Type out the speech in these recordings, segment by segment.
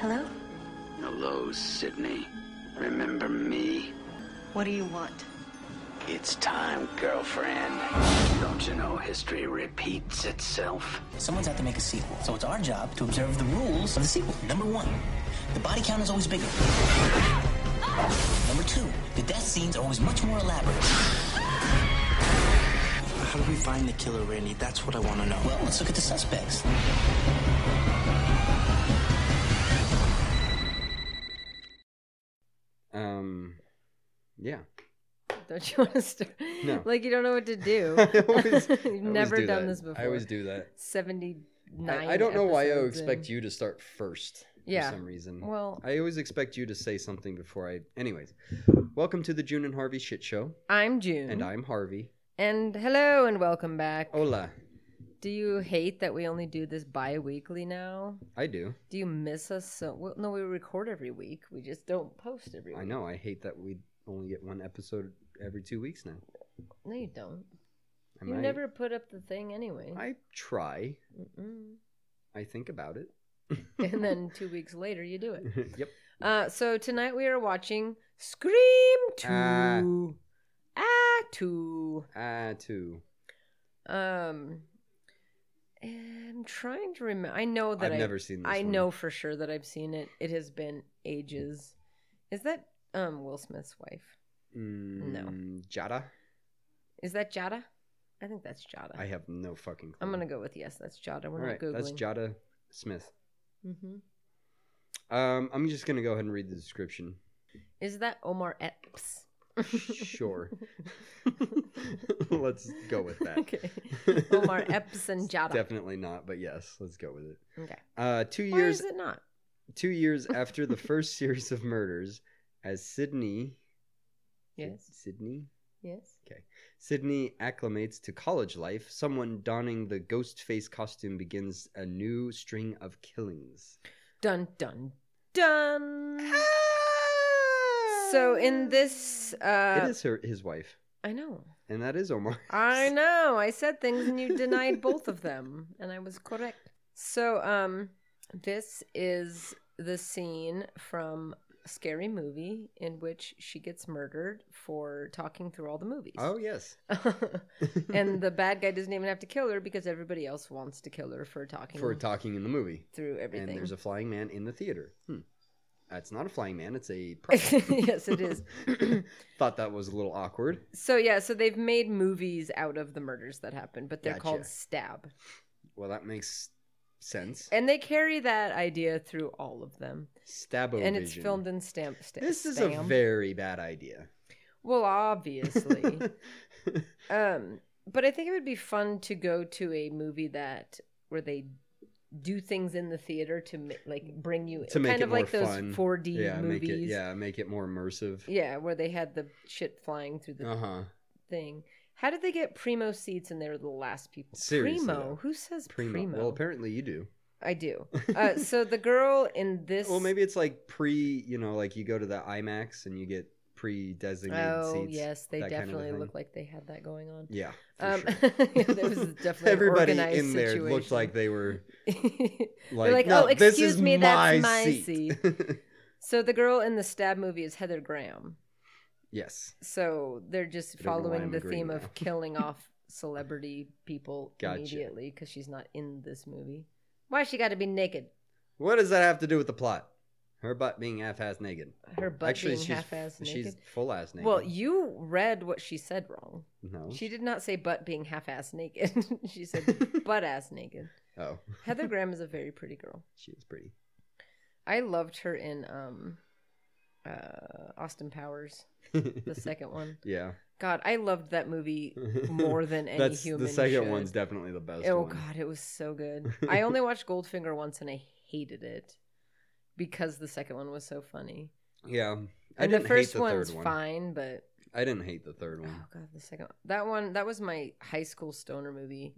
Hello? Hello, Sydney. Remember me? What do you want? It's time, girlfriend. Don't you know history repeats itself? Someone's out to make a sequel, so it's our job to observe the rules of the sequel. Number one, the body count is always bigger. Number two, the death scenes are always much more elaborate. How do we find the killer, Randy? That's what I want to know. Well, let's look at the suspects. Um, yeah. Don't you want to start? No. Like you don't know what to do. I always- I always You've never do done that. this before. I always do that. Seventy nine. I, I don't know why I expect you to start first. Yeah. For some reason. Well- I always expect you to say something before I. Anyways, welcome to the June and Harvey shit show, I'm June. and I'm Harvey. And hello and welcome back. Hola. Do you hate that we only do this bi weekly now? I do. Do you miss us so? Well, no, we record every week. We just don't post every week. I know. I hate that we only get one episode every two weeks now. No, you don't. I you might- never put up the thing anyway. I try. Mm-mm. I think about it. and then two weeks later, you do it. yep. Uh, so tonight we are watching Scream Ah. Two. ah, two. Ah, too. Um, I'm trying to remember. I know that I've I, never seen this. I one. know for sure that I've seen it. It has been ages. Is that um Will Smith's wife? Mm, Jada. Is that Jada? I think that's Jada. I have no fucking. clue. am gonna go with yes. That's Jada. We're All not right, googling. that's Jada Smith. hmm Um, I'm just gonna go ahead and read the description. Is that Omar Epps? Sure. let's go with that. Okay. Omar Epps and Jada. Definitely not, but yes, let's go with it. Okay. Uh, two Why years, is it not? two years after the first series of murders, as Sydney, Sid- Yes. Sydney, Yes. Sydney acclimates to college life. Someone donning the ghost face costume begins a new string of killings. Dun dun dun. Ah! So in this, uh, it is her, his wife, I know, and that is Omar. I know. I said things and you denied both of them, and I was correct. So um, this is the scene from Scary Movie in which she gets murdered for talking through all the movies. Oh yes, and the bad guy doesn't even have to kill her because everybody else wants to kill her for talking for talking in the movie. through everything. And there's a flying man in the theater. Hmm. That's not a flying man, it's a prop. Yes, it is. Thought that was a little awkward. So yeah, so they've made movies out of the murders that happened, but they're Gotcha. called stab. Well, that makes sense. And they carry that idea through all of them. Stabo. And it's filmed in stamp sta- This is a stamp. very bad idea. Well, obviously. um, but I think it would be fun to go to a movie that where they do things in the theater to ma- like bring you To make kind it of like more those fun. 4D yeah, movies. make it yeah, make it more immersive. Yeah, where they had the shit flying through the Uh huh. thing. How did they get primo seats and they were the last people? Seriously, primo? though. Who says Primo. primo? Well, apparently you do. I do. Uh, so the girl in this. Well, maybe it's like pre. You know, like you go to the IMAX and you get pre-designated Oh seats. yes, they that kind of a definitely thing. look like they had that going on. Yeah. for Um, sure. yeah, there was definitely everybody an organized in there looked situation. like they were They're like, like, no, oh, this excuse is me, my that's my seat. seat. so the girl in the stab movie is Heather Graham. yes. So they're just I don't know why following I'm the agreeing theme now. of killing off celebrity people Gotcha. immediately because she's not in this movie. Why she got to be naked? What does that have to do with the plot? Her butt being half-ass naked. Her butt Actually, being she's half-ass naked. she's full-ass naked. Oh. Well, you read what she said wrong. no. She did not say butt being half ass naked. she said butt ass naked. oh, Heather Graham is a very pretty girl. she is pretty. I loved her in um uh Austin Powers, the second one. yeah, God, I loved that movie more than any that's human. the second should. one's definitely the best. Oh one. god, it was so good. I only watched Goldfinger once and I hated it because the second one was so funny. Yeah, I And didn't the first hate the one's third one. fine, but I didn't hate the third oh one. god, the second one. That one that was my high school stoner movie.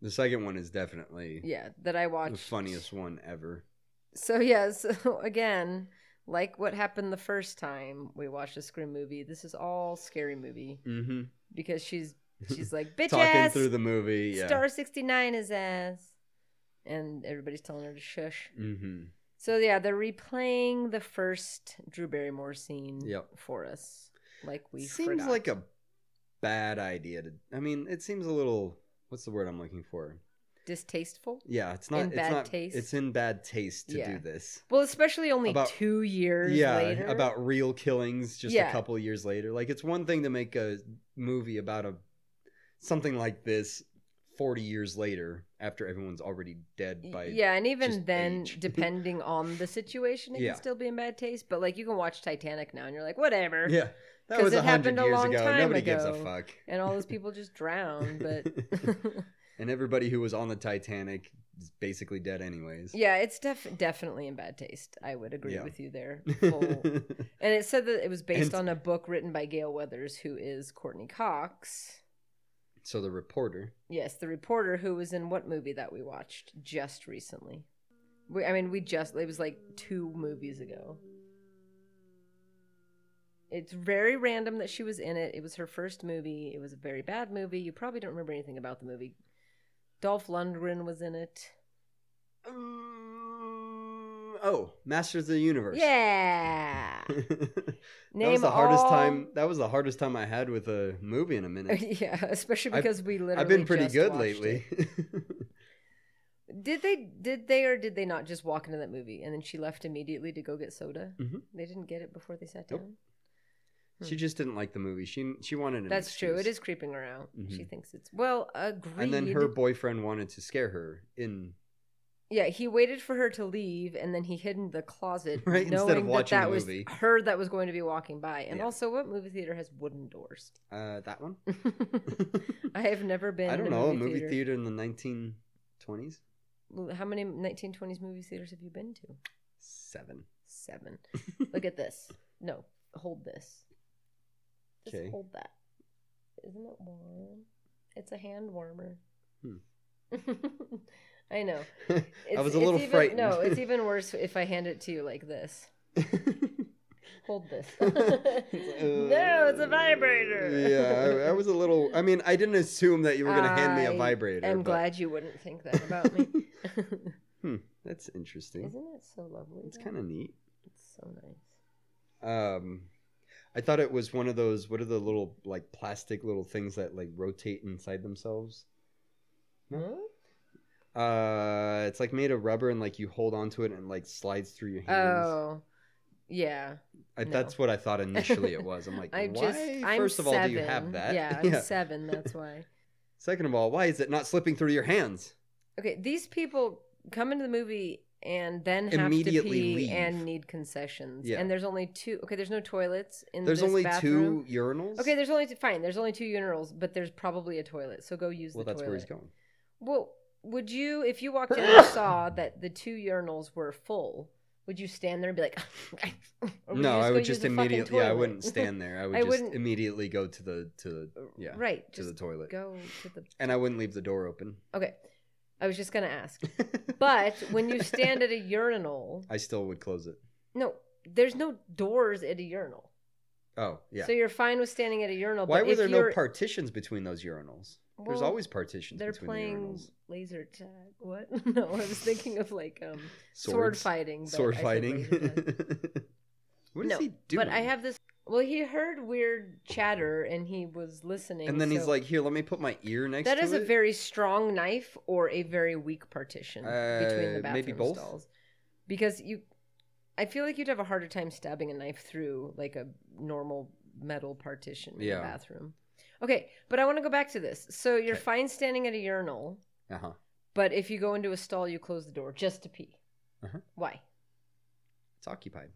The second one is definitely Yeah, that I watched. the funniest one ever. So yeah, so again, like what happened the first time we watched a scream movie, this is all scary movie Mm-hmm. because she's she's like bitch Talking ass, through the movie. Yeah. star sixty nine is ass, and everybody's telling her to shush. mm-hmm. So yeah, they're replaying the first Drew Barrymore scene Yep. for us. Like we seems forgot. like a bad idea to. I mean, it seems a little. What's the word I'm looking for? distasteful. Yeah, it's not. In it's bad not, taste? It's in bad taste to Yeah. do this. Well, especially only About- two years yeah, later. about real killings just Yeah. a couple years later. Like it's one thing to make a movie about a something like this 40 years later after everyone's already dead by yeah, and even just then, age. depending on the situation, it Yeah. can still be in bad taste. But like, you can watch Titanic now, and you're like, whatever. Yeah. That 'Cause was it 100 happened a years long ago. time Nobody gives a ago. fuck. And all those people just drown. But And everybody who was on the Titanic is basically dead anyways. yeah, it's def- definitely in bad taste. I would agree Yeah. with you there. Full- And it said that it was based on a book written by Gail Weathers, who is Courtney Cox. so the reporter. Yes, the reporter who was in what movie that we watched just recently. We, I mean, we just, it was like two movies ago. It's very random that she was in it. It was her first movie. It was a very bad movie. You probably don't remember anything about the movie. Dolph Lundgren was in it. Um, oh, Masters of the Universe. Yeah. that Name was the hardest all- time that was the hardest time I had with a movie in a minute. yeah, especially I've- because we literally I've been pretty just good watched it. lately. Did they did they or did they not just walk into that movie and then she left immediately to go get soda? Mhm. They didn't get it before they sat down. Nope. she just didn't like the movie. She she wanted an Hmm. That's true. It excuse. is creeping her out. She Mhm. thinks it's well agreed. And then her boyfriend wanted to scare her in yeah, he waited for her to leave and then he hid in the closet, Right, instead of knowing watching that that the was movie. her that was going to be walking by. And Yeah. also, what movie theater has wooden doors? uh, that one. I have never been. I in don't a know, a movie movie theater theater. in the 1920s? Well, How many 1920s movie theaters have you been to? Seven. Seven. Look at this. No, hold this. Just Okay. hold that. Isn't it warm? It's a hand warmer. Hmm. I know. I was a little even, frightened. No, it's even worse if I hand it to you like this. Hold this. no, it's a vibrator. uh, yeah, I, I was a little. I mean, I didn't assume that you were going to hand me a I vibrator. I'm but- glad you wouldn't think that about me. Hmm, that's interesting. Isn't it so lovely? It's though? kind of neat. It's so nice. Um, I thought it was one of those. What are the little like plastic little things that like rotate inside themselves? No. Uh, it's like made of rubber and like you hold onto it and like slides through your hands. Oh, yeah. I, no. That's what I thought initially it was. I'm like, I why? just. I'm First of all, do you have seven. that? Yeah, I'm seven. That's why. Second of all, why is it not slipping through your hands? Okay, these people come into the movie and then have Immediately to pee leave. and need concessions. Yeah. And there's only two. Okay, there's no toilets in There's this only bathroom. two urinals. Okay, there's only two, fine. There's only two urinals, but there's probably a toilet. So go use well, the that's toilet. where he's going. Well, would you if you walked in and saw that the two urinals were full? Would you stand there and be like, or you No, I go would use just the fucking immediately. Yeah, I toilet? wouldn't stand there. I would I just wouldn't- Uh, immediately go to the to the yeah right, to just the toilet, go to the. and I wouldn't leave the door open. Okay, I was just gonna ask, but when you stand at a urinal, I still would close it. No, there's no doors at a urinal. Oh yeah. So you're fine with standing at a urinal. why but were if there you're, no partitions between those urinals? There's Well, always partitions They're between playing the urinals. laser tag. What? No, I was thinking of like um, sword Swords. fighting. but Sword I said fighting. laser tag. what is no, he doing? But I have this. Well, he heard weird chatter and he was listening. And then he's so- like, "Here, let me put my ear next." That to is a it." very strong knife or a very weak partition between the Uh, bathroom maybe both? stalls. Because you I feel like you'd have a harder time stabbing a knife through like a normal metal partition in Yeah. a bathroom. Okay, but I want to go back to this. So you're Okay. fine standing at a urinal, Uh huh. but if you go into a stall you close the door just to pee. Uh-huh. Why? It's occupied.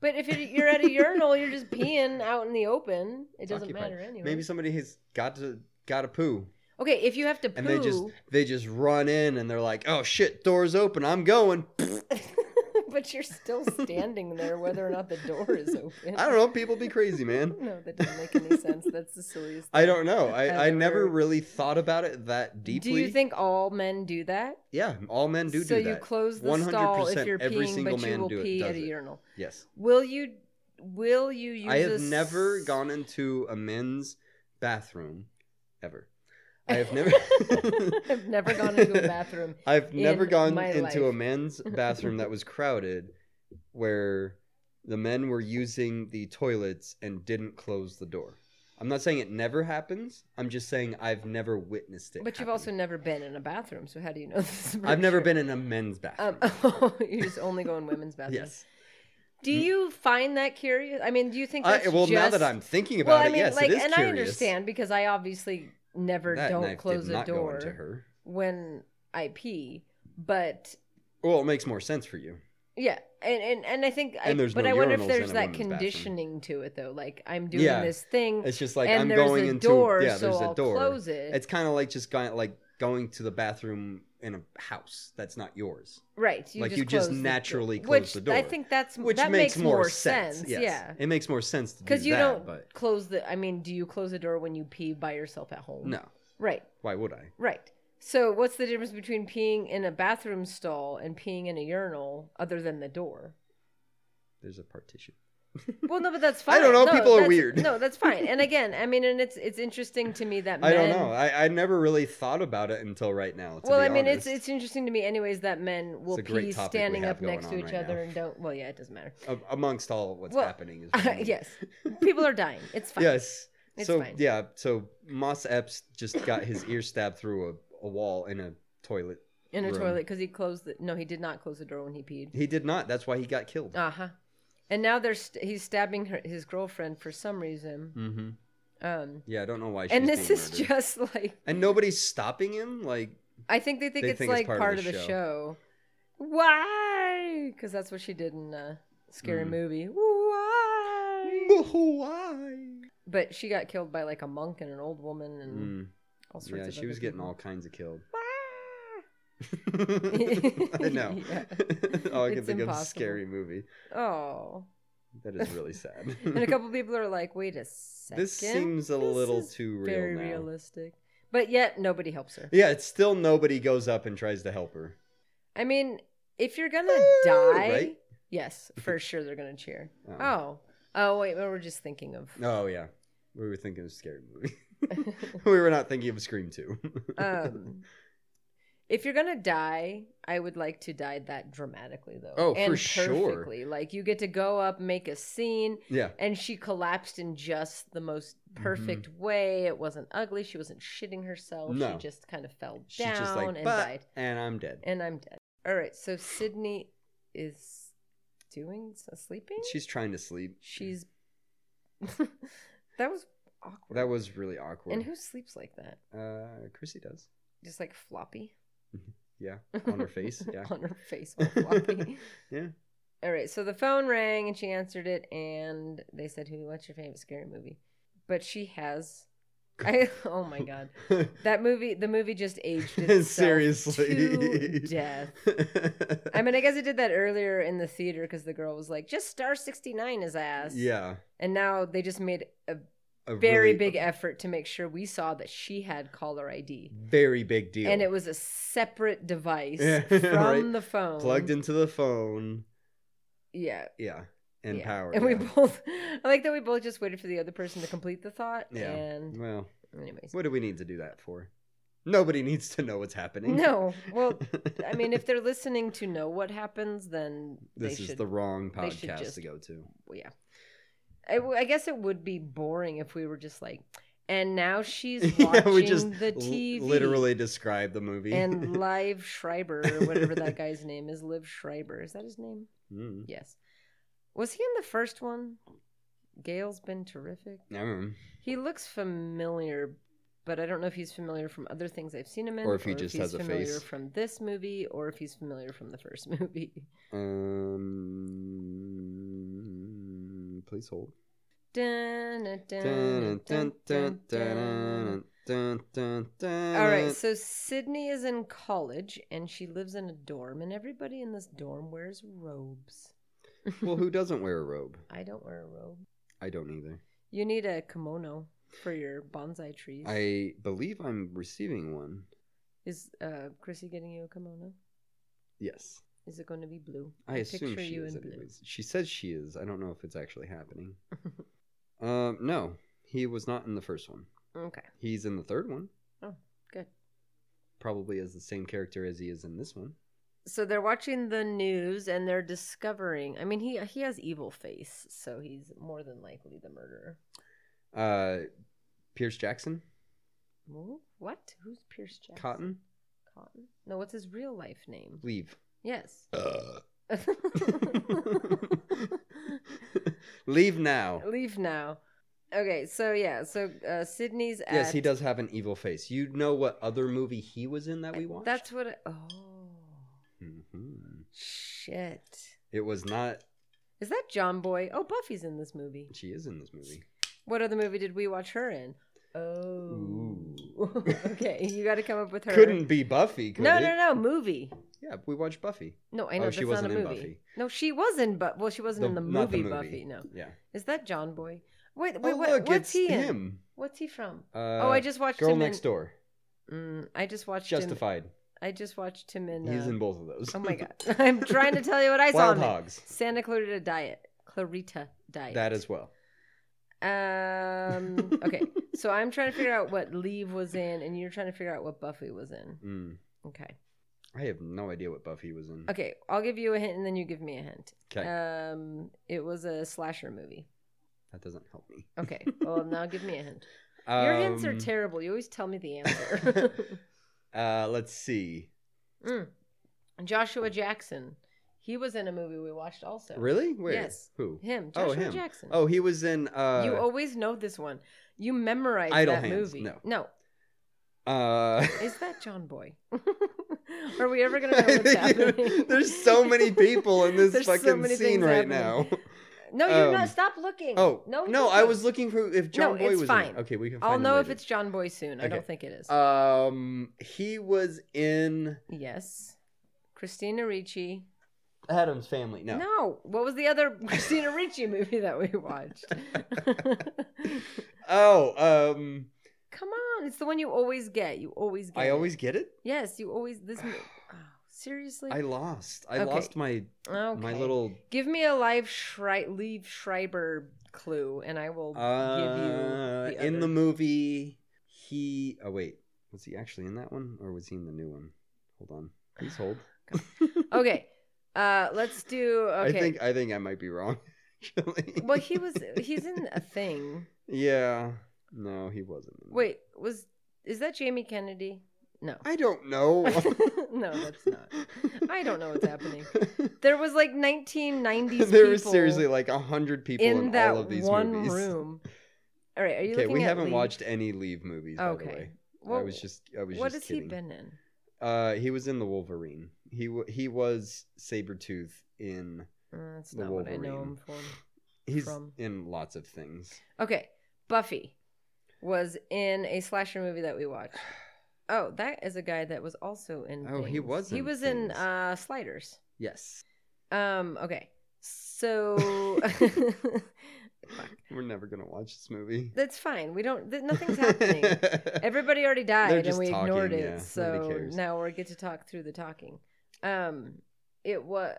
But if it- you're at a urinal, you're just peeing out in the open. It It's doesn't occupied. matter anyway. Maybe somebody has got to got to poo, okay, if you have to poo, and they just they just run in, and they're like, "Oh shit, door's open. I'm going." but you're still standing there whether or not the door is open. I don't know. People be crazy, man. No, that doesn't make any sense. That's the silliest. I don't know. I've I, I never never- really thought about it that Thing. Do deeply. you think all men do that? Yeah, all men do so do that. you close the stall if 100% you're every peeing, single but you man will do it- pee does at a it. urinal. Yes, Will you? Will you use? I a have s- never gone into a men's bathroom ever. I have never I've never gone into a bathroom. I've never in gone my into a life. men's bathroom that was crowded where the men were using the toilets and didn't close the door. I'm not saying it never happens. I'm just saying I've never witnessed it. But you've happen. also never been in a bathroom, so how do you know this? is for I've never sure? been in a men's bathroom. Um, you just only go in women's bathrooms. yes. Mm. Do you find that curious? I mean, do you think that's I, well, now that just- I'm thinking well, about I it, mean, yes, like, it is and curious. I understand because I obviously never That don't knife close did a not go door into her. when I pee, but Well, it makes more sense for you. yeah, and and, and I think, I, And there's but no I urinals wonder if in there's a that women's bathroom. conditioning to it though. Like I'm doing Yeah. this thing, It's just like and I'm there's going a into door, yeah. so There's I'll a door. close it. It's kind of like just going like going to the bathroom in a house that's not yours. right? like just you just close the naturally door, close which the door, I think that's which that makes, more, sense. sense. Yes. Yeah, it makes more sense to do because you that, don't But close the. I mean, do you close the door when you pee by yourself at home? no, right. why would I? Right. So what's the difference between peeing in a bathroom stall and peeing in a urinal other than the door? There's a partition. Well, no, but that's fine. I don't know. No, People are that's- weird. No, that's fine. And again, I mean, and it's it's interesting to me that I men, don't know. I, I never really thought about it until right now. To well, be I mean, honest. it's it's interesting to me, anyways, that men will a great pee topic we standing have up next to going on each right other now. and don't. Well, yeah, it doesn't matter. A- amongst all what's Well, happening. Is what I mean. yes, people are dying. It's fine. Yes. It's so fine. yeah, so Moss Epps just got his ear stabbed through a, a wall in a toilet. in a room. toilet because he closed. The, no, he did not close the door when he peed. He did not. That's why he got killed. Uh huh. And now there's st- he's stabbing her, his girlfriend for some reason. mm-hmm. Um, Yeah, I don't know why. She's and this being is murdered. just like and nobody's stopping him. Like I think they think They it's think it's like part, of the, show. Why? Because that's what she did in Mm. a scary movie. Why? why? But she got killed by like a monk and an old woman and Mm, all sorts yeah, of. she other was getting people. all kinds of killed. I know. Yeah. all I can It's think of impossible. is scary movie. Oh, That is really sad. and a couple people are like, "Wait a second. this seems a little is too real very now. realistic." But yet nobody helps her. Yeah, it's still nobody goes up and tries to help her. I mean, if you're gonna Woo, die, right? yes, for sure they're gonna cheer. Oh. Oh, oh wait, we we're just thinking of. Oh yeah, we were thinking of scary movie. we were not thinking of Scream Two. um, if you're gonna die, I would like to die that dramatically though. Oh, for and sure. perfectly. Like you get to go up, make a scene, yeah, and she collapsed in just the most perfect way. It wasn't ugly. She wasn't shitting herself. Mm-hmm. No. She just kind of fell down she's just like, and "Bah," died. and I'm dead. And I'm dead. All right, so Sydney is doing sleeping. She's trying to sleep. She's. that was awkward. That was really awkward. And who sleeps like that? Uh, Chrissy does. Just like floppy. Yeah, on her face. Yeah, on her face all floppy. yeah. all right, so the phone rang and she answered it and they said, Who what's your favorite scary movie? But she has I oh my god. That movie the movie just aged itself Seriously. to death. I mean, I guess it did that earlier in the theater because the girl was like, "Just star sixty nine his ass." yeah. and now they just made a a very really- big effort to make sure we saw that she had caller ID. very big deal. And it was a separate device Yeah, from right. the phone. plugged into the phone. Yeah. Yeah, and yeah. power. And we both, I like that we both just waited for the other person to complete the thought. Yeah. And, Well, anyways. what do we need to do that for? Nobody needs to know what's happening. No. Well, I mean, if they're listening to know what happens, then this they is should. the wrong they should podcast just- to go to. yeah. I, w- I guess it would be boring if we were just like, and now she's watching we just the l- TV. literally describe the movie. and Live Schreiber, or whatever that guy's name is, Liv Schreiber. Is that his name? Mm. Yes. Was he in the first one? Gail's been terrific. Mm. He looks familiar, but I don't know if he's familiar from other things I've seen him in, Or if he just he's has a familiar face. from this movie, or if he's familiar from the first movie. Um, please hold. Dun, dun, dun, Dun, dun, dun, dun. dun, dun, dun, dun. All right, so Sydney is in college and she lives in a dorm, and everybody in this dorm wears robes. well, who doesn't wear a robe? I don't wear a robe. I don't either. You need a kimono for your bonsai trees. I believe I'm receiving one. Is uh, Chrissy getting you a kimono? Yes. Is it going to be blue? I assume picture she you is. in blue. Anyways. She says she is. I don't know if it's actually happening. um, no, he was not in the first one. Okay. He's in the third one. Oh. probably as the same character as he is in this one. So they're watching the news and they're discovering. I mean, he he has evil face, so he's more than likely the murderer. Uh, Pierce Jackson, Who? What? Who's Pierce Jackson? Cotton, Cotton. No, what's his real life name? leave. Yes. Uh. leave now. Leave now. Okay, so yeah, so uh, Sydney's at. Yes, he does have an evil face. You know what other movie he was in that we watched? That's what. I, oh Mhm. shit! It was not. Is that John Boy? Oh, Buffy's in this movie. She is in this movie. What other movie did we watch her in? Oh. Ooh. okay, you got to come up with her. Couldn't be Buffy, could no, it? no, no, movie. Yeah, we watched Buffy. No, I Oh, know she that's wasn't not a in movie. Buffy. No, she was in but well, she wasn't in the not movie, Buffy. No, Yeah. is that John Boy? Wait, wait, oh, what, look, what's it's he in? him. What's he from? Uh, oh, I just watched Girl him Next in, Door. Mm, I just watched him. Justified. I just watched him in. He's uh, in both of those. Oh my god! I'm trying to tell you what I saw. Wild him in. Hogs. Santa Clarita Diet. Clarita Diet. That as well. Um. Okay. so I'm trying to figure out what Leave was in, and you're trying to figure out what Buffy was in. Mm. Okay. I have no idea what Buffy was in. Okay. I'll give you a hint, and then you give me a hint. 'Kay. Um. It was a slasher movie. That doesn't help me. Okay. Well, now give me a hint. Your hints are Um, terrible. You always tell me the answer. Uh, let's see. Mm. Joshua Jackson. He was in a movie we watched also. Really? Where? Yes. Who? Him. Oh, Joshua him. Jackson. Oh, he was in. Uh, you always know this one. You memorized Idle that Hands, movie. no. No. uh, Is that John Boy? Are we ever gonna know what's happening? There's so many people in this There's so fucking many scene things right happening. now. No, you're Um, not. Stop looking. Oh no, no! look. I was looking for if John no, Boy it's was fine. in. it. Okay, we can. Find I'll him know if later. it's John Boy soon. I Okay. Uh, don't think it is. Um, he was in yes, Christina Ricci. Adam's Family. No. No, what was the other Christina Ricci movie that we watched? Oh, um, Come on, it's the one you always get. You always get. I it. always get it. Yes, you always this. mo- oh, seriously. I lost. I Okay. lost my okay. my little. Give me a live Shri- leave Schreiber clue, and I will Uh, give you the in other. the movie, he. Oh wait, was he actually in that one, or was he in the new one? Hold on, please hold. Okay. Uh let's do Oh, okay. I think I think I might be wrong. Actually. well he was he's in a thing. Yeah. No, he wasn't. in that. Wait, was is that Jamie Kennedy? No. I don't know. no, that's not. I don't know what's happening. There was like 1990s there was people seriously like a hundred people in, in, that all of these one movies. room. All right, are you okay, looking we at haven't Lee? watched any Leave movies. By Okay. the way. I Well, was just. I was What just has kidding. he been in? Uh, he was in the Wolverine. He w- he was Sabretooth in. Uh, that's The not what I know Wolverine. him from. He's From- in lots of things. Okay, Buffy was in a slasher movie that we watched. Oh, that is a guy that was also in. Oh, he Things. was He in was in Things. uh, Sliders. Yes, Um. Okay. So we're never gonna watch this movie. that's fine. We don't. Th- nothing's happening. Everybody already died, and just we ignored talking, yeah. it. Nobody so cares. now we get to talk through the talking. Um. It was.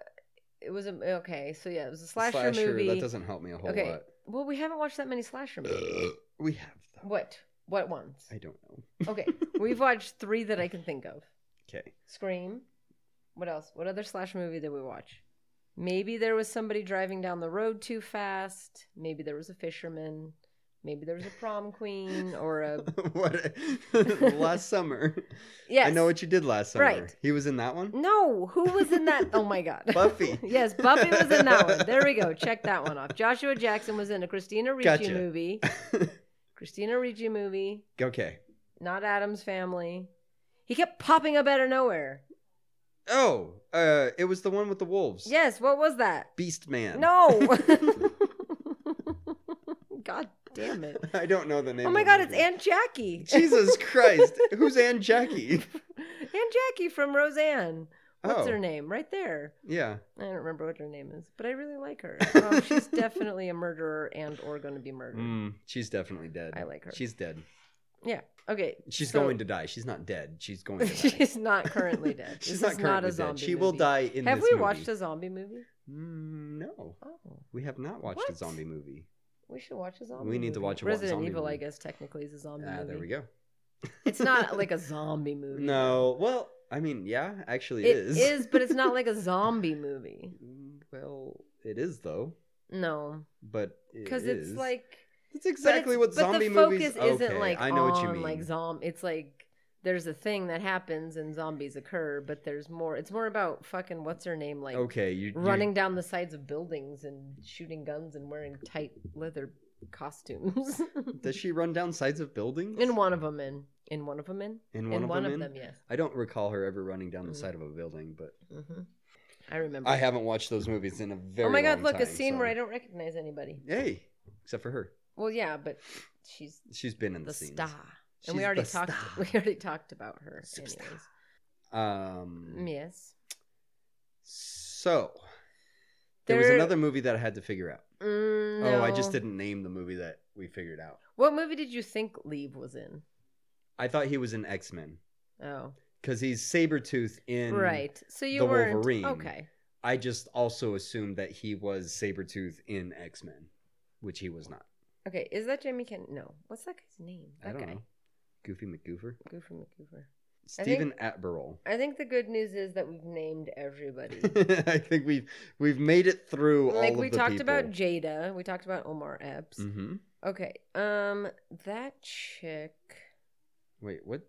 It was a okay. So yeah, it was a slasher, movie. That doesn't help me a whole okay. lot. Well, we haven't watched that many slasher movies. we have though. what? What ones? I don't know. Okay, we've watched three that I can think of. Okay. Scream. What else? What other slash movie did we watch? Maybe there was somebody driving down the road too fast. Maybe there was a fisherman. Maybe there was a prom queen or a what? last summer. yes. I know what you did last summer. Right. Mm. He was in that one. No, who was in that? Oh my god, Buffy. yes, Buffy was in that one. There we go. Check that one off. Joshua Jackson was in a Christina Ricci Gotcha. movie. Christina Ricci movie. okay. Not Adam's Family. He kept popping up out of nowhere. Oh, uh, it was the one with the wolves. Yes, what was that? Beast Man. No. God damn it. I don't know the name. Oh my of god, the it's movie. Aunt Jackie. Jesus Christ. Who's Aunt Jackie? Aunt Jackie from Roseanne. What's Oh. her name? Right there. Yeah. I don't remember what her name is, but I really like her. Um, she's definitely a murderer and or going to be murdered. Mm, she's definitely dead. I like her. She's dead. Yeah. Okay. She's so- going to die. She's not dead. She's going to die. She's not currently dead. She's This not is currently a dead. zombie She will movie. die in Have this we movie. watched a zombie movie? Mm, no, Oh. we have not watched a What? zombie movie. We should watch a zombie. need to movie. watch a wa- Resident zombie Evil, I movie. guess technically is a zombie Ah, movie. there we go. It's not like a zombie movie. No, well, I mean, yeah, actually, it is. Mm, It is, but it's not like a zombie movie. Well, it is though, No, but because because it's like that's but it's- exactly what zombie but the movies. focus isn't okay, like I know on, what you mean. Like zom, it's like there's a thing that happens and zombies occur, but there's more. It's more about fucking what's her name like okay, you you- running down the sides of buildings and shooting guns and wearing tight leather costumes. Does she run down sides of buildings? in one of them, in in one of them, in In one of them in? yes. I don't recall her ever running down the Mhm. side of a building, but hmm I remember. I haven't watched those movies in a very. oh my god! long Look, a time, scene so- where I don't recognize anybody. Hey, except for her, Well, yeah, but she's she's been in the, the scenes. star, and we She's already the talked. star. We already talked about her. Superstar. Anyways. Um, Yes. so there was There- another movie that I had to figure out. Mm, Oh, I just no. didn't name the movie that we figured out. What movie did you think Leave was in? I thought he was in X Men Oh, because he's Sabretooth in. right. So you The weren't Wolverine. okay. I just also assumed that he was Sabretooth in X Men, which he was not. Okay, is that Jamie Ken? No, what's that guy's name? That I don't guy, know. Goofy McGoofer? Goofy McGoofer. I think- Stephen Atberall. I think the good news is that we've named everybody. I think we've we've made it through all like of we the talked people. about Jada, we talked about Omar Epps. hmm Okay, um, that chick. Wait, what?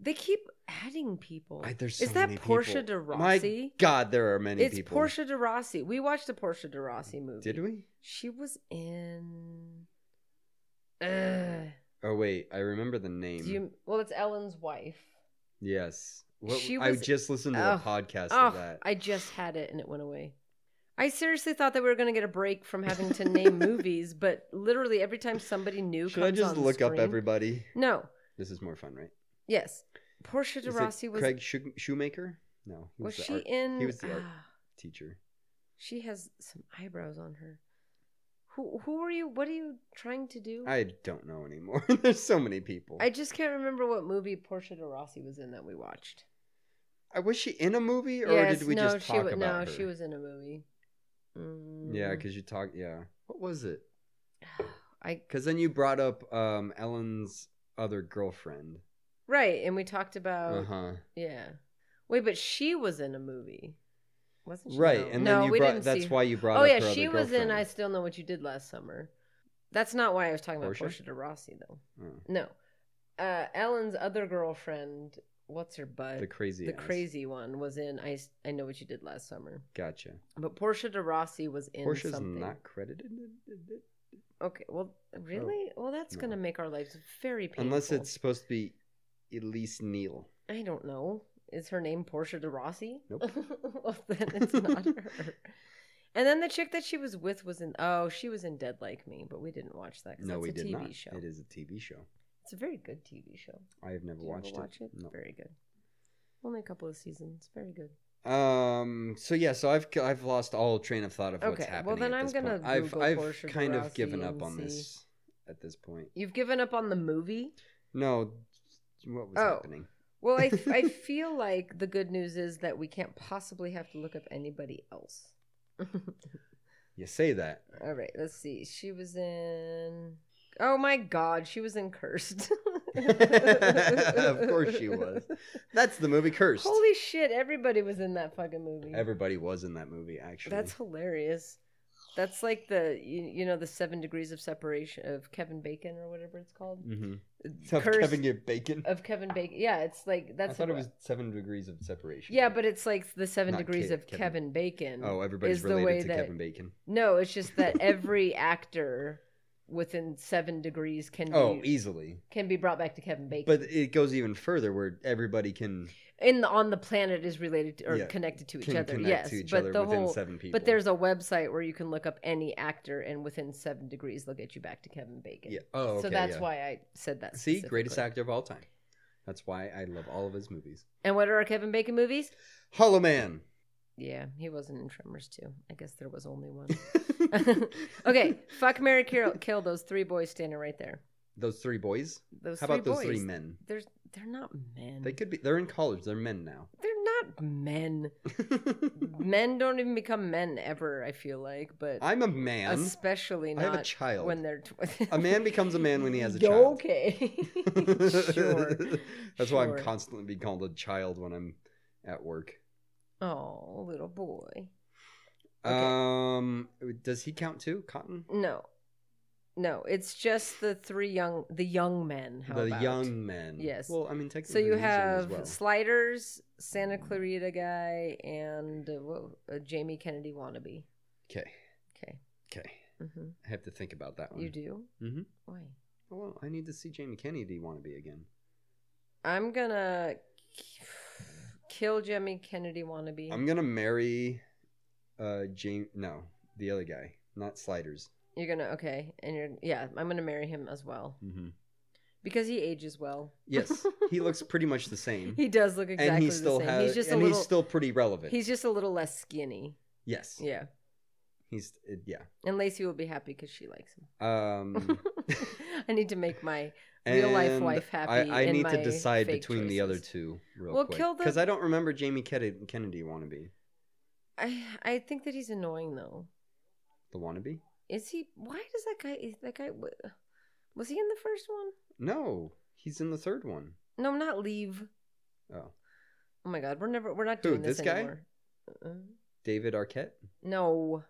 They keep adding people. I, there's is so that many people. Portia de My Rossi? God, there are many It's people. Portia de Rossi. We watched a Portia de Rossi movie. Did we? She was in. Ugh. Oh wait, I remember the name. Do you, well, it's Ellen's wife. Yes. What, She I was- just listened to Ugh. a podcast Oh, of that. I just had it and it went away. I seriously thought that we were going to get a break from having to name movies, but literally every time somebody new Should comes I just on look up screen- everybody? No. This is more fun, right? Yes. Portia de Is it Rossi was. Craig Shoe- Shoemaker? No, he was, was the she art in? he was the art- ah, teacher. she has some eyebrows on her. Who who are you? What are you trying to do? I don't know anymore. There's so many people. I just can't remember what movie Portia de Rossi was in that we watched. I- was she in a movie or yes, did we no, just she talk wa- about no, her? she was in a movie. Mm, Yeah, because you talked. Yeah, what was it? I Because then you brought up um, Ellen's other girlfriend. right, and we talked about Uh huh. yeah. Wait, but she was in a movie, wasn't she? Right, No. and no, then we you brought. didn't That's see her. why you brought. Oh up yeah, her she other was in. I girlfriend. still know what you did last summer. That's not why I was talking about Portia? Portia de Rossi though. Oh, No, uh, Ellen's other girlfriend, what's her butt? the crazy. the ass. crazy one was in. I s- I know what you did last summer, Gotcha. but Portia de Rossi was in Portia's something. not credited, Okay, well, really? well, that's Oh, no. going to make our lives very painful. unless it's supposed to be Elise Neal. I don't know. Is her name Portia de Rossi? Nope. well, then it's not her. And then the chick that she was with was in. Oh, she was in Dead Like Me, but we didn't watch that. 'cause No, that's we a did TV not. Show. It is a TV show. It's a very good TV show. I have never Did you ever watched watch it? No. Very good. Only a couple of seasons. Very good. Um. So yeah. So I've I've lost all train of thought of what's Okay, happening. well, then at I'm this gonna point. I've Google I've Portia de kind of Rossi given and up on see. this at this point. You've given up on the movie? No, what was Oh. happening? Well, I, f- I feel like the good news is that we can't possibly have to look up anybody else. You say that. All right, let's see. She was in. Oh my God, she was in Cursed. Of course she was. That's the movie Cursed. Holy shit! Everybody was in that fucking movie. Everybody was in that movie actually. That's hilarious. That's like the you, you know the seven degrees of separation of Kevin Bacon or whatever it's called. hmm Cursed- Kevin get bacon. of Kevin Bacon. Yeah, it's like I that's. thought a- it was Seven Degrees of Separation. Yeah, but it's like the seven Not degrees Ke- of Kevin. Kevin Bacon. oh, everybody's is the related way to that- Kevin Bacon. No, it's just that every actor within seven degrees can Oh, be, easily. can be brought back to Kevin Bacon. But it goes even further where everybody can, in the, on the planet is related to, or Yeah, connected to each can other. connect Yes, to each but other the within whole seven people. but there's a website where you can look up any actor, and within seven degrees, they'll get you back to Kevin Bacon. yeah. Oh, okay, so that's yeah. why I said that. See, greatest specifically. actor of all time. That's why I love all of his movies. And what are our Kevin Bacon movies? Hollow Man. Yeah, he wasn't in Tremors too. I guess there was only one. okay, fuck Mary Kill, kill those three boys standing right there. Those three boys. Those How three about those boys. three men? There's they're not men. They could be. They're in college. They're men now. They're not men. men don't even become men ever. I feel like, but I'm a man. especially I not have a child. when they're tw- a man becomes a man when he has a Yeah, child. Okay, sure. That's why I'm Sure. constantly being called a child when I'm at work. Oh, little boy. Um, does he count too, Cotton? No, no. It's just the three young, the young men. How the about? young men. Yes. Well, I mean, technically, So you he's young as have well. Sliders, Santa Clarita guy, and uh, whoa, uh, Jamie Kennedy wannabe. okay. Okay, Okay. hmm I have to think about that one. you do. Mhm. Why? Well, I need to see Jamie Kennedy want to be again. I'm gonna k- kill Jamie Kennedy wannabe. I'm gonna marry, uh, Jamie. No, the other guy, not Sliders. You're gonna okay, and you're yeah. I'm gonna marry him as well Mm-hmm. because he ages well. Yes, he looks pretty much the same, He does look exactly Mm-hmm. and he still the same. has, he's just and a little. he's still pretty relevant. He's just a little less skinny. yes, Yeah. he's uh, yeah. And Lacey will be happy because she likes him. Um, I need to make my. Real life and wife happy I, I and need my to decide fake between the other choices. two real Well, quick kill the- because I don't remember Jamie Kennedy, Kennedy wannabe. I I think that he's annoying though. The wannabe? Is he? Why does that guy? Is that guy? wa- Was he in the first one? No, he's in the third one. No, not leave. Oh, Oh my god, we're never we're not Who, doing this, this guy? anymore. Uh-uh. David Arquette, No,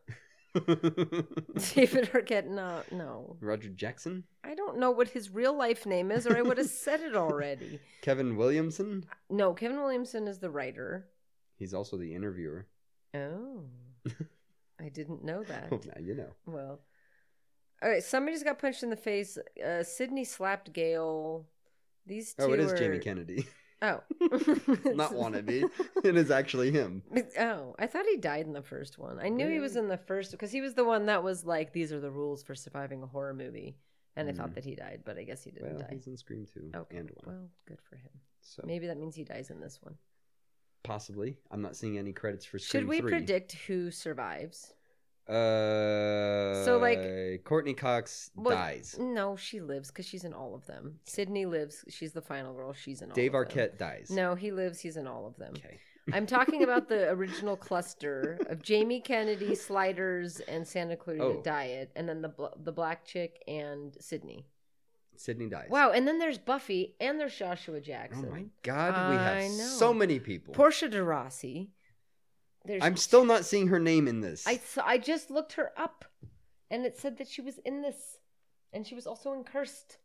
David Arquette. No, no. Roger Jackson, I don't know what his real life name is, or I would have said it already. Kevin Williamson. No, Kevin Williamson is the writer. He's also the interviewer. Oh, I didn't know that. Oh, now you know. Well, all right. Somebody just got punched in the face. Uh, Sydney slapped Gail. These two. Oh, it is Jamie are- Kennedy. Oh, Not wannabe. it is actually him. Oh, I thought he died in the first one. I knew he was in the first because he was the one that was like, "These are the rules for surviving a horror movie," and I Mm. thought that he died, but I guess he didn't Well, die. he's in Scream 2 Okay, and 1. well, good for him. so Maybe that means he dies in this one. possibly. I'm not seeing any credits for Scream Should we 3. predict who survives? Uh, so like like- Courtney Cox Well, dies. No, she lives because she's in all of them. Sydney lives. She's the final girl. She's in all. Dave of them. Arquette dies. No, he lives. He's in all of them. Okay. I'm talking about the original cluster of Jamie Kennedy, Sliders, and Santa Clarita Oh. Diet, and then the bl- the black chick and Sydney. Sydney dies. Wow, and then there's Buffy, and there's Joshua Oh Jackson, my God, we I have know. so many people. Portia de Rossi. There's I'm still not seeing her name in this. I saw, I just looked her up, and it said that she was in this, and she was also in Cursed.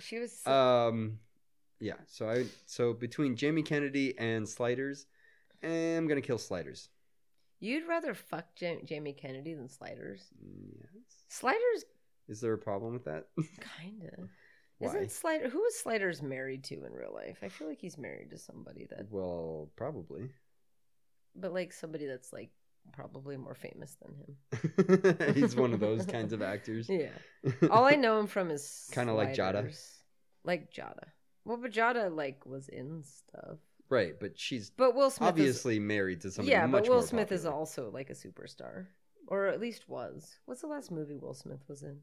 she was. um, yeah. So I so between Jamie Kennedy and Sliders, I'm gonna kill Sliders. you'd rather fuck Jam- Jamie Kennedy than Sliders. Yes. Sliders, Is there a problem with that? kinda. Why? Isn't Slider who is Sliders married to in real life? I feel like he's married to somebody that, Well, probably. but like somebody that's like probably more famous than him. He's one of those kinds of actors. Yeah. All I know him from is Kinda like Jada. Sliders. Like Jada. Well, but Jada like was in stuff. right, but she's But Will Smith obviously married to is, somebody. yeah, much but Will more Smith is popular. also like a superstar, or at least was. What's the last movie Will Smith was in?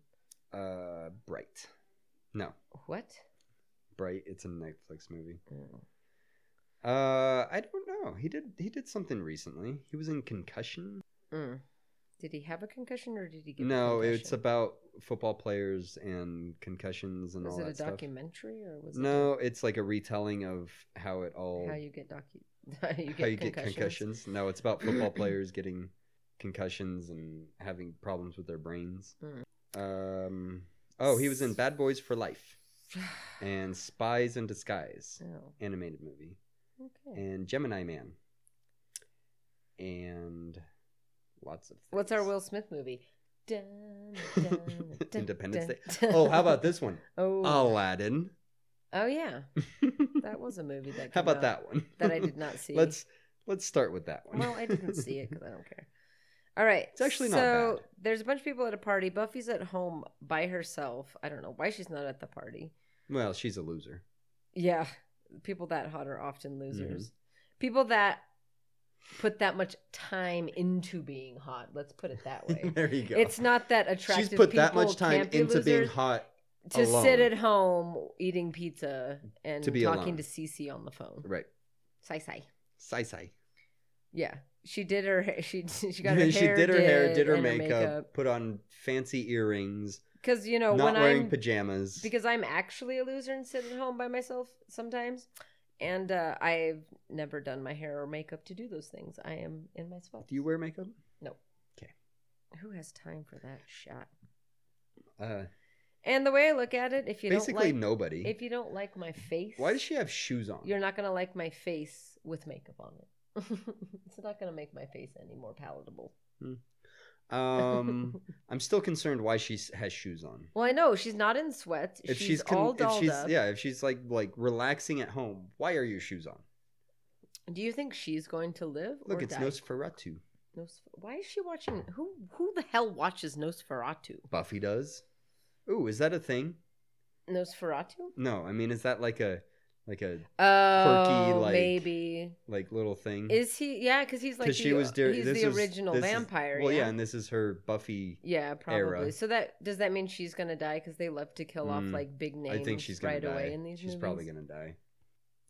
Uh, Bright. No, What? Bright. It's a Netflix movie. Oh. Uh, I don't know. He did. He did something recently. He was in Concussion. Mm. Did he have a concussion or did he get? No, a concussion? it's about football players and concussions and Was all it that a stuff. documentary or was it a- No, it's like a retelling of how it all how you get docu how you get, how you get concussions. concussions. No, it's about football players getting concussions and having problems with their brains. Hmm. Um, oh, he was in Bad Boys for Life and Spies in Disguise, Oh, animated movie, okay. and Gemini Man, and lots of. Things. What's our Will Smith movie? Dun, dun, dun, Independence dun, Day. dun. Oh, how about this one? Oh, oh, Aladdin. yeah, that was a movie that. How came about out that one? That I did not see. Let's let's start with that one. Well, I didn't see it because I don't care. All right. It's actually so not bad. there's a bunch of people at a party. Buffy's at home by herself. I don't know why she's not at the party. well, she's a loser. Yeah, people that hot are often losers. Mm-hmm. People that put that much time into being hot. Let's put it that way. there you go. It's not that attractive. she's put that people much time can't be into being losers. hot to alone. sit at home eating pizza and To be talking alone. to Cece on the phone. Right. Sai sai. Sai sai. Yeah, she did her. ha- She she got her she hair. did her hair, did her and makeup, put on fancy earrings, Because you know not when wearing I'm pajamas. because I'm actually a loser and sit at home by myself sometimes, and uh, I've never done my hair or makeup to do those things. I am in my spot. Do you wear makeup? Who has time for that shot? Uh, And the way I look at it, if you basically don't like, nobody. if you don't like my face, Why does she have shoes on? You're not gonna like my face with makeup on it. it's not gonna make my face any more palatable. Um, I'm still concerned why she s- has shoes on. Well, I know she's not in sweats. If she's, she's, con- all if dolled she's up. yeah, if she's like like relaxing at home, why are your shoes on? Do you think she's going to live? Look, or it's die? Nosferatu. Nos- Why is she watching? Who who the hell watches Nosferatu? Buffy does. Ooh, is that a thing? Nosferatu? No, I mean, is that like a like a Oh, like- maybe. like little thing? Is he? Yeah, because he's like the, Because mm-hmm. she was during he's this the is- original this is- vampire. well, yeah. yeah. and this is her Buffy. Yeah, probably. era. So that does that mean she's gonna die because they love to kill off Mm, like big names? I think she's gonna right die. away in these she's probably movies? gonna die.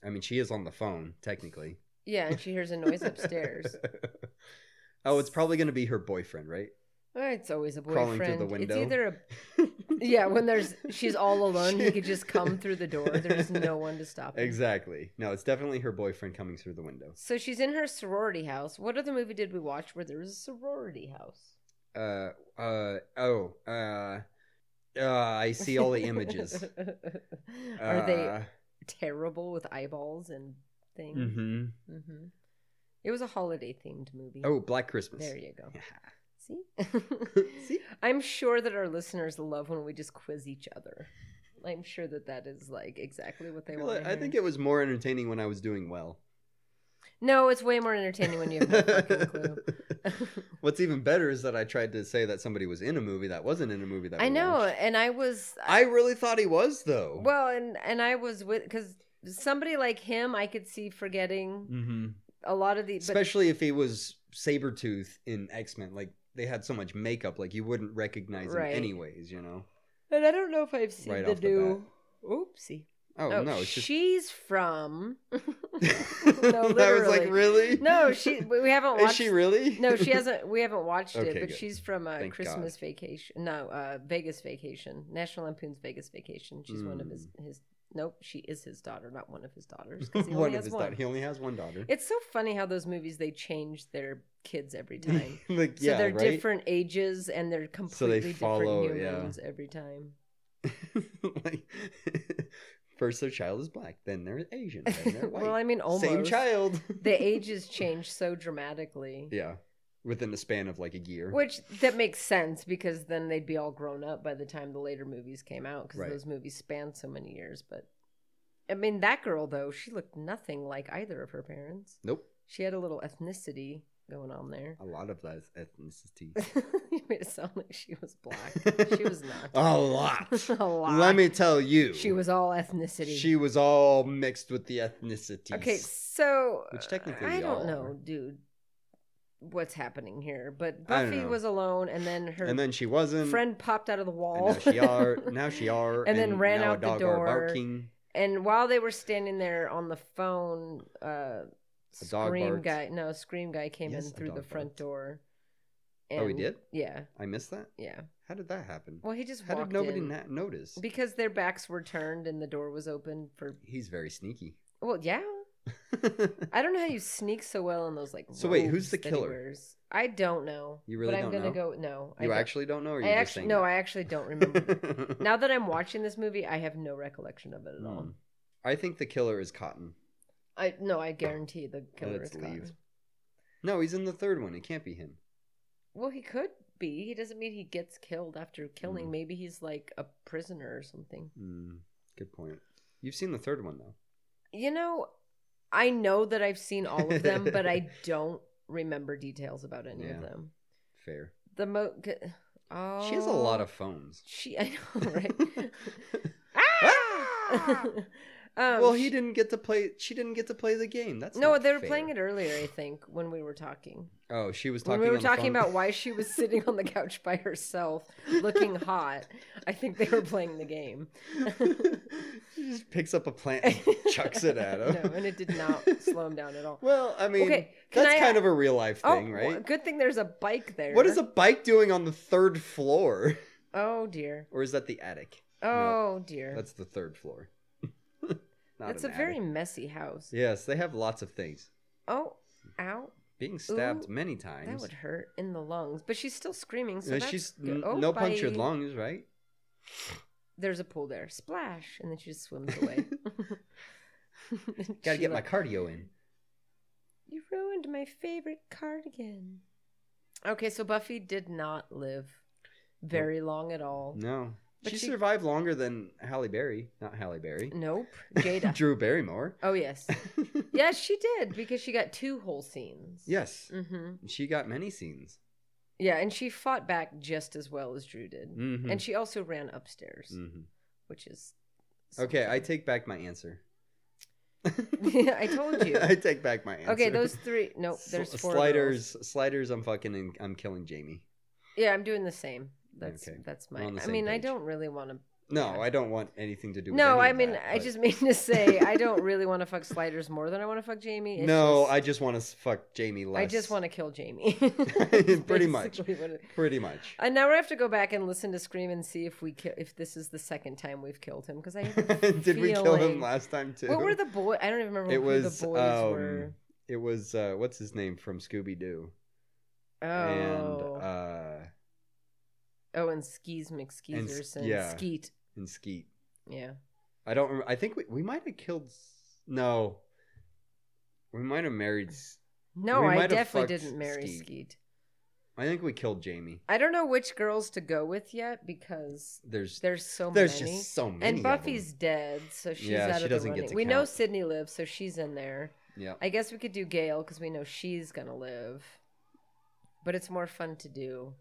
I mean, she is on the phone technically. Yeah, and she hears a noise upstairs. oh, it's probably gonna be her boyfriend, right? Well, it's always a Crawling boyfriend. through the window. It's either a yeah. When there's she's all alone, he could just come through the door. There's no one to stop him. Exactly. No, it's definitely her boyfriend coming through the window. So she's in her sorority house. What other movie did we watch where there was a sorority house? Uh, uh, oh, uh, uh I see all the images. Are they Uh, terrible with eyeballs and things? mhm. Mhm. It was a holiday themed movie. Oh, Black Christmas. there you go. Yeah. See? See? I'm sure that our listeners love when we just quiz each other. I'm sure that that is like exactly what I they feel want. like- I think it was more entertaining when I was doing well. No, it's way more entertaining when you have no fucking clue. What's even better is that I tried to say that somebody was in a movie that wasn't in a movie that I we know, watched. and I was I really thought he was though. well, and and I was with because somebody like him, I could see forgetting mm-hmm. a lot of the. But especially if he was Sabretooth in X Men. Like they had so much makeup, like you wouldn't recognize him Right. anyways. You know? and I don't know if I've seen Right the off the new. Oopsie! Oh, Oh, no, it's just. she's from. I was like, literally. really? No, she. We haven't watched. Is she really? No, she hasn't. We haven't watched it, Okay, but good. she's from a Thank Christmas vacation. No, uh, Vegas vacation. National Lampoon's Vegas vacation. She's one of his his. Nope, she is his daughter, not one of his daughters. 'cause he only Hmm. one of has his one. daughter. He only has one daughter. It's so funny how those movies they change their kids every time. like, So yeah, they're right. different ages and they're completely follow, different yeah. humans every time. like, first their child is black, then they're Asian, then they're white. well, I mean, almost Same child. the ages change so dramatically. yeah, within the span of like a year. Which that makes sense because then they'd be all grown up by the time the later movies came out because Right. those movies spanned so many years. But I mean, that girl though, she looked nothing like either of her parents. Nope, She had a little ethnicity going on there. a lot of that is ethnicity. you made it sound like she was black. She was not. a lot. a lot. Let me tell you, She was all ethnicity. She was all mixed with the ethnicities. okay, so Which technically I we don't all know, are. dude, what's happening here? But I don't Buffy know. was alone, and then her and then she wasn't. friend popped out of the wall. And now she are. Now she are. And then ran now a out the dog door. Are barking. And while they were standing there on the phone, uh, A dog scream barked. guy, no, scream guy came Yes, in a through the dog front barked. door. Oh, he did? Yeah, I missed that. yeah. How did that happen? Well, he just How walked did nobody in na- notice? because their backs were turned and the door was open for. He's very sneaky. Well, yeah. I don't know how you sneak so well in those like. So wait, who's robes the that he killer? wears. I don't know. You really but I'm don't gonna know? go. No, I you don't- actually don't know, or I you just actually saying no, that? I actually don't remember. now that I'm watching this movie, I have no recollection of it at all. Hmm. I think the killer is Cotton. I no, I guarantee the killer Let's is Cotton. leave. No, he's in the third one. It can't be him. Well, he could be. He doesn't mean he gets killed after Hmm. killing. Maybe he's like a prisoner or something. Mm, good point. You've seen the third one though. You know, I know that I've seen all of them, but I don't remember details about any of Yeah. them. Fair. The mo. g- Oh, She has a lot of phones. She, I know, right? Ah! Um, well, he didn't get to play. She didn't get to play the game. That's No, not they were fair. playing it earlier, I think, when we were talking. Oh, she was When talking. we were on the talking phone. about why she was sitting on the couch by herself, looking hot. I think they were playing the game. she just picks up a plant and chucks it at him. no, and it did not slow him down at all. Well, I mean, Okay, can that's I- uh, kind of a real life thing, oh, right? well, good thing there's a bike there. What is a bike doing on the third floor? Oh dear. Or is that the attic? Oh dear. That's That's, the third floor. Not a an very attic. messy house. Yes, they have lots of things. Oh, ow. Being stabbed Ooh, many That times. would hurt in the lungs, but she's still screaming. So Uh, that's she's good. n- Oh, no punctured bye. lungs, right? There's a pool there. Splash, and then she just swims away. Gotta She get my like, cardio in. You ruined my favorite cardigan. Okay, so Buffy did not live very long at all. No. But she, she- survived longer than Halle Berry. Not Halle Berry. Nope. Jada. Drew Barrymore. oh yes. Yes, she did because she got two whole scenes. yes. hmm She got many scenes. Yeah, and she fought back just as well as Drew did. Mhm. And she also ran upstairs, Mhm. which is Okay, I take back my answer. I told you. I take back my answer. Okay, those three. Nope, there's Sl- four sliders. Sliders. I'm fucking. In, I'm killing Jamie. girls. Yeah, I'm doing the same. That's Okay, that's we're my. on the I same mean, I page. don't really want to. No, I don't want anything to do. with any No, of I mean, that, I but- just mean to say I don't really want to fuck sliders more than I want to fuck Jamie. It's No, just- I just want to fuck Jamie. Less. I just want to kill Jamie. Pretty much. Pretty much. And now we have to go back and listen to Scream and see if we ki- if this is the second time we've killed him because I have a Did we kill feeling- him last time too? What were the boy? I don't even remember It who was. the boys um, were. It was. Uh, what's his name from Scooby Doo? Oh, And uh, oh, and Skis McSkeezers and, yeah. Skeet. and Skeet. Yeah, I don't. Rem- I think we, we might have killed. S- No. We might have married. S- no, We might I have definitely fucked didn't marry Skeet. Skeet. I think we killed Jamie. I don't know which girls to go with yet because There's there's so there's many. just so many. and of 'em. Buffy's dead, so she's Yeah, out she of doesn't the get running. to we know count. Sydney lives, so she's in there. Yeah. I guess we could do Gail because we know she's gonna live, but it's more fun to do.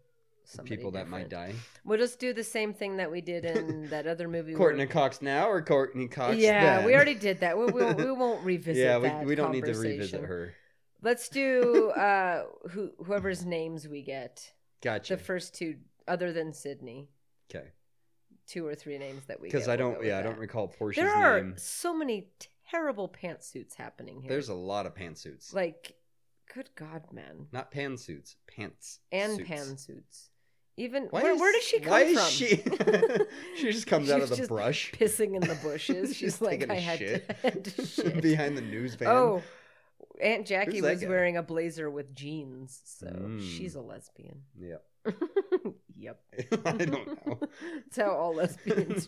Somebody People that might different. die. We'll just do the same thing that we did in that other movie. where- Courtney Cox now or Courtney Cox? yeah, then? we already did that. We, we, we won't revisit. yeah, that we, we don't need to conversation. revisit her. Let's do uh, who, whoever's names we get. Gotcha. The first two, other than Sydney, okay, two or three names that we. because get, I we'll don't. go with yeah, I that. don't recall Portia's There are name. so many terrible pantsuits happening here. There's a lot of pantsuits. like, good God, man, Not pantsuits, pants. and suits. pantsuits. Even Why where, is- where does she come why is from? she- She just comes out of She's the just brush. pissing in the bushes. She's, like, taking a I had, shit. To, I had to shit behind the news van. Oh, Aunt Jackie Who's that was guy? wearing a blazer with jeans, so Mm. she's a lesbian. yeah, yep. I don't know. That's how all lesbians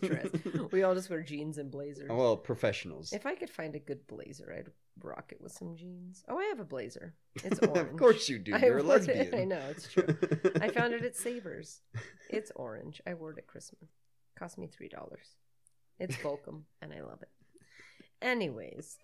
dress. We all just wear jeans and blazers. Well, professionals. If I could find a good blazer, I'd rock it with some jeans. Oh, I have a blazer. It's orange. of course you do. I You're a wore it- lesbian. I know, it's true. I found it at Savers. It's orange. I wore it at Christmas. Cost me three dollars. It's Volcom, and I love it. Anyways,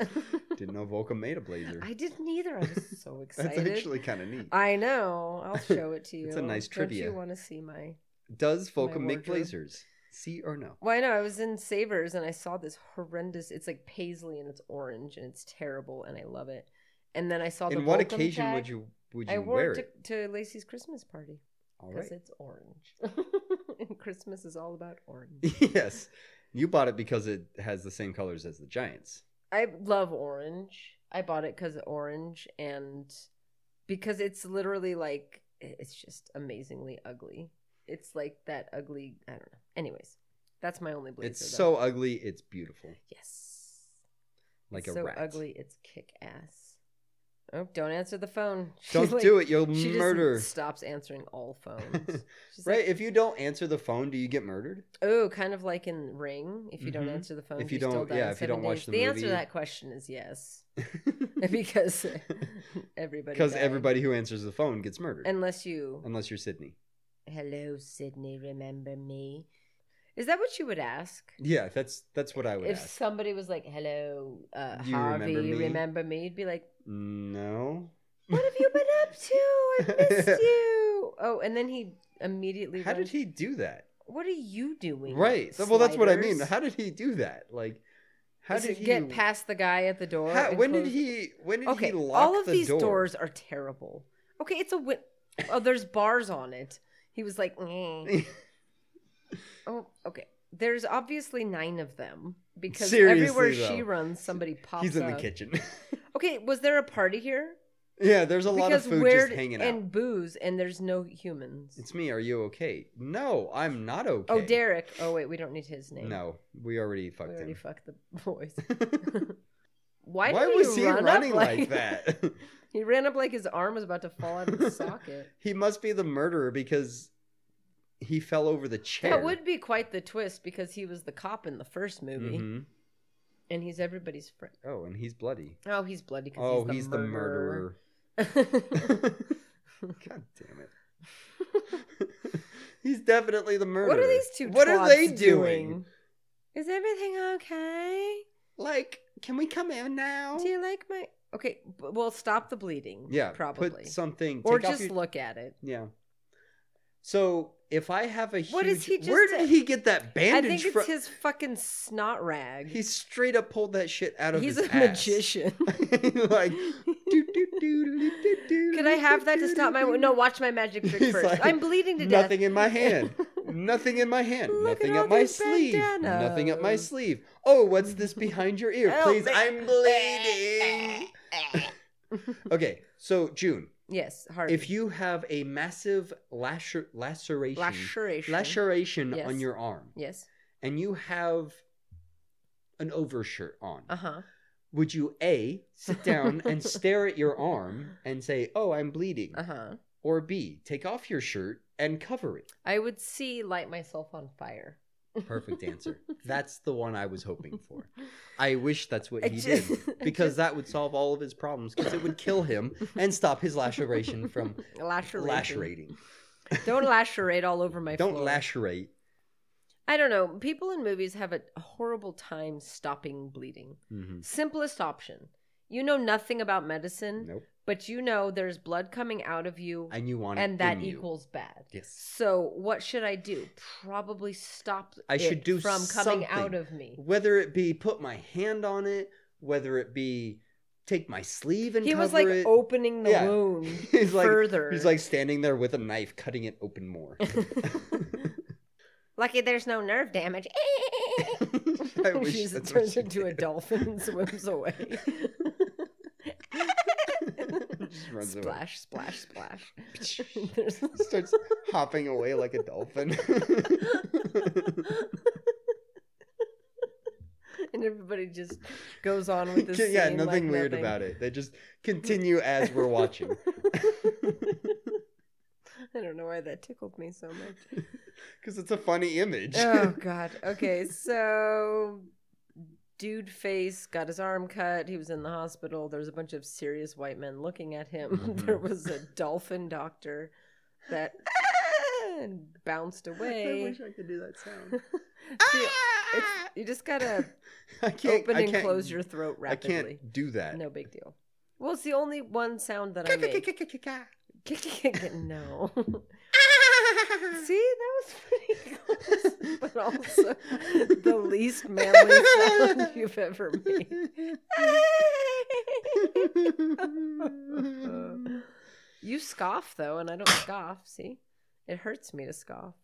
Didn't know Volcom made a blazer. I didn't either. I was so That's excited. actually kind of neat. I know. I'll show it to you. It's a nice Don't trivia. you want to see my? Does Volcom wardrobe. make blazers? See or no? Well, I know. I was in Savers and I saw this horrendous. It's like paisley and it's orange and it's terrible and I love it. And then I saw the. In what Volcom occasion tag. would you would you I wore wear it, it? to, to Lacey's Christmas party All because right. it's orange. and Christmas is all about orange. yes, you bought it because it has the same colors as the Giants. I love orange. I bought it because orange and because it's literally like it's just amazingly ugly. It's like that ugly. I don't know. Anyways, that's my only blazer. it's though. so ugly. It's beautiful, yes, like It's a so rat. ugly. It's kick ass. Oh, don't answer the phone. She's Don't like- do it. You'll She murder. just stops answering all phones. She's right? Like, if you don't answer the phone, do you get murdered? oh, kind of like in Ring. If you don't Mhm. answer the phone, If do you still don't- die yeah, in if you seven don't watch days? the answer to movie- that question is yes, because everybody Because died. everybody who answers the phone gets murdered, Unless you. unless you're Sydney. Hello, Sydney, remember me? Is that what you would ask? Yeah, that's that's what I would If ask. somebody was like, hello, uh, You remember Harvey, me? remember, me? You'd be like, No. what have you been up to? I missed you. Oh, and then he immediately. How did runs- he do that? What are you doing? Right. Well, that's what I mean. Sliders? How did he do that? Like, How is did to he get past the guy at the door. How, and when did close- he? When did Okay, he lock all of the these door? doors are terrible. Okay, it's a win. Oh, there's bars on it. He was like, "Eh." oh, okay. There's obviously nine of them because Seriously, everywhere she though. runs, somebody pops. He's in the up. kitchen. Okay, was there a party here? yeah, there's a lot of because food where just hanging out. and booze, and there's no humans. It's me. Are you okay? No, I'm not okay. Oh, Derek. Oh, wait, we don't need his name. No, we already fucked we already him. fucked the boys. Why, Why did was he he run running up like, that? He ran up like his arm was about to fall out of the socket. he must be the murderer because he fell over the chair. That would be quite the twist because he was the cop in the first movie, Mhm. and he's everybody's friend. Oh, and he's bloody. Oh, he's bloody. 'cause Oh, he's, the, murderer. God damn it. He's definitely the murderer. what are these two? What are they twats doing? Is everything okay? Like, can we come in now? Do you like my? Okay, b- well, stop the bleeding. Oh. Yeah, probably, Put something. or take off just your- look at it. Yeah. So if I have a huge, What is he just where did a- he get that I bandage think it's from? his fucking snot rag. He straight up pulled that shit out of he's his a ass. magician. like, do, do, do, do, do, do, Could I have that do, to stop my? do, No, do. watch my magic trick He's first. like, I'm bleeding to death. Nothing in my hand. Nothing in my hand. Look at Nothing all up my these sleeve. Nothing up my bandanas. sleeve. Oh, what's this behind your ear? Oh, Please, man. I'm bleeding. okay, so June, Yes, hard. if you have a massive lacer- laceration, laceration. laceration on Yes. your arm, Yes. and you have an overshirt on, Uh huh. would you A, sit down and stare at your arm and say, Oh, I'm bleeding? Uh huh. Or B, take off your shirt and cover it? I would see light myself on fire. Perfect answer. That's the one I was hoping for. I wish that's what I he just- did I because that would solve all of his problems because it would kill him and stop his laceration from Laceration. lacerating. Don't lacerate all over my. Don't floor. lacerate. I don't know. People in movies have a horrible time stopping bleeding. hmm Simplest option. You know nothing about medicine, Nope. but you know there's blood coming out of you, And you want it and that in you. equals bad. Yes. So what should I do? Probably stop. I should it do from something. coming out of me. whether it be put my hand on it, whether it be take my sleeve and He cover was like it. opening the Yeah. wound he's like further. he's like standing there with a knife, cutting it open more. Lucky there's no nerve damage. I wish she that's just what turns she into a did. dolphin and swims away. Just runs away. splash, splash, splash, There's- starts hopping away like a dolphin. and everybody just goes on with this. yeah, scene nothing like weird nothing. about it. They just continue as we're watching. I don't know why that tickled me so much. Because it's a funny image. Oh God. Okay, so dude face got his arm cut. He was in the hospital. There was a bunch of serious white men looking at him. Mhm. There was a dolphin doctor that and bounced away. I could do that sound. See, it's- you just gotta I can't open I and can't- close your throat rapidly. I can't do that. No big deal. Well, it's the only one sound that I make. no. See, that was pretty close, but also the least manly sound you've ever made. you scoff though, and I don't scoff. See, it hurts me to scoff.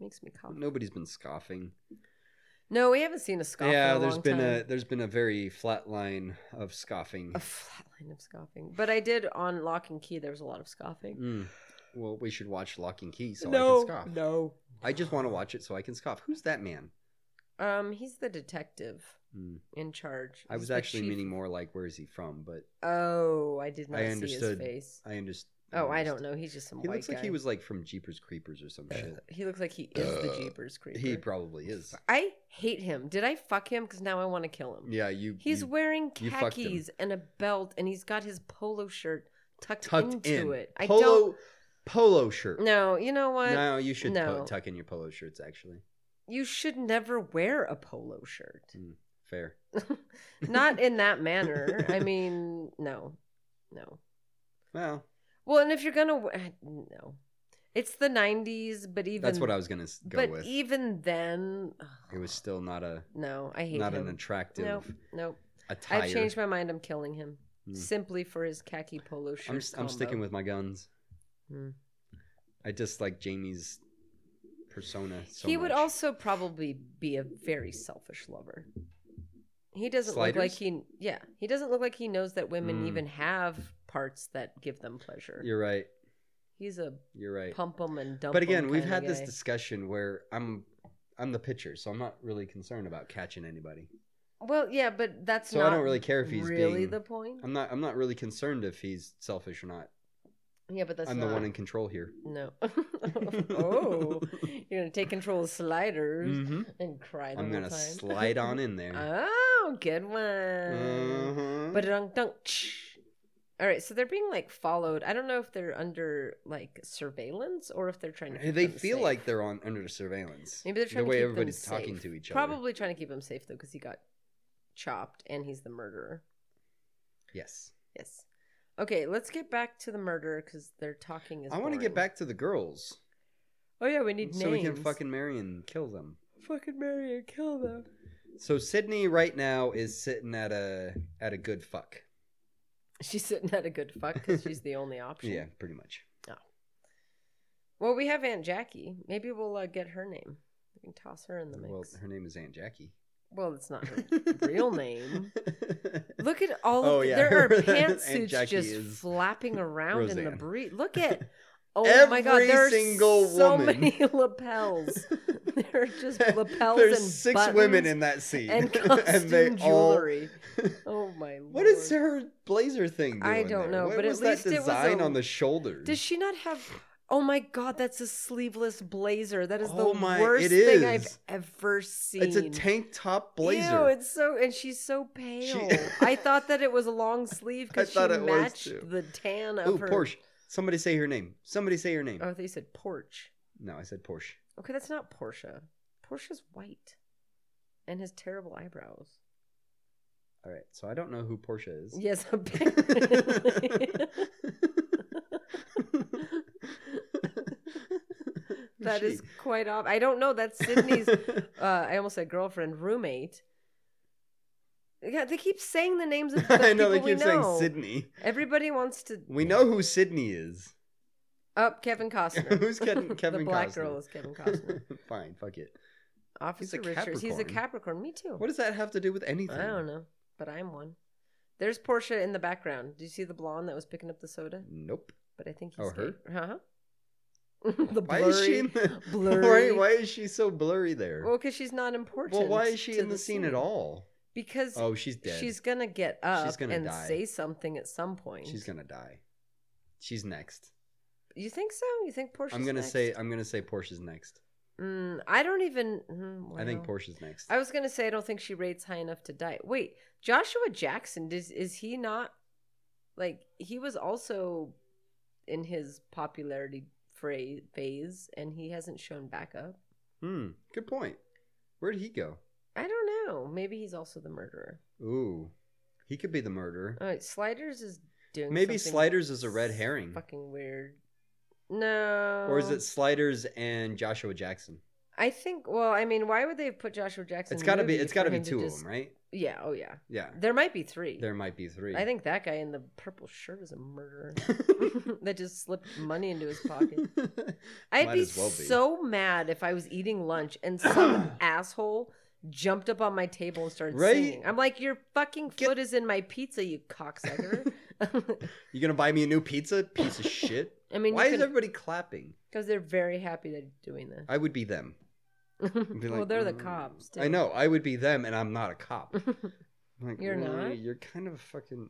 makes me cough. Nobody's been scoffing. No, we haven't seen a scoff. yeah, in a there's long been time. a there's been a very flat line of scoffing. a flat line of scoffing. But I did on Lock and Key. There was a lot of scoffing. Mm. Well, we should watch Lock and Key so I no, can scoff. no. I just want to watch it so I can scoff. Who's that man? Um, he's the detective Mm. in charge. I He's was the actually chief- meaning more like where is he from, but Oh, I did not I see his understood. face. I understand. Oh, I don't know. He's just some He white looks like guy. he was like from Jeepers Creepers or some shit. He looks like he is the Jeepers creeper. He probably is. I hate him. Did I fuck him? Because now I want to kill him. Yeah, you. He's you wearing you fucked him. khakis and a belt, and he's got his polo shirt tucked, tucked into in. it. I polo don't. polo shirt. No, you know what? No, you should po- No. tuck in your polo shirts. Actually, You should never wear a polo shirt. Hmm. fair. Not in that manner. I mean, no, no. Well, Well, and if you're gonna, we- eh, no, It's the 90s, but even That's what I was gonna s- go But with. even then, ugh, it was still not a no, I hate not him. an attractive nope, nope. attire. I've changed my mind. I'm killing him Hmm. simply for his khaki polo shirt. I'm, s- I'm sticking with my guns. Hmm. I dislike Jamie's persona. So he would much. also probably be a very selfish lover. He doesn't look like Sliders? he yeah, he doesn't look like he knows that women Mm. even have parts that give them pleasure. You're right. He's a You're right. pump 'em and dump but again, 'em we've kinda had this guy. discussion where I'm I'm the pitcher, so I'm not really concerned about catching anybody. Well, yeah, but that's So I not don't really care if he's really being- the point. I'm not I'm not really concerned if he's selfish or not. yeah, but that's I'm not the one in control here. No. oh, you're gonna take control of sliders Mhm. and cry the I'm whole gonna time. slide on in there. Oh, good one. Mhm. But dunk All right, so they're being like followed. I don't know if they're under like surveillance or if they're trying to. Keep they them feel safe. like they're on under surveillance. maybe they're trying the way to keep everybody's them talking safe. to each other. Probably trying to keep him safe though, because he got chopped and he's the murderer. Yes. Yes. Okay, let's get back to the murderer because their talking is. I want to get boring. back to the girls Oh yeah, we need so we names. can fucking marry and kill them. fucking marry and kill them. So Sydney right now is sitting at a at a good fuck. She's sitting at a good fuck because she's the only option. Yeah, pretty much. Well, we have Aunt Jackie. Maybe we'll uh, get her name. We can toss her in the mix. Well, her name is Aunt Jackie. Well, it's not her real name. Look at all Oh, of yeah. there are Aunt pantsuits Jackie just is flapping around in the Roseanne. breeze. Look at oh my god, Every there's single so woman. many lapels. there are just lapels There's and six women buttons in that scene, and costume all- jewelry. Oh my lord! What is her blazer thing? I doing don't there? know, What but at was least that it was design a- on the shoulders. Does she not have? Oh my god, that's a sleeveless blazer. That is Oh the my- worst it thing I've is. ever seen. It's a tank top blazer. Ew, it's so, and she's so pale. I thought that it was a long sleeve because she thought it was, matched too. the tan of Ooh, her. Porsche. Somebody say her name. Somebody say her name. Oh, they said Porch. no, I said Porsche. Okay, that's not Portia. Portia's white, and his terrible eyebrows. All right, so I don't know who Porsche is. Yes, apparently. that is quite off. I don't know. That's Sydney's. uh, I almost said girlfriend, roommate. Yeah, they keep saying the names of the I know they people we keep saying know. Sydney. Everybody wants to We know who Sydney is. up Kevin Costner. Who's Kevin- Kevin the black Costner? girl is Kevin Costner. Fine, fuck it. Officer Richards. He's a Capricorn. Me too. What does that have to do with anything? Oh. I don't know, but I'm one. There's Portia in the background. Do you see the blonde that was picking up the soda? Nope. But I think he's Oh, her? Uh huh. the Why blurry, is she in the blurry. Why, why is she so blurry there? Well, because she's not important. Well, why is she to in the scene, at all? Because Oh, she's dead. she's gonna get up She's gonna and die. say something at some point. She's gonna die. She's next. You think so? You think Portia's I'm gonna next? say I'm gonna say Porsche's next. Mm, I don't even. mm, I think wow. Porsche's next. I was gonna say I don't think she rates high enough to die. Wait, Joshua Jackson is is he not like he was also in his popularity phrase, phase and he hasn't shown back up? Hmm. Good point. Where'd he go? I don't know. Maybe he's also the murderer. Ooh. He could be the murderer. All right, Sliders is doing Maybe something Sliders is a red herring. Fucking weird. No. Or is it Sliders and Joshua Jackson? I think. Well, I mean, why would they have put Joshua Jackson? It's in gotta the be movie it's gotta for be him to two of just- them, right? Yeah. Oh yeah. Yeah. There might be three. There might be three. I think that guy in the purple shirt is a murderer that just slipped money into his pocket. I'd Might be, as well be. so mad if I was eating lunch and some asshole jumped up on my table and started Right? singing. I'm like, your fucking foot is in my pizza, you cocksucker. You gonna buy me a new pizza? Piece of shit. I mean, Why is because everybody clapping? they're very happy that you're doing this. I would be them. I'd be well, like, they're the "Mm." cops. I too. know. I would be them, and I'm not a cop. I'm like, You're "Really? not? You're kind of a fucking.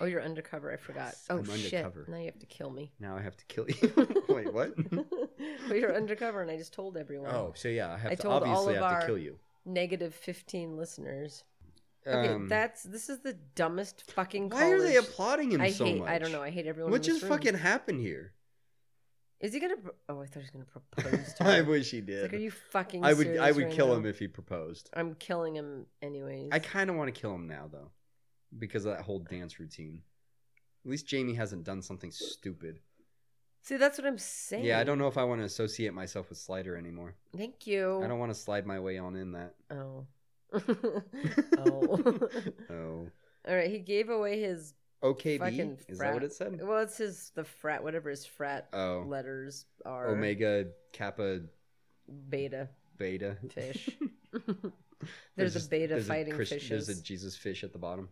Oh, you're undercover. I forgot. Yes, Oh I'm shit! undercover. Now you have to kill me. Now I have to kill you. Wait, what? well, you're undercover, and I just told everyone. oh, so yeah, I have I to told all obviously of have to our- kill you. negative 15 listeners. Okay, Um, that's this is the dumbest fucking Why are they college- applauding him I so hate much? I don't know. I hate everyone. What in this just room. fucking happened here? Is he going to Oh, I thought he was going to propose to I her. wish he It's did. like are you fucking I would. I serious would right kill now? him if he proposed. I'm killing him anyways. I kind of want to kill him now though, because of that whole dance routine. At least Jamie hasn't done something stupid. See, that's what I'm saying. Yeah, I don't know if I want to associate myself with Slider anymore. Thank you. I don't want to slide my way on in that. Oh. oh. Oh. All right. He gave away his. OKB? Fucking Is that frat. what it said? Well, it's his the frat, whatever his frat Oh. letters are. Omega Kappa Beta Beta. fish. there's, a just- beta there's fighting Chris- fishes. There's a Jesus fish at the bottom.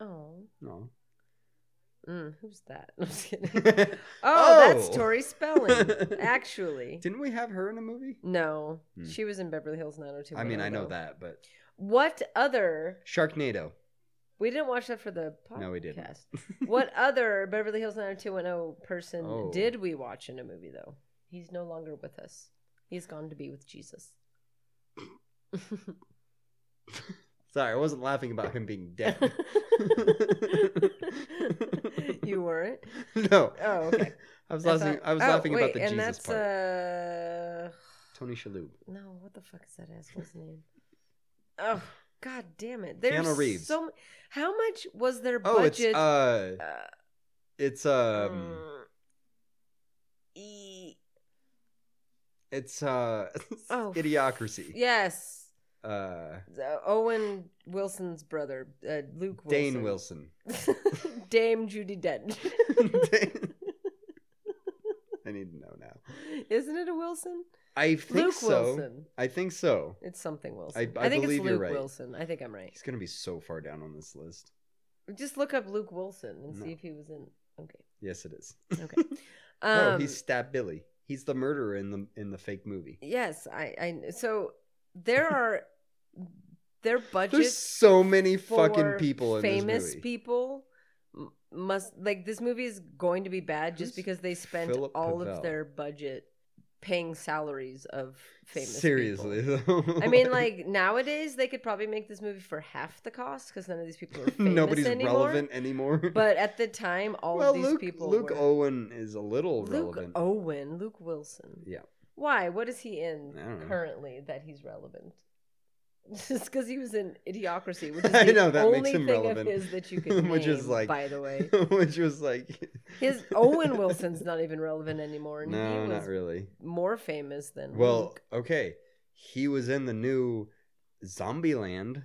Oh, No. mm, who's that? I'm just kidding. Oh, that's Oh! Tori Spelling. Actually, Didn't we have her in a movie? no, Hmm. she was in Beverly Hills 90210. I mean, I know that, but What other? Sharknado. We didn't watch that for the podcast. No, we didn't. what other Beverly Hills 90210 person Oh. did we watch in a movie though? He's no longer with us. He's gone to be with Jesus. Sorry, I wasn't laughing about him being dead. you weren't. no. Oh, okay. I was laughing. I, thought- was oh, laughing wait, about the and Jesus that's, part. Uh, Tony Shalhoub. no, what the fuck is that asshole's name? Oh, god damn it! There's Keanu Reeves. so. m- How much was their Oh, budget? it's uh, Uh, it's um, mm, e- it's uh, it's Oh, Idiocracy. yes, Uh, uh, Owen Wilson's brother, uh, Luke Wilson. Dane Wilson. Dame Judy Dench. I need to know now. Isn't it a Wilson? I think Luke so. Wilson. I think so. It's something Wilson. I- I, I think believe it's you're Luke right. Wilson. I think I'm right. He's gonna be so far down on this list. Just look up Luke Wilson and No. see if he was in. Okay. Yes, it is. Okay. Um, oh, he stabbed Billy. He's the murderer in the in the fake movie. Yes, I, I. So there are their There's budgets so many for fucking people in famous this movie. people m- must like this movie is going to be bad just Who's because they spent Philip all Pavel? of their budget paying salaries of famous people. Seriously, though. I mean, like nowadays they could probably make this movie for half the cost because none of these people are famous nobody's anymore. relevant anymore. But at the time, all well, of these Luke people Luke were Owen is a little Luke relevant. Owen, Luke Wilson. Yeah. Why? What is he in I don't know. currently that he's relevant? Just because he was in Idiocracy, which is the I know that only makes him thing relevant, of his that you can name, which is like, by the way. which was like, His Owen Wilson's not even relevant anymore, and he no, was not really. more famous than Well, Luke. okay, he was in the new Zombieland.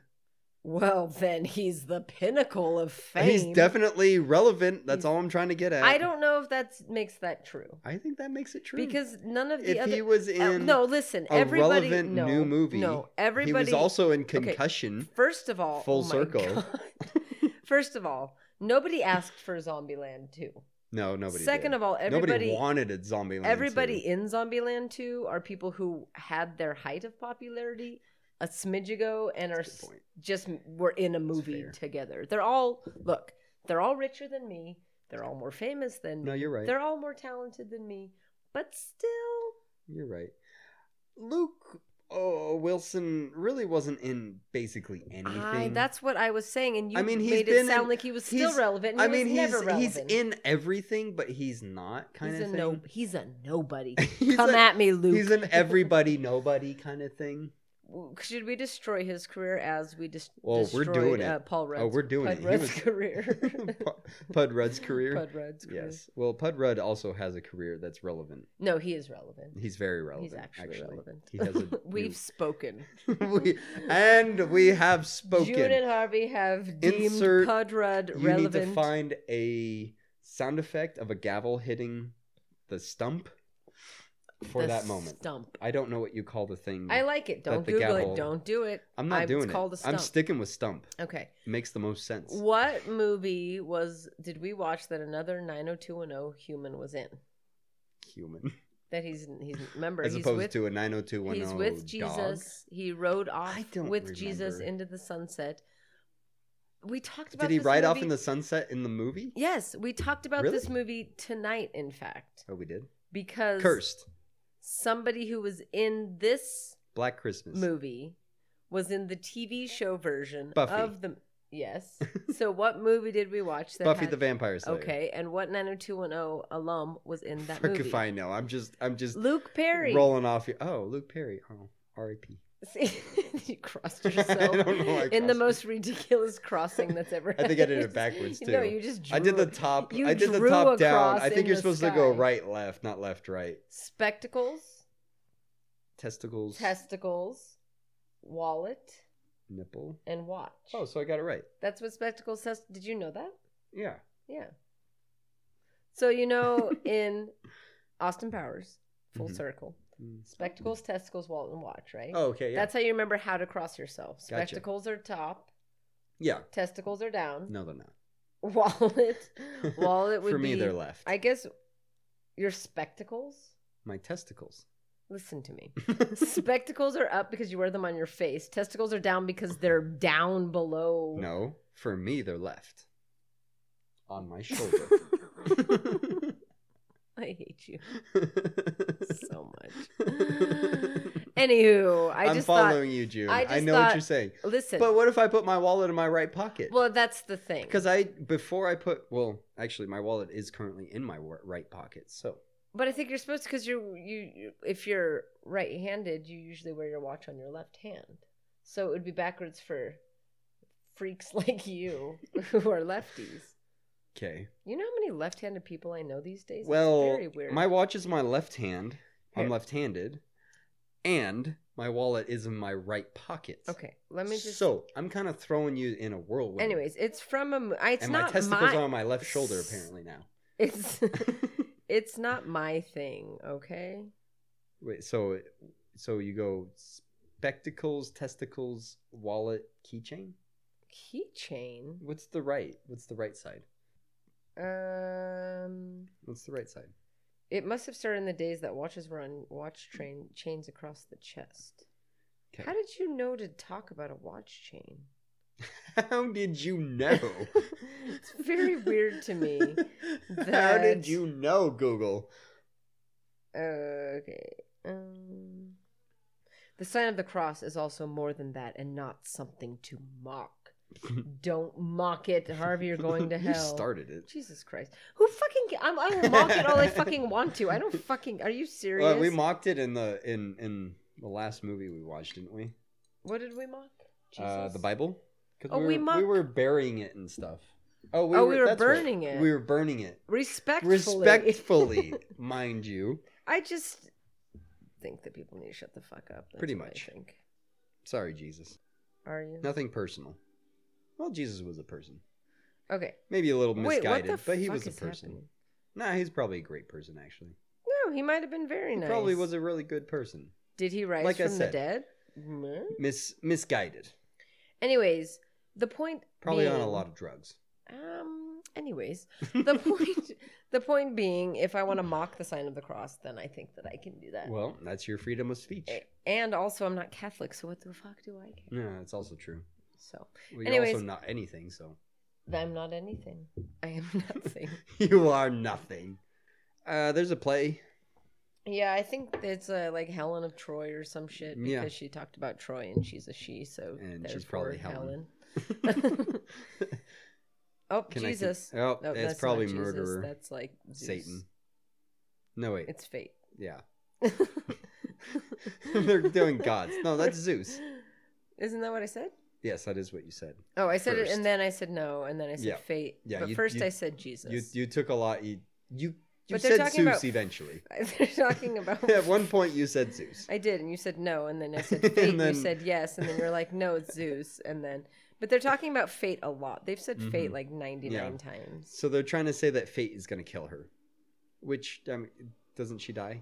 Well, then he's the pinnacle of fame. Uh, He's definitely relevant. That's He's- all I'm trying to get at. I don't know if that makes that true I think that makes it true because none of the Hmm. if other. he was in Uh, no, listen. a everybody relevant no, new movie, No, he everybody. was also in Concussion. First of all, Hmm? Full oh my circle. God. First of all, nobody asked for Zombieland 2. No, nobody. Second did. of all, nobody everybody wanted a Zombieland. everybody two. in Zombieland 2 are people who had their height of popularity a smidge ago and are That's a good s- point. just were in a movie fair. together. They're all look, they're all richer than me, they're all more famous than No, me. you're right. They're all more talented than me, but still You're right. Luke oh, Wilson really wasn't in basically anything. I, that's what I was saying, and you I mean, he's made been it sound in- like he was still he's- relevant. And I he mean, was he's never relevant. he's in everything, but he's not kind he's of a thing. no. He's a nobody. He's Come a- at me, Luke. He's an everybody nobody kind of thing. Should we destroy his career as we just Well, we're destroyed doing it. Uh, Paul Rudd's, oh, we're doing Pud it. He Rudd's was- career. Pu- Pud Rudd's career. Pud Rudd's career. Yes. Well, Pud Rudd also has a career that's relevant. No, he is relevant. He's very relevant. He's actually, relevant. He has a We've spoken. we, and we have spoken. June and Harvey have deemed Insert- Pud Rudd you relevant. need to find a sound effect of a gavel hitting the stump for the that moment. Stump. I don't know what you call the thing. I like it. Don't the Google gavel- it. Don't do it. I'm not I- doing it's it. Called a stump. I'm sticking with stump. Okay. makes the most sense. What movie was did we watch that another 90210 human was in? Human, That he's he's remember as he's opposed with to a 90210 he's with dog. Jesus. He rode off I with don't Jesus remember. into the sunset. We talked about Did he this ride off in movie- the sunset in the movie? Yes, we talked about Really? this movie tonight in fact Oh, we did. because Cursed. somebody who was in this Black Christmas. movie was in the TV show version Buffy. of the Yes. so what movie did we watch that Buffy had- the Vampire Slayer. Okay, and what 90210 alum was in that Fuck movie? if I know. I'm just I'm just Luke Perry. rolling off. Your, oh, Luke Perry. Oh, R.I.P. See, you crossed yourself don't know why I in the crossed most ridiculous crossing that's ever. I think I did it happened. backwards, No, too. you just. Drew, I did the top. you I did the drew top down. across I in think you're the supposed to go sky. right, left, not left, right. Spectacles, Testicles, testicles, wallet, nipple. and watch. Oh, so I got it right. that's what spectacles says. Did you know that? Yeah. Yeah. So you know, in Austin Powers, full Mhm. circle, Mm. spectacles, testicles, wallet, and watch. Right. Oh, okay. Yeah. That's how you remember how to cross yourself. Gotcha. Spectacles are top. yeah. Testicles are down. No, they're not. Wallet. Wallet would For me, be- they're left. I guess your spectacles. My testicles. Listen to me. spectacles are up because you wear them on your face. Testicles are down because they're down below. No, for me, they're left. On my shoulder. I hate you so much. Anywho, I am just following you, June. I I, just know thought- what you're saying. thought. Listen. But what if I put my wallet in my right pocket? well, that's the thing. because I before I put well, actually, my wallet is currently in my wa- right pocket. So But I think you're supposed to because you you if you're right-handed, you usually wear your watch on your left hand. So it would be backwards for freaks like you who are lefties. okay. You know how many left-handed people I know these days? It's Well, very weird. my watch is in my left hand. I'm Here. left-handed, and my wallet is in my right pocket. okay. Let me just. So I'm kind of throwing you in a whirlwind. anyways, it's from a. mo- I- It's and my not testicles my. are on my left shoulder apparently now. It's it's not my thing. Okay. Wait, so so you go spectacles, testicles, wallet, keychain. Keychain. What's the right? What's the right side? Um. What's the right side? It must have started in the days that watches were on watch train chains across the chest. Okay. How did you know to talk about a watch chain? How did you know? It's very weird to me. How that- did you know, Google? Okay. Um, the sign of the cross is also more than that and not something to mock. Don't mock it, Harvey. You're going to hell. You started it. Jesus Christ. Who fucking. I'm, I will mock it all I fucking want to. I don't fucking. Are you serious? Well, we mocked it in the in in the last movie we watched, didn't we? what did we mock? Uh, the Bible. 'Cause Oh, we, we were, mock- we were burying it and stuff. Oh, we Oh, were, we were that's right. burning it. We were burning it Respectfully. respectfully, mind you. I just think that people need to shut the fuck up. That's Pretty what I much. think. Sorry, Jesus. Are you? Nothing personal. Well, Jesus was a person. Okay. Maybe a little Wait, what misguided, the but he fuck was a is person. happening? Nah, he's probably a great person actually. No, he might have been very He nice. probably was a really good person. Did he rise Like I from the said. dead? Meh? Mis misguided. Anyways, the point. Probably being, on a lot of drugs. Um. Anyways, the point. The point being, if I want to mock the sign of the cross, then I think that I can do that. Well, that's your freedom of speech. A- and also, I'm not Catholic, so what the fuck do I care? Yeah, that's also true. So Well, you're Anyways. also not anything, so I'm not anything. I am nothing. you are nothing. Uh, there's a play. Yeah, I think it's uh, like Helen of Troy or some shit because Yeah. she talked about Troy and she's a she, so And she's probably therefore Helen. Helen. oh, Can I con- Jesus. Oh, No, it's that's not probably Jesus, murderer. That's like Zeus. Satan. No wait. It's fate. Yeah. They're doing gods. No, that's Zeus. Isn't that what I said? Yes, that is what you said. Oh, I said it, First. and then I said no, and then I said Yeah. fate. Yeah, but you- first you- I said Jesus. You you took a lot. You you, you But they're said talking Zeus about- eventually. They're talking about. At one point, you said Zeus. I did, and you said no, and then I said And fate, and then- you said yes, and then you're like, no, it's Zeus, and then. But they're talking about fate a lot. They've said fate Mhm. like 99 Yeah. times. So they're trying to say that fate is going to kill her, which I mean, doesn't she die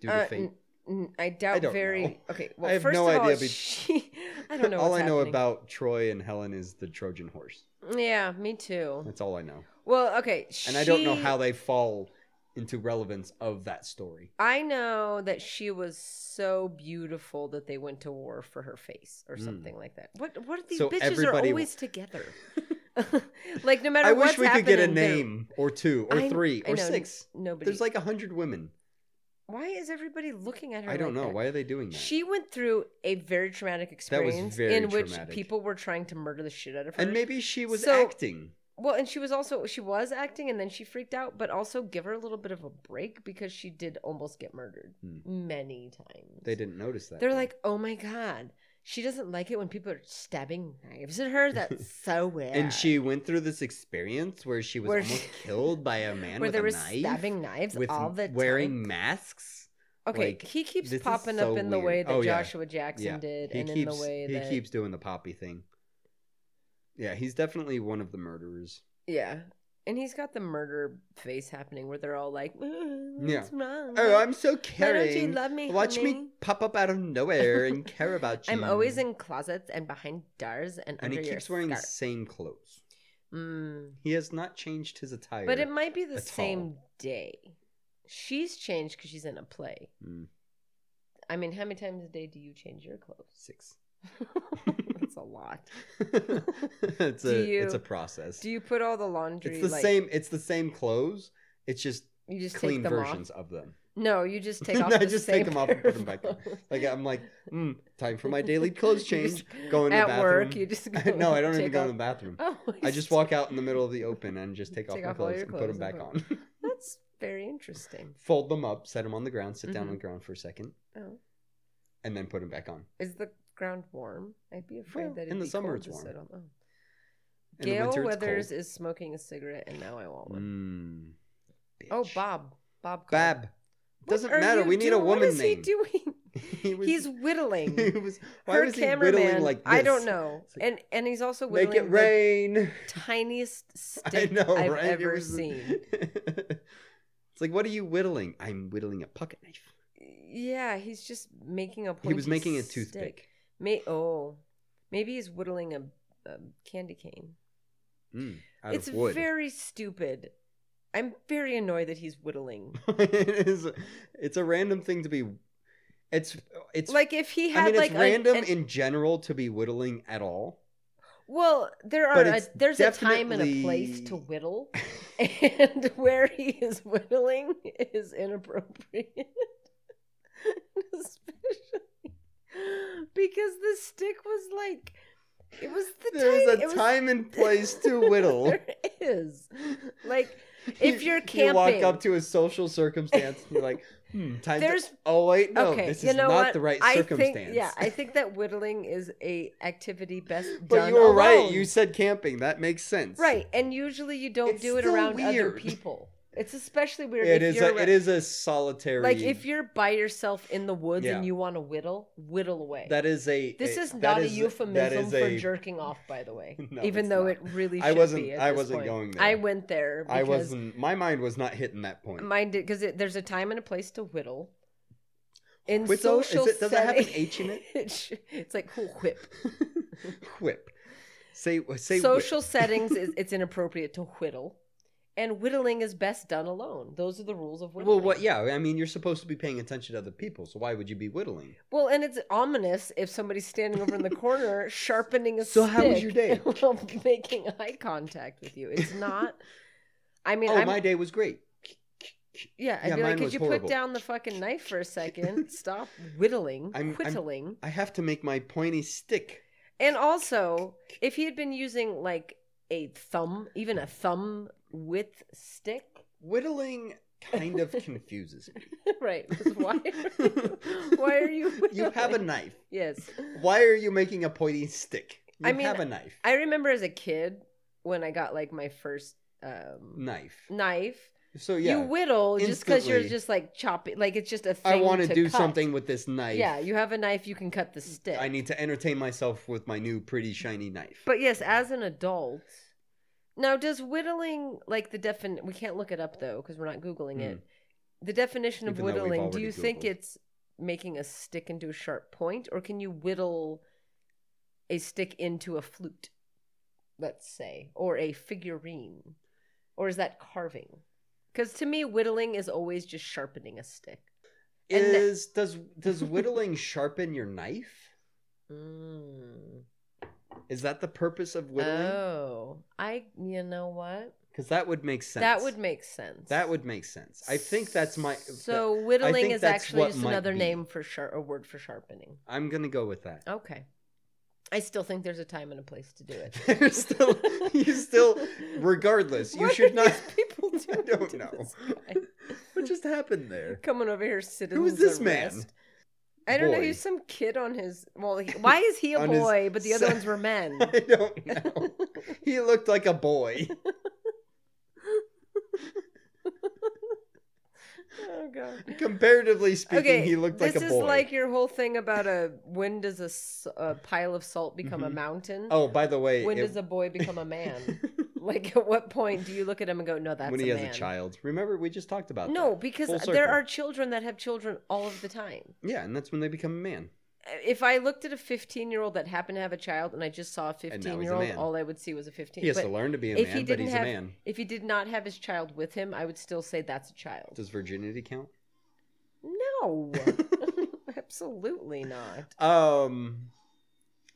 due to Uh, fate? n- n- I doubt don't very. know. Okay, well, I have first no of all, idea, but- she. I don't know. all what's I know happening. about Troy and Helen is the Trojan horse. Yeah, me too. That's all I know, Well, okay. and I don't know she- how they fall into relevance of that story. I know that she was so beautiful that they went to war for her face or Mm. something like that. What what are these So bitches are everybody- always together? like no matter I what's wish we could get a happening, they're- name or two or I- three I or know, six. Nobody. There's like a hundred women. why is everybody looking at her? I don't like know that? why are they doing that. She went through a very traumatic That was experience very in which traumatic. people were trying to murder the shit out of her. and maybe she was So- acting. Well, and she was also she was acting, and then she freaked out. But also give her a little bit of a break because she did almost get murdered many times. Hmm. They didn't notice that. They're though. like, oh my god, she doesn't like it when people are stabbing knives at her. That's so weird. And she went through this experience where she was Where- almost killed by a man where with there a was knife, stabbing knives with all the wearing time. masks. Okay, like, he keeps this is popping so up in the weird. way that Oh, yeah. Joshua Jackson did, he and keeps in the way he that keeps doing the poppy thing. Yeah, he's definitely one of the murderers. yeah. And he's got the murder face happening where they're all like, "Mm, Yeah. "What's wrong? Oh, I'm so Why caring. don't you love me? Watch me honey? pop up out of nowhere and care about you. I'm always in closets and behind doors and, And under he your keeps wearing the scarf. same clothes. Mm. He has not changed his attire. But it might be the That's all. same day. She's changed because she's in a play. Mm, I mean, how many times a day do you change your clothes? six. That's a lot. it's Do a it's you- a process. Do you put all the laundry? it's the like, same. It's the same clothes. It's just You just clean take them versions off. of them. No, you just take off. I the just same take them off and pair put them of back on. clothes. Like I'm like, mm, time for my daily clothes You change. just- Going at to the work. bathroom. You just I- go no, I and don't even take go off- to the bathroom. Oh, I just walk out in the middle of the open and just take, Take off my off all clothes your and put them clothes back and on. That's very interesting. Fold them up, set them on the ground, sit down on Mhm. the ground for a second, Oh. and then put them back on. Is the ground warm? I'd be afraid Well, that it'd in the be summer cold it's to warm. sit on- oh. In the Gail winter, it's Weathers cold. is smoking a cigarette, and now I want one. Mm, Oh, bitch. Bob. Bob. called. Bab. What Doesn't are matter. you We need a doing? woman What is name. he doing? He was- He's he whittling. was, why Her was he whittling cameraman. like this? I don't know. It's like, And and he's also Make it whittling the rain. tiniest I stick know, I've right? It ever was- seen. it's like, what are you whittling? I'm whittling a pocket knife. Yeah, he's just making a. He was pointy making a stick. toothpick. May oh, maybe he's whittling a, a candy cane. Mm, out it's of wood. very stupid. I'm very annoyed that he's whittling. it is. It's a random thing to be. It's it's Like if he had I mean, like it's a- random an- in general to be whittling at all. well, there are but a, it's there's a time and a place definitely- to whittle, and where he is whittling is inappropriate, especially because the stick was like it was the There's tiny- a it was- time and place to whittle. there is like if You- you're you walk camping- up to a social circumstance and you're like, hmm, time. There's- to... oh wait, no, okay, this you is know not what? the right I circumstance. Think, yeah, I think that whittling is a activity best done but you were right. alone. You said camping. That makes sense. right, and usually you don't It's do it still around other weird. people. It's especially weird. It is. if You're A, it ra- is a solitary. like if you're by yourself in the woods Yeah. and you want to whittle, whittle away. That is a. this a- is that not a is- that euphemism is for a- jerking off, by the way. No, even it's though not. it really, I should wasn't- Be at I this wasn't point. going there. I went there. Because I wasn't. My mind was not hitting that point. Mine did because there's a time and a place to whittle. In Whistle? Is social it- does it have an setting- H in it? sh- it's like cool whip. whip. Say say whip. social settings is it's inappropriate to whittle, and whittling is best done alone. Those are the rules of whittling. Well, what? Yeah, I mean, you're supposed to be paying attention to other people, so why would you be whittling? Well, and it's ominous if somebody's standing over in the corner sharpening a So stick. how was your day? While making eye contact with you. It's not. I mean, oh, I'm, my day was great. yeah. I'd yeah, be like, mine could was you horrible." put down the fucking knife for a second? Stop whittling. I'm- I'm- whittling. I have to make my pointy stick. And also, if he had been using like a thumb, even a thumb width stick, Whittling kind of confuses me. right? 'cause Why? why are you? You have a whittling? knife. yes. Why are you making a pointy stick? You I mean, have a knife. I remember as a kid when I got like my first um, knife. knife. So Mm. Oh, yeah, You whittle just because you're instantly. just like chopping, like it's just a thing. I want to do cut. something with this knife. Yeah, you have a knife. You can cut the stick. I need to entertain myself with my new pretty shiny knife. But yes, as an adult. Now, does whittling like the defin? We can't look it up though because we're not googling it. The definition of Hmm. Even though we've whittling. Do already you think Googled. it's making a stick into a sharp point, or can you whittle a stick into a flute, let's say, or a figurine, or is that carving? Because to me, whittling is always just sharpening a stick. and the- Is does does whittling sharpen your knife? Hmm. Mm. Is that the purpose of whittling? Oh, I. You know what? Because that would make sense. That would make sense. that would make sense. I think that's my. So whittling think is that's actually what just might another be. name for sharp, a word for sharpening. I'm gonna go with that. Okay. I still think there's a time and a place to do it. There's still, you still, regardless, you What should are not. these people I doing don't to know. this guy? What just happened there? Coming over here, sitting. Who is this man? I don't know. Boy. He's some kid on his. Well, he, why is he a On his boy? But the other sa- ones were men. I don't know. he looked like a boy. oh god. Comparatively speaking, okay, he looked like this a is boy. like your whole thing about a when does a, s- a pile of salt become a mountain? oh, by the way, when it- does a boy become a man? like at what point do you look at him and go, no, that's when he a has man. a child. Remember, we just talked about No, that. because Full there circle. are children that have children all of the time. Yeah, and that's when they become a man. If I looked at a 15 year old that happened to have a child and I just saw a now he's a 15 year old, man. all I would see was a 15. He has but to learn to be a if he man, but didn't he's have, a man. If he did not have his child with him, I would still say that's a child. Does virginity count? No, absolutely not. Um,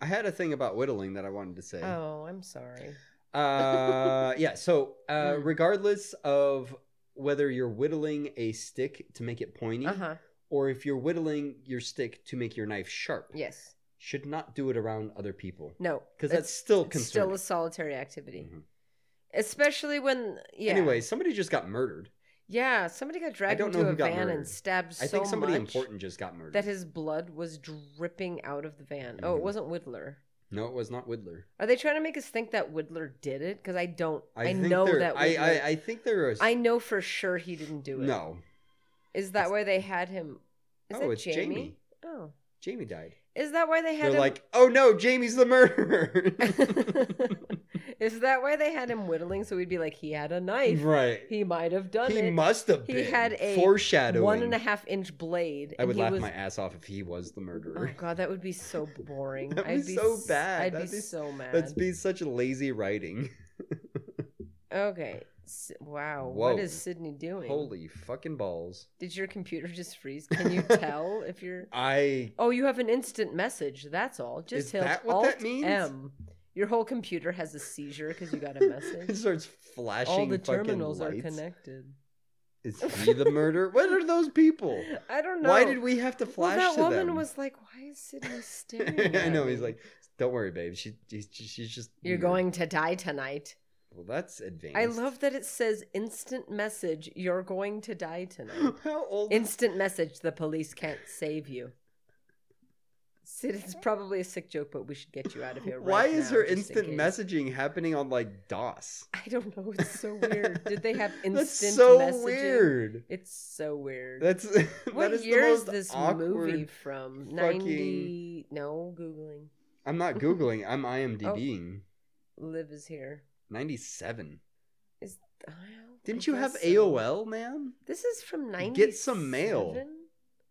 I had a thing about whittling that I wanted to say. Oh, I'm sorry. Uh, yeah. So, uh, Mm. regardless of whether you're whittling a stick to make it pointy, Uh huh. or if you're whittling your stick to make your knife sharp, Yes. should not do it around other people No. because it's- that's still it's still concerning. a solitary activity, Mhm. especially when yeah. Anyway, somebody just got murdered. yeah, somebody got dragged don't into know a who got van and murdered. stabbed so I think somebody much important just got murdered. that his blood was dripping out of the van. Oh, it Mhm. wasn't Whittler. no, it was not Whittler. Are they trying to make us think that Whittler did it? Because I don't. I, think know there- that. I, Whittler, I I think there is. I know for sure he didn't do it. no. Is that why they had him? Is oh, it it's Jamie? Jamie. Oh. Jamie died. Is that why they had They're him? like, oh no, Jamie's the murderer. Is that why they had him whittling? So we'd be like, he had a knife. right. He might have done He it. must have He been. had a foreshadowing. One and a half inch blade. I would and he laugh was- my ass off if he was the Oh murderer. god, that would be so boring. That'd I'd be be so s- bad. I'd That'd be be- so mad. That'd be such lazy writing. Okay. S- Wow. Whoa. What is Sydney doing? Holy fucking balls! Did your computer just freeze? Can you tell if you're? I Oh, you have an instant message. That's all. Just Is hit that what that Alt means? M. Your whole computer has a seizure because you got a it message. starts flashing. all the fucking terminals are lights. connected. Is he the murderer? what are those people? I don't know. Why did we have to Well, flash that to woman them? was like, "Why is Sydney staring?" I at know. me? He's like, don't worry, babe. She, she's, she's just. "You're weird." going to die tonight." Well, that's advanced. I love that it says instant message. You're going to die tonight. How old? instant message. The police can't save you. Sid, it's probably a sick joke, but we should get you out of here. Right Why is now, her just in instant case. messaging happening on like DOS? I don't know. It's so weird. Did they have instant That's so messaging? weird. It's so weird. That's that what is year the is most this awkward. movie from? Ninety? No, googling. I'm not googling. I'm Oh. IMDbing. Liv is here. Ninety-seven. Is well, I Didn't you have guess so. AOL, man? This is from ninety. Get some mail.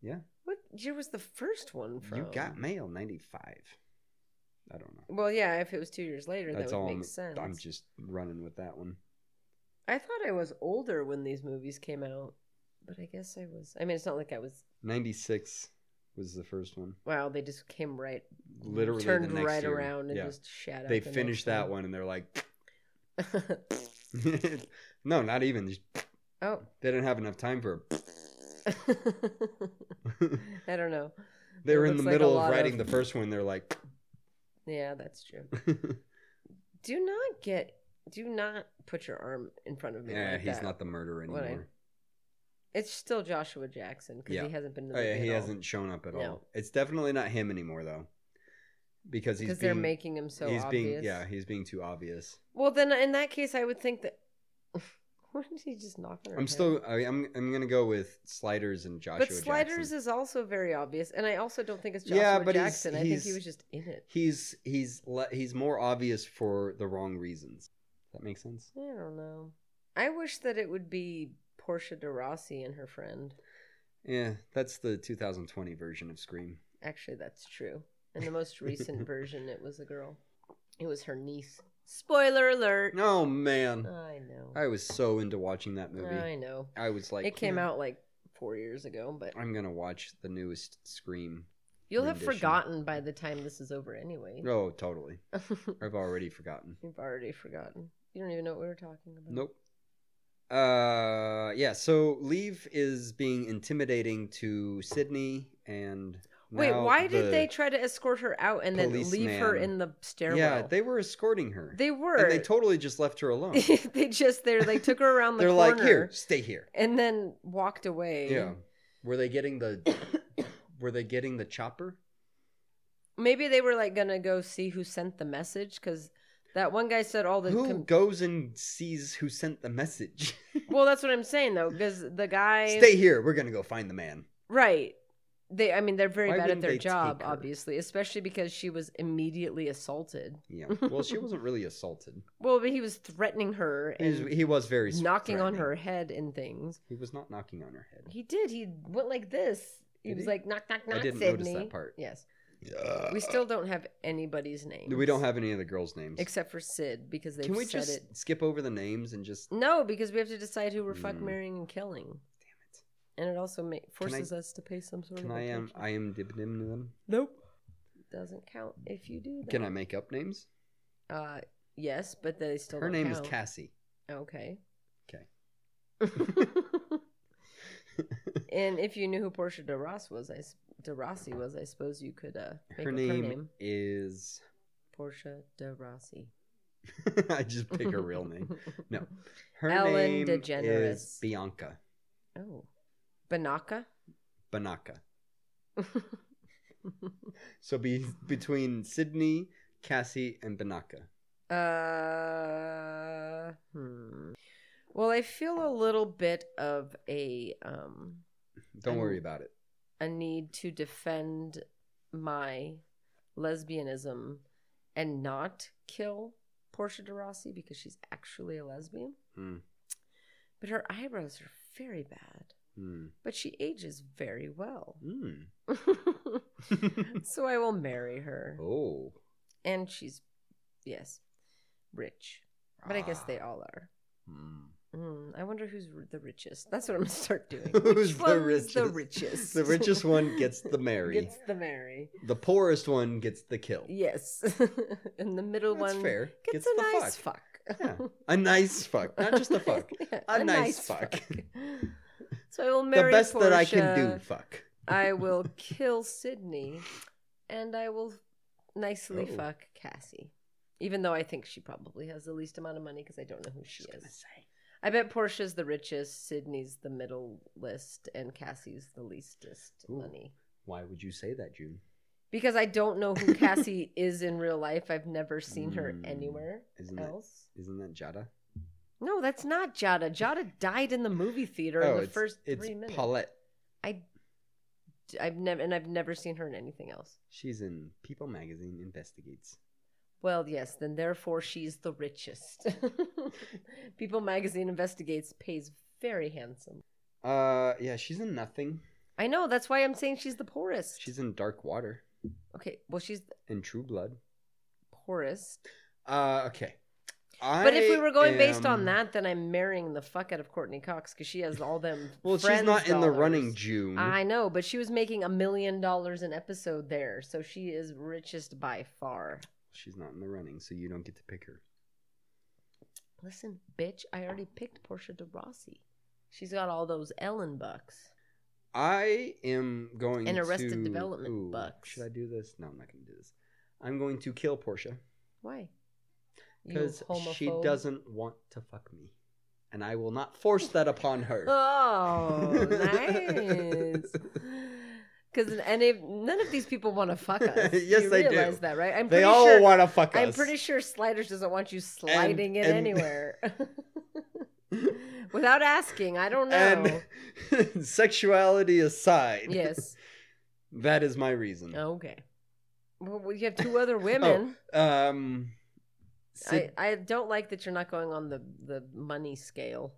Yeah. What year was the first one from? You got mail. Ninety-five. I don't know. Well, yeah. If it was two years later, That's that would all. make I'm, sense. I'm just running with that one. I thought I was older when these movies came out, but I guess I was. I mean, it's not like I was. Ninety-six was the first one. Wow, they just came right, Literally, the Mm, turned next right year. around and yeah. just shat. They out the finished next that one, and they're like, one. no, not even. Just- oh, They didn't have enough time for. I don't know. they were It in the looks like a middle lot of writing of- the first one. They're like, Yeah, that's true. Do not get. Do not put your arm in front of me. yeah, like he's that. not the murderer What I- anymore. It's still Joshua Jackson because Yeah. he hasn't been. In the Oh yeah, movie he at all. hasn't shown up at all. No. It's definitely not him anymore though, because he's Because being, they're making him so he's obvious. being yeah he's being too obvious. Well, then in that case, I would think that. Why did he just knock on her I'm head? still I, I'm I'm gonna go with Sliders and Joshua. But Sliders Jackson. is also very obvious, and I also don't think it's Joshua Yeah, but he's- Jackson. I think he he's- was just in it. he's he's le- he's more obvious for the wrong reasons. Does that make sense? I don't know. I wish that it would be Portia de Rossi and her friend. Yeah, that's the 2020 version of Scream. Actually, that's true. In the most recent version, it was a girl. It was her niece. Spoiler alert. Oh man, I know. I was so into watching that movie. I know. I was like, hmm. it came "Yeah, out like four years ago, but I'm gonna watch the newest Scream. you'll have rendition. forgotten by the time this is over anyway. Oh, totally. You've I've already forgotten. already forgotten. You don't even know what we were talking about. Nope. Uh, yeah. So Leave is being intimidating to Sydney and Wait, Now why did the- they try to escort her out and then leave her policeman- in the stairwell? Yeah, they were escorting her. They were. And they totally just left her alone. they just there. They took her around the They're corner like, here, stay here. and then walked away. Yeah. Were they getting the? were they getting the chopper? Maybe they were like gonna go see who sent the message because that one guy said all the. Who com- goes and sees who sent the message? well, that's what I'm saying though, because the guy. stay here. We're gonna go find the man. Right. They. I mean, they're very Why bad at wouldn't their they job, take her? obviously, especially because she was immediately assaulted. Yeah. Well, she wasn't really assaulted. Well, but he was threatening her He was, and he was very knocking on threatening. her head and things. He was not knocking on her head. He did. He went like this. He Did was he? like knock knock knock. didn't Sydney. notice that part. Yes. we still don't have anybody's name. We don't have any of the girls' names. except for Sid because they Can we said just it. skip over the names and just? No, because we have to decide who we're fuck Mm. marrying and killing. Damn it. And it also ma- forces us to pay some sort Can of I am attention. I am dib dim them? Nope. Doesn't count if you do that. Can I make up names? Uh, yes, but they still. Her don't name is count. Cassie. Okay. Okay. and if you knew who Portia de Ross was, I s- de Rossi was, I suppose you could uh, make Her up name, her name. is. Portia de Rossi. I just pick her real name. No, her Ellen name is DeGeneres. Bianca Oh, Banaka. Banaka. So be between Sydney, Cassie, and Banaka. Uh, hmm. Well, I feel a little bit of a um Don't I'm- worry about it. a need to defend my lesbianism and not kill Portia de Rossi because she's actually a lesbian. Hmm. But her eyebrows are very bad. Hmm. But she ages very well. Mm. so I will marry her. Oh, And she's yes, rich. But I guess they Ah. all are. Hmm. Mm, I wonder who's r- the richest. That's what I'm gonna start doing. Who's Which the one's The richest? richest. The richest one gets the Mary. Gets the Mary. the poorest one gets the kill. Yes. and the middle That's one fair. gets, Gets a the nice fuck. fuck. Yeah. A nice fuck, not just a fuck. Yeah, A nice fuck. so I will the marry best that I can do. Portia. Fuck. I will kill Sydney, and I will nicely Oh. fuck Cassie. Even though I think she probably has the least amount of money because I don't know who she is. I bet Portia's the richest, Sydney's the middle list, and Cassie's the leastest Ooh. money. Why would you say that, June? Because I don't know who Cassie is in real life. I've never seen her Mm, anywhere isn't that- else. Isn't that Jada? No, that's not Jada. Jada died in the movie theater in the Oh, it's, first it's three minutes. Paulette. I, I've never and I've never seen her in anything else. She's in People Magazine Investigates. Well, yes, then therefore she's the richest. People magazine investigates pays very handsome. Uh, yeah, she's in Nothing. I know, that's why I'm saying she's the poorest. She's in Dark Water okay, well she's the and True Blood. poorest. Uh, okay. But if we were going based am- on that, then I'm marrying the fuck out of Courtney Cox because she has all them. well, she's Friends not in the dollars. running, June. I know, but she was making a million dollars an episode there, so she is richest by far. She's not in the running, so you don't get to pick her. Listen, bitch, I already picked Portia de Rossi. She's got all those Ellen bucks. I am going And Arrested to- Development bucks. Should I do this? No, I'm not going to do this. I'm going to kill Portia Why? You because she homophobe. doesn't want to fuck me, and I will not force that upon her. Oh, nice. Because any none of these people want to fuck us. Yes, you they do. realize that, right? I'm they pretty all sure, want to fuck us. I'm pretty sure Sliders doesn't want you sliding in and- anywhere without asking. I don't know. And sexuality aside, yes. that is my reason. Okay. Well, we have two Oh, other women. Um, Sid, I, I don't like that you're not going on the the money scale.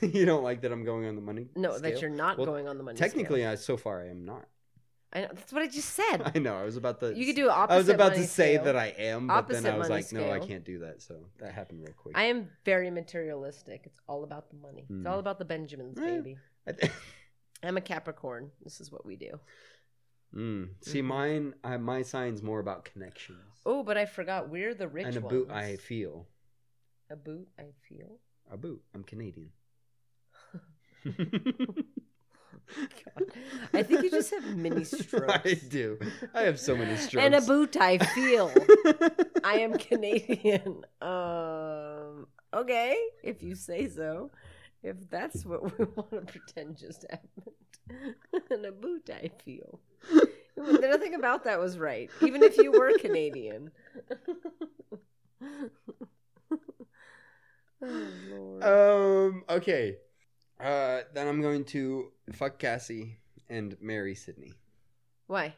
you don't like that I'm going on the money? No, scale? that you're not Well, going on the money. scale. Technically, I, so far I am not. I know, that's what I just said. I know. I was about to. You could do opposite. I was about money to say scale. that I am, but then Opposite I was money like, no, I scale. can't do that. So that happened real quick. I am very materialistic. It's all about the money. It's Mm. all about the Benjamins, Eh. baby. I'm a Capricorn. This is what we do. Mm. See, mine, I, my sign's more about connections. Mm-hmm. Oh, but I forgot. We're the rich and a ones. boot, I feel. A boot, I feel. A boot. I'm Canadian. I think you just have mini I strokes. do. I have so many strokes. And a boot I feel. I am Canadian. Um okay, if you say so. If that's what we want to pretend just happened. and a boot I feel. Nothing about that was right, even if you were Canadian. oh, Lord. Um. Okay. Uh. Then I'm going to fuck Cassie and marry Sydney. Why?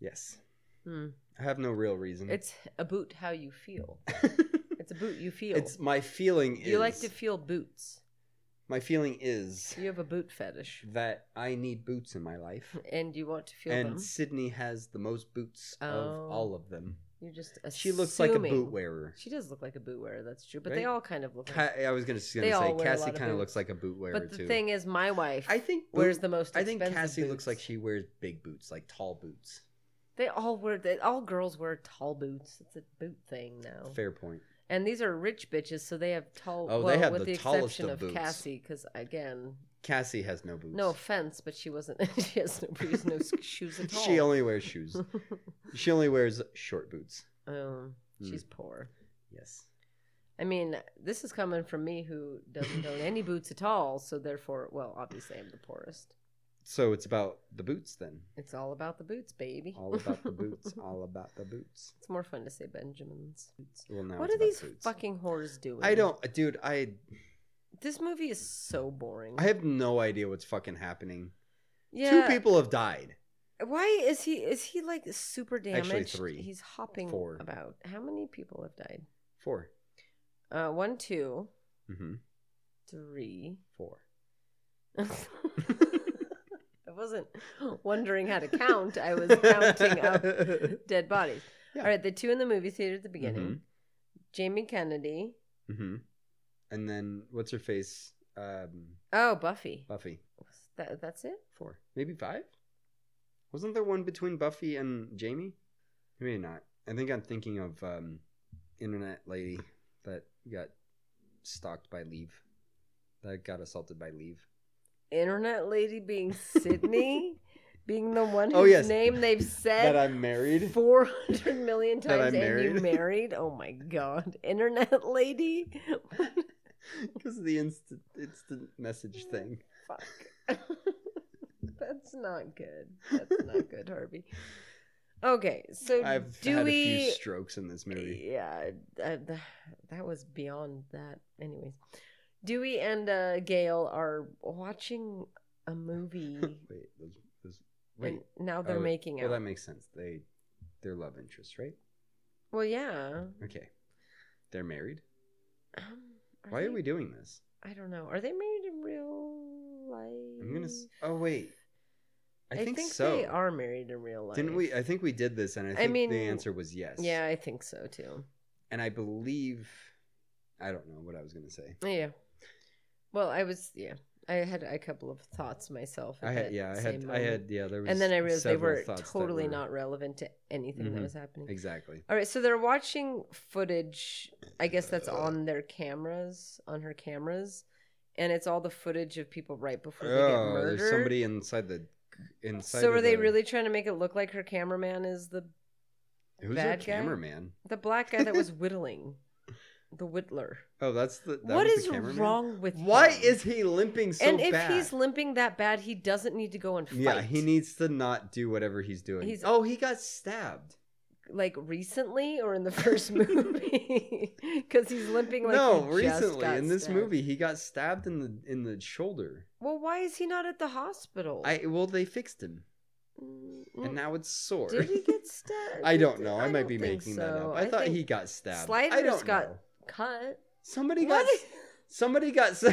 Yes. Hmm. I have no real reason. It's a boot how you feel. It's a boot you feel. it's my feeling is you like to feel boots. my feeling is You have a boot fetish, that I need boots in my life, and you want to feel and them. Sydney has the most boots Oh. of all of them. You're just She looks like a assuming- boot wearer. She does look like a boot wearer. That's true, but they Right? all kind of look. Ca- Like, I was gonna, just gonna They all say wear a Cassie lot of kind of boots. looks like a boot wearer but the too. thing is, my wife. I think wears boot- the most. I think expensive Cassie looks boots. like she wears big boots, like tall boots. They all wear. They, all girls wear tall boots. It's a boot thing now. Fair point. And these are rich bitches, so they have tall. Oh, they well, have with the the, tallest exception of of, boots. Cassie, because again, Cassie has no boots. no offense, but she wasn't. she has no, she has no s- shoes at all. She only wears shoes. she only wears short boots. Um, she's Hmm. poor. Yes. I mean, this is coming from me who doesn't own any boots at all, so therefore, well, obviously I'm the poorest. So it's about the boots then. It's all about the boots, baby. All about the boots. All about the boots. it's more fun to say Benjamin's boots. Well, now what it's are about these boots. fucking whores doing? I don't, dude. I This movie is so boring. I have no idea what's fucking happening. yeah. Two people have died. Why is he? Is he like super damaged? Actually, three. He's hopping Four. about. How many people have died? 4 Uh, one, two, Mm-hmm. three. Four. I wasn't wondering how to count. I was counting up dead bodies. Yeah. All right, the two in the movie theater at the beginning. Mhm. Jamie Kennedy. Mm-hmm. And then what's her face? Um, Oh, Buffy. Buffy. That, that's it? Four. Maybe five. Wasn't there one between Buffy and Jamie? Maybe not. I think I'm thinking of um, internet lady that got stalked by Leave. That got assaulted by Leave. Internet lady being Sydney, being the one whose Oh, yes. name they've That said I'm married. 400 million That times I'm and you married. married? Oh my God. Internet lady? Because of the instant instant message thing. Fuck. That's not good. That's not good, Harvey. Okay, so I've do had we. a few strokes in this movie. Yeah, I, th- that was beyond that. Anyways, Dewey and uh, Gail are watching a movie, Wait, those, those, and wait. now they're Oh, making out. Well, that makes sense. They, they're love interests, right? well, yeah. Okay, they're married. Um, Why they, are we doing this? I don't know. Are they married in real life? I'm gonna. s- Oh wait, I, think, so. Mm. they are married in real life. Didn't we? I think we did this, and I think mean, the answer was yes. Yeah, I think so too. and I believe. I don't know what I was gonna say. Yeah. Well, I was yeah. I had a couple of thoughts myself. at I had that yeah, I same had I moment. had yeah. There was and then I realized they several were thoughts that totally were- not relevant to anything that Mhm. was happening. exactly. All right, so they're watching footage. I guess that's Uh. on their cameras, on her cameras, and it's all the footage of people right before they get Oh, murdered. there's somebody inside the inside. so of are they the- really trying to make it look like her cameraman is the Who's bad our guy? cameraman? the black guy that was whittling, the whittler? Oh, that's the. That what was is the cameraman? wrong with Why him? is he limping so and if bad? he's limping that bad, he doesn't need to go and fight. yeah, he needs to not do whatever he's doing. He's- oh, he got stabbed. like recently or in the first movie because he's limping like no, he just recently got in this stabbed. movie he got stabbed in the in the shoulder. Well, why is he not at the hospital? I well they fixed him Mm, and now it's sore. did he get stabbed? I don't know. I, might don't be think making that so. up. I, thought think he got stabbed. I Sliders don't got know. cut. Somebody What? Oh got somebody got s-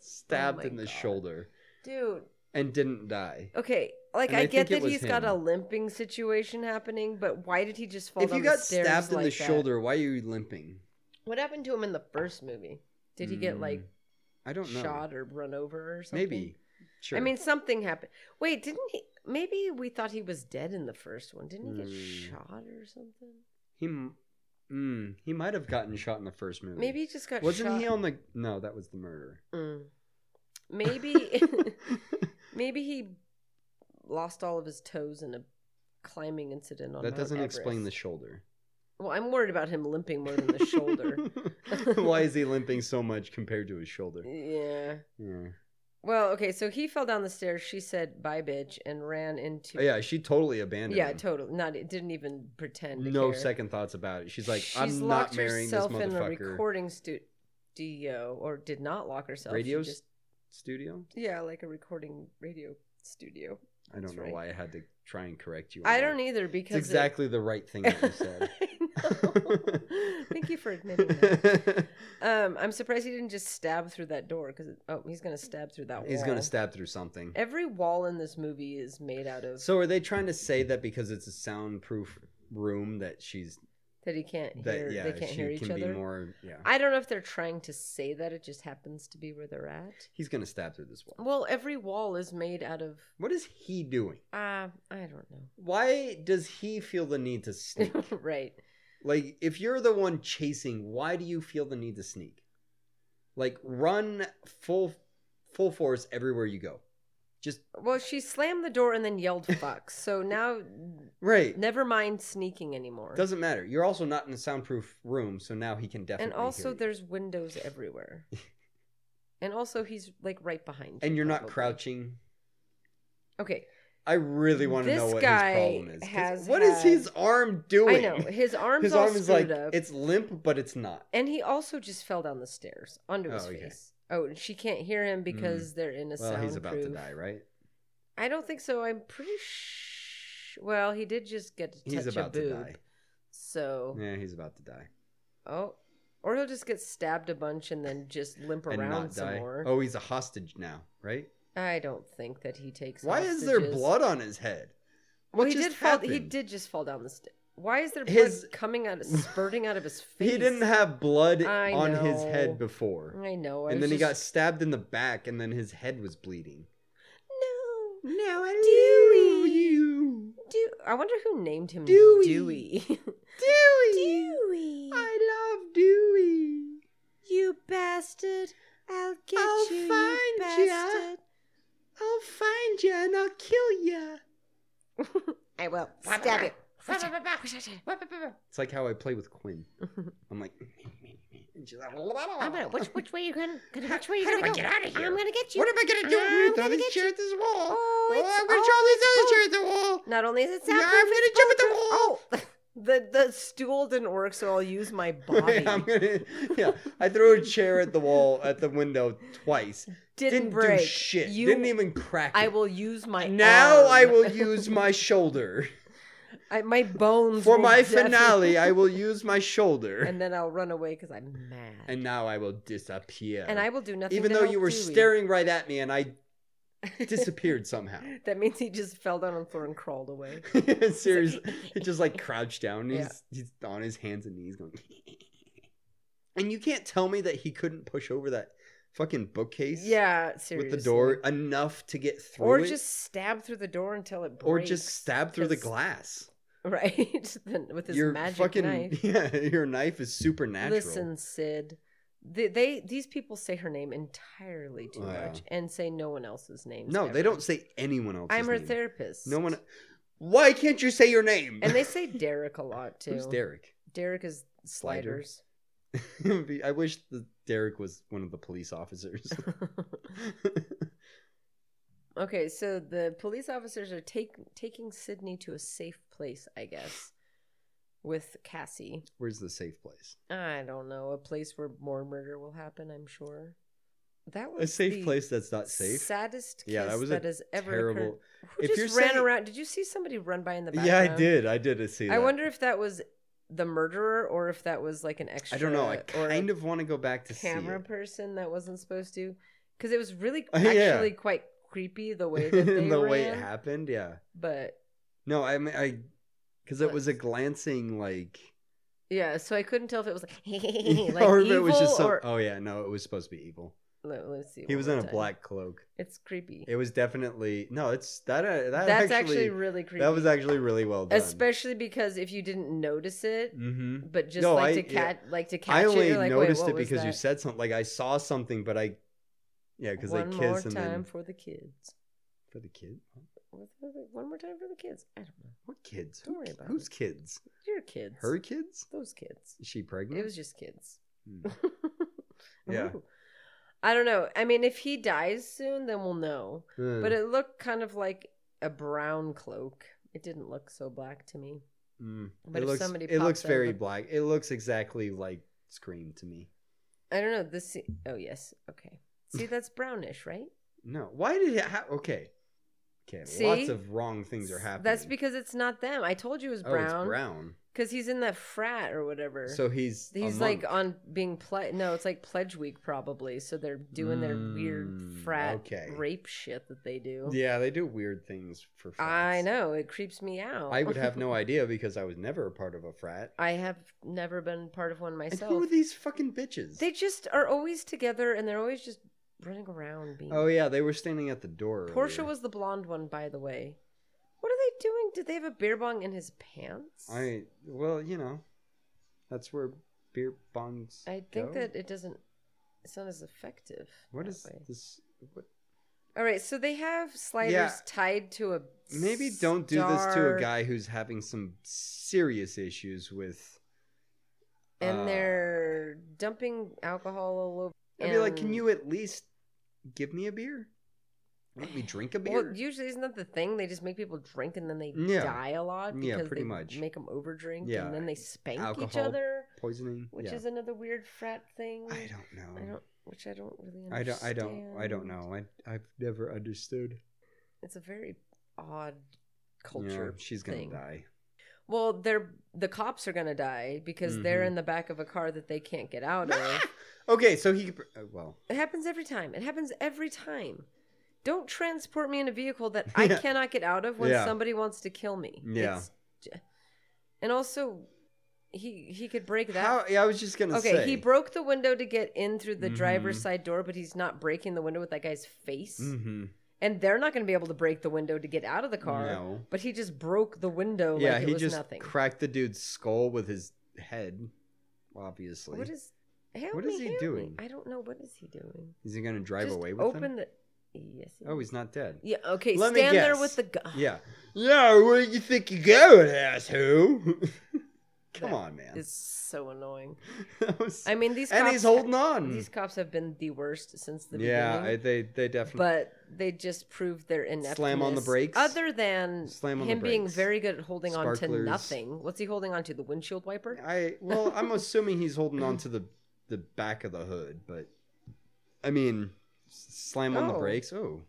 stabbed my in the God. shoulder Dude, and didn't die. okay. Like And I, I get think it that was he's got a him. limping situation happening, but why did he just fall if down you the got stairs stabbed in like the that? shoulder, why are you limping? What happened to him in the first movie? Did he get Mm, like I don't know. shot or run over or something? Maybe. Sure. I mean, something happened. Wait, didn't he? Maybe we thought he was dead in the first one. Didn't he get Hmm. shot or something? he m- mm, he might have gotten shot in the first movie. Maybe he just got Hmm. Wasn't shot. he on the? No, that was the murder. Mm. Maybe Maybe he lost all of his toes in a climbing incident on that Mount doesn't explain the Everest. shoulder. well, I'm worried about him limping more than the shoulder. Why is he limping so much compared to his shoulder? yeah. Yeah. Well, okay, so he fell down the stairs. She said, "Bye, bitch," and ran into. Oh, yeah, she totally abandoned yeah, him. totally. Not it didn't even pretend. to no care. second thoughts about it. She's like, She's I'm locked not marrying this herself in a motherfucker. recording studio, or did not lock herself. She Radio just- studio? yeah, like a recording radio studio. I don't That's know right. why I had to try and correct you. on I that. don't either because It's exactly the right thing that you said. I know. Thank you for admitting that. Um, I'm surprised he didn't just stab through that door because oh, he's gonna stab through that. He's wall. gonna stab through something. Every wall in this movie is made out of So are they trying to say that because it's a soundproof room that she's that he can't that hear. yeah they can't she hear each can be other. more yeah I don't know if they're trying to say that it just happens to be where they're at. he's gonna stab through this wall. Well, every wall is made out of What is he doing? uh, I don't know. Why does he feel the need to sneak? right. like if you're the one chasing, why do you feel the need to sneak? Like run full full force everywhere you go. Just Well, she slammed the door and then yelled "fuck." So now, right. never mind sneaking anymore. Doesn't matter. You're also not in a soundproof room, so now he can definitely. and also, hear you. there's windows everywhere. and also, he's like right behind. and you're not probably. crouching. Okay, I really want to This know what guy his problem is. 'cause has what is had- his arm doing? I know his arms his all arm is screwed like up, it's limp, but it's not. and he also just fell down the stairs onto his Oh, okay. face. Oh, and she can't hear him because they're in a Well, soundproof. he's about to die, right? I don't think so. I'm pretty. Sh- well, he did just get to touch He's about a boob, to die. so Yeah, he's about to die oh, or he'll just get stabbed a bunch and then just limp and around not some die. more. Oh, he's a hostage now, right? I don't think that he takes. Why is there hostages. blood on his head? Well, What he just did fall. He happened? did just fall down the stairs. Why is there blood His- coming out, of, spurting out of his face? He didn't have blood I on his know. head before, I know. I and then he was got just- stabbed in the back, and then his head was bleeding. no. No, I Dewey. you, Do I wonder who named him Dewey. Dewey? Dewey. Dewey, I love Dewey. you bastard! I'll get I'll you, you find ya. bastard! I'll find you and I'll kill you. I will stab it. It's like how I play with Quinn. I'm like, and she's like, I'm gonna. Which which way you gonna? gonna which way you gonna go? get out of here? I'm gonna get you. what am I gonna do? I'm I'm gonna throw gonna this get you. chair at this wall. Oh, it's I'm gonna throw this other chair at the wall. Not only is it Yeah, soundproof, I'm gonna jump at the wall. Oh, the the stool didn't work, so I'll use my body. Yeah, I'm gonna, yeah, I threw a chair at the wall at the window twice. didn't, Didn't break. do shit. You, Didn't even crack. I it. will use my. Now I arm. will use my shoulder I, my bones for will my definitely- finale. I will use my shoulder, and, and then I'll run away because I'm mad. And, now I will disappear. I will do nothing. even to though help you were Dewey. staring right at me and I disappeared somehow. That means he just fell down on the floor and crawled away. Seriously, it just like crouched down. and Yeah. He's he's on his hands and knees going. and you can't tell me that he couldn't push over that fucking bookcase. Yeah, seriously. With the door enough to get through or it, just stab through the door until it breaks. or just stab through the 'cause- glass. Right, Then with his Your magic fucking knife. yeah, your knife is supernatural. Listen, Sid. They, they these people say her name entirely too Oh, yeah. much and say no one else's name. no, they don't say anyone else's I'm her name. therapist. No one. Why can't you say your name? And they say Derek a lot too. Who's Derek? Derek is Slider? sliders. I wish the Derek was one of the police officers. okay, so the police officers are take, taking Sydney to a safe place, I guess, with Cassie. Where's the safe place? I don't know a place where more murder will happen. I'm sure. That was A safe the place that's not safe. Saddest kiss Yeah, that was a has ever terrible- occurred. Who If just you're ran saying- around? Did you see somebody run by in the background? Yeah, I did. I did see that. I wonder if that was the murderer or if that was like an extra. I don't know. I or a kind of want to go back to camera see person that wasn't supposed to, because it was really Oh, yeah. actually quite creepy the way it. that they the way it ran, happened. Yeah. But No, I mean, I because it What? was a glancing like, yeah, so I couldn't tell if it was like, like or if evil it was just some. or Oh yeah, no, it was supposed to be evil. let, us see. He one was more in a time. black cloak. It's creepy. It was definitely no. It's that. Uh, that That's actually, actually, really creepy. that was actually really well done. especially because if you didn't notice it, Mm-hmm. but just No, like I- to catch, like to catch I only it, you're like, noticed Wait, it what because you was that? said something. Like I saw something, but I yeah, because they One more kiss and time then for the kids. For the kid? With- with- One more time for the kids. I don't know. What kids? Don't worry about Whose it. kids? Your kids. Her kids? Those kids. Is she pregnant? It was just kids. Hmm. Yeah. Ooh. I don't know. I mean, if he dies soon, then we'll know. Uh, But it looked kind of like a brown cloak. It didn't look so black to me. mm. but it if looks, somebody it looks pops out very of a- black. It looks exactly like Scream to me. I don't know. This. se- Oh yes. Okay. See, that's brownish, right? No. Why did it ha- okay. Okay. See? Lots of wrong things are S- happening. That's because it's not them. I told you it was brown. Oh, it's brown. Because he's in that frat or whatever. So he's a he's like monk. on being ple- no, it's like pledge week probably. So they're doing their weird Mm, frat okay. rape shit that they do. Yeah, they do weird things for frats. I know it creeps me out. I would have no idea because I was never a part of a frat. I have never been part of one And myself. who are these fucking bitches? They just are always together and they're always just running around being Oh yeah, they were standing at the door. Portia earlier. was the blonde one, by the way. What are they doing? Did they have a beer bong in his pants? I well, you know, that's where beer bongs. I think go. that it doesn't it's not as effective. What that is way. this? What, All right, so they have sliders Yeah. tied to a maybe don't do this to star, a guy who's having some serious issues with. uh, and they're dumping alcohol all over. I'd be like, can and- you at least give me a beer? Let me drink a beer. Well, usually isn't that the thing? They just make people drink and then they Yeah. die a lot. Because Yeah, pretty they much. Make them overdrink Yeah. and then they spank each Alcohol, other, Poisoning, which yeah. is another weird frat thing. I don't know. I don't- which I don't really. I Understand. don't. I don't. I don't know. I I've never understood. It's a very You odd know, culture. she's gonna thing. die. Well, they're the cops are gonna die because they're Mhm. in the back of a car that they can't get out of. Okay, so he. could- uh, Well, It happens every time. It happens every time. Don't transport me in a vehicle that I Yeah. cannot get out of when Yeah. somebody wants to kill me. Yeah. It's j- and also, he he could break that. how? Yeah, I was just gonna okay, say. he broke the window to get in through the driver's Mhm. side door, but he's not breaking the window with that guy's face. hmm And they're not going to be able to break the window to get out of the car. No. But he just broke the window yeah, like it he was just nothing. cracked the dude's skull with his head. Obviously, what is? Help What me, is he help me. doing? I don't know. What is he doing? is he gonna drive Just away with open him? the. Yes. he Oh, he's not dead. Yeah, okay. Let me stand there guess. with the gun. Yeah. Yeah, where do you think you're going, asshole? Come That on, man. It's so annoying. That was- I mean, these and cops he's holding on. These cops have been the worst since the yeah, I, beginning. they they definitely. but they just proved their ineptness. Slam on the brakes. Other than Slam on the him being brakes. very good at holding on to Sparklers. nothing. What's he holding on to? The windshield wiper? I well, I'm assuming he's holding on to the the back of the hood, but I mean, s- slam on the Oh. brakes. Oh,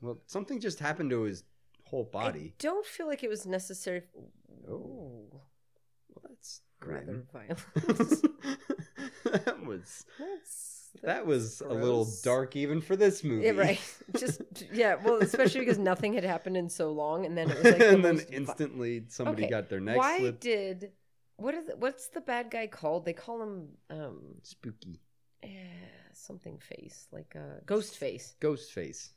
well, something just happened to his whole I body. don't feel like it was necessary. Oh. Well, that's rather grim. violent. that was That's- that was a little gross. dark even for this movie. Yeah, right. Just yeah. Well, especially because nothing had happened in so long, and then it was like the and then most vi- instantly somebody Okay, got their neck Why slipped. did what is it, what's the bad guy called? They call him um Spooky eh, something face, like a ghost face. ghost face.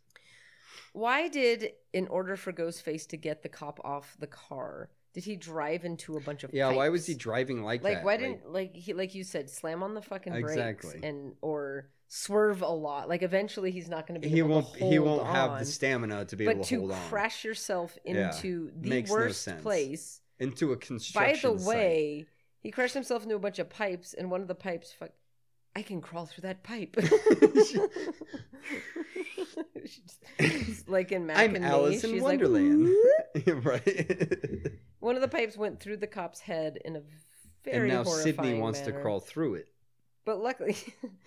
Why did in order for Ghostface to get the cop off the car, did he drive into a bunch of Yeah, why was he pipes? driving like, like that? why didn't like he like you said slam on the fucking Exactly. brakes and or swerve a lot like eventually he's not going to be he able won't to he won't hold have on, the stamina to be but able to, to hold on. crash yourself Yeah, into the makes no worst sense. place into a By construction the way, he crashed himself into a bunch of pipes, and one of the pipes, fuck, I can crawl through that pipe. She's like in Mac site. I'm and Alice me, in she's Wonderland. Like, right. one of the pipes went through the cop's head in a and very now horrifying Sydney wants to manner. crawl through it. But luckily,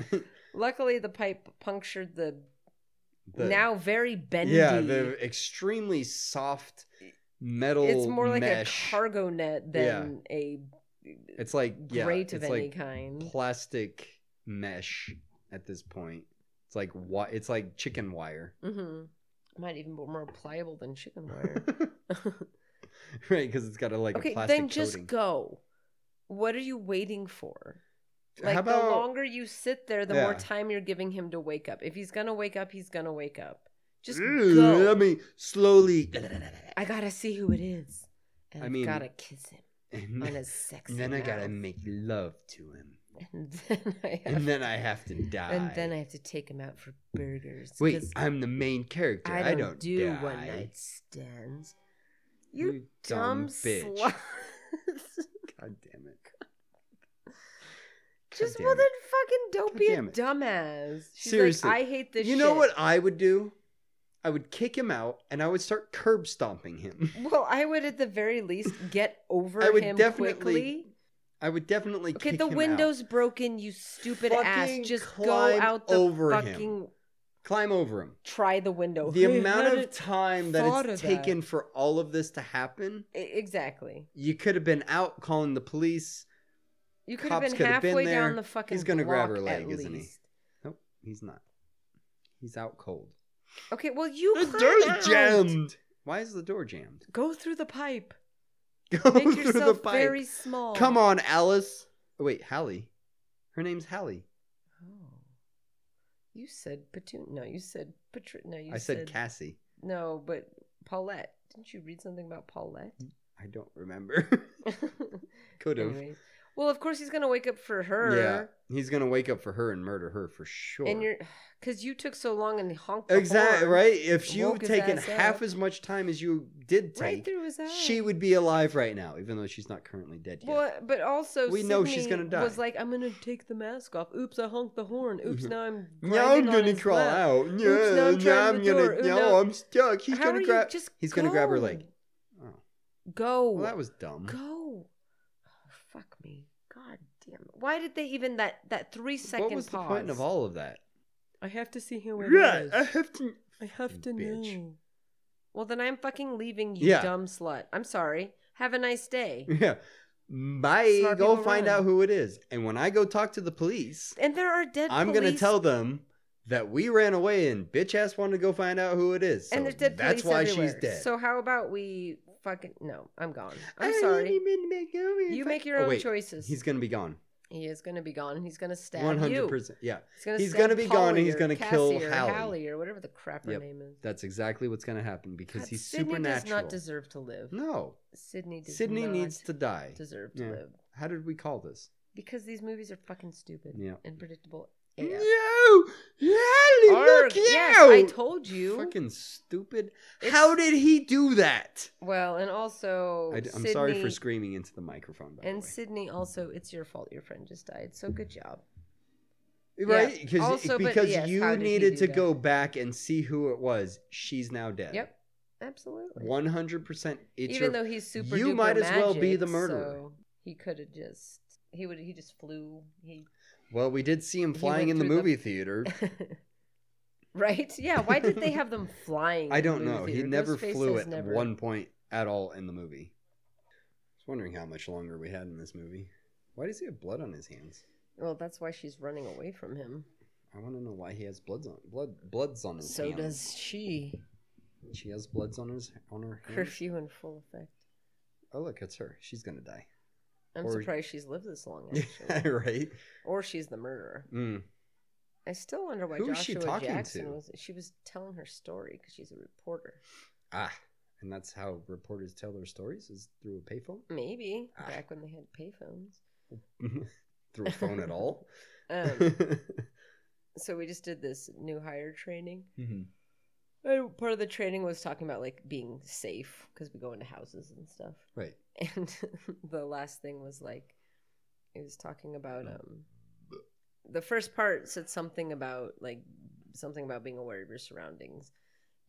luckily the pipe punctured the, The- now very bendy. Yeah, the extremely soft metal it's more like mesh. a cargo net than a It's like yeah, grate of it's any like kind. plastic mesh at this point. It's like wi- it's like chicken wire. hmm Mm-hmm. Might even be more pliable than chicken wire. right, because it's got a like a okay, plastic then just coating. go. What are you waiting for? Like the about- longer you sit there, the more Yeah. time you're giving him to wake up. If he's gonna wake up, he's gonna wake up. Just Ooh, go. Let me slowly. I gotta see who it is. And I I mean- gotta kiss him on his sexy. And then I gotta mouth. make love to him. And then I have, and then I have to die. and then I have to take him out for burgers. wait. 'cause I'm the main character. I don't, do die. one night stands. You, You dumb dumb, bitch. slut. God damn it. Just damn well it. then fucking don't God be a damn it. dumbass. She's Seriously. like, I hate this you shit. know what I would do? I would kick him out and I would start curb stomping him. Well, I would at the very least get over I would him definitely quickly. I would definitely Okay, kick the him out. window's broken, you stupid ass. Fucking Just go climb out the over him. fucking Climb over him. try the window. The Hey, amount how of did- time that thought it's of taken for all of this to happen, E- exactly. you could have been out calling the police. You could Cops have been could have been halfway there. down the fucking He's gonna grab block her at leg, isn't he? least. Nope, he's not. He's out cold. Okay, well you The climb door's out. jammed. Why is the door jammed? Go through the pipe. Go Make through the yourself pipe. very small. Come on, Alice. Oh, wait, Hallie. Her name's Hallie. Oh. You said Petunia. No, you said Petr. No, you I said Cassie. No, but Paulette. Didn't you read something about Paulette? I don't remember. Could have. Anyways. Well, of course he's gonna wake up for Yeah, her. he's gonna wake up for her and murder her for sure. And you're, because you took so long and honked. The exactly horn right. If you had Woke his taken ass half up. as much time as you did right take, through his eyes. she would be alive right now, even though she's not currently dead yet. Well, but also We know she's Sydney gonna die. Was like, I'm gonna take the mask off. Oops, I honked the horn. Oops, Mhm. now I'm. now I'm grinding on gonna his crawl lap. out. Yeah, now I'm now trying I'm the gonna. door. Ooh, no, now- I'm stuck. He's How are gonna you- grab. Just He's gonna grab her go. leg. Oh, Go. well, that was dumb. Go. Oh, fuck me. God damn it. Why did they even that that three second What was pause? the point of all of that? I have to see who it is. Yeah, I have to. I have to Fucking bitch. know. Well, then I'm fucking leaving you, Yeah. dumb slut. I'm sorry. Have a nice day. Yeah, bye. Smart go people find run. out who it is, and when I go talk to the police, And there are dead. I'm gonna police- tell them that we ran away and bitch ass wanted to go find out who it is. and so there's dead that's police why everywhere. she's dead. So how about we fucking no? I'm gone. I I'm didn't sorry. even make no You effort. make your Oh, own wait. choices. He's gonna be gone. he is gonna be gone. and He's gonna stab One you. hundred percent. Yeah, He's gonna, He's stab gonna be gone and Polly he's or gonna kill Cassie or Hallie. Hallie or whatever the crap her Yep. name is. that's exactly what's gonna happen because God, he's Sydney does supernatural. not deserve to live. no, Sydney does Sydney not needs to die. deserve to Yeah. live How did we call this? because these movies are fucking stupid Yeah. and predictable. No, AF. Hallie, Arg, look you! yes, I told you. Fucking stupid. It's- How did he do that? Well, and also, I, am sorry for Sydney- screaming into the microphone. By And the way. Sydney, also, it's your fault. Your friend just died. So good job. right Yeah. 'Cause- Also, but because yes, how you did he needed do to that? go back and see who it was she's now dead Yep, absolutely. 100% it's Even your, though he's super, you duper might as well be magic, the murderer. so he could have just he would he just flew he well we did see him He flying went in the through the- movie theater right yeah. Why did they have them flying? i in the don't movie know he theater? never Ghostface flew has at never- one point at all in the movie i was wondering how much longer we had in this movie why does he have blood on his hands Well, that's why she's running away from him. i want to know why he has bloods on blood bloods on his So hands does she. she has bloods on his on her hands Curfew in full effect. oh look it's her she's gonna die I'm Or- surprised she's lived this long, actually. right or she's the murderer. mm. I still wonder why Who was she Joshua talking Jackson to? was. She was telling her story because she's a reporter. Ah, and that's how reporters tell their stories is through a payphone? Maybe Ah. back when they had payphones. through a phone at all? Um, so we just did this new hire training. And part of the training was talking about like being safe because we go into houses and stuff. Right. And the last thing was like, it was talking about um, the first part said something about like something about being aware of your surroundings,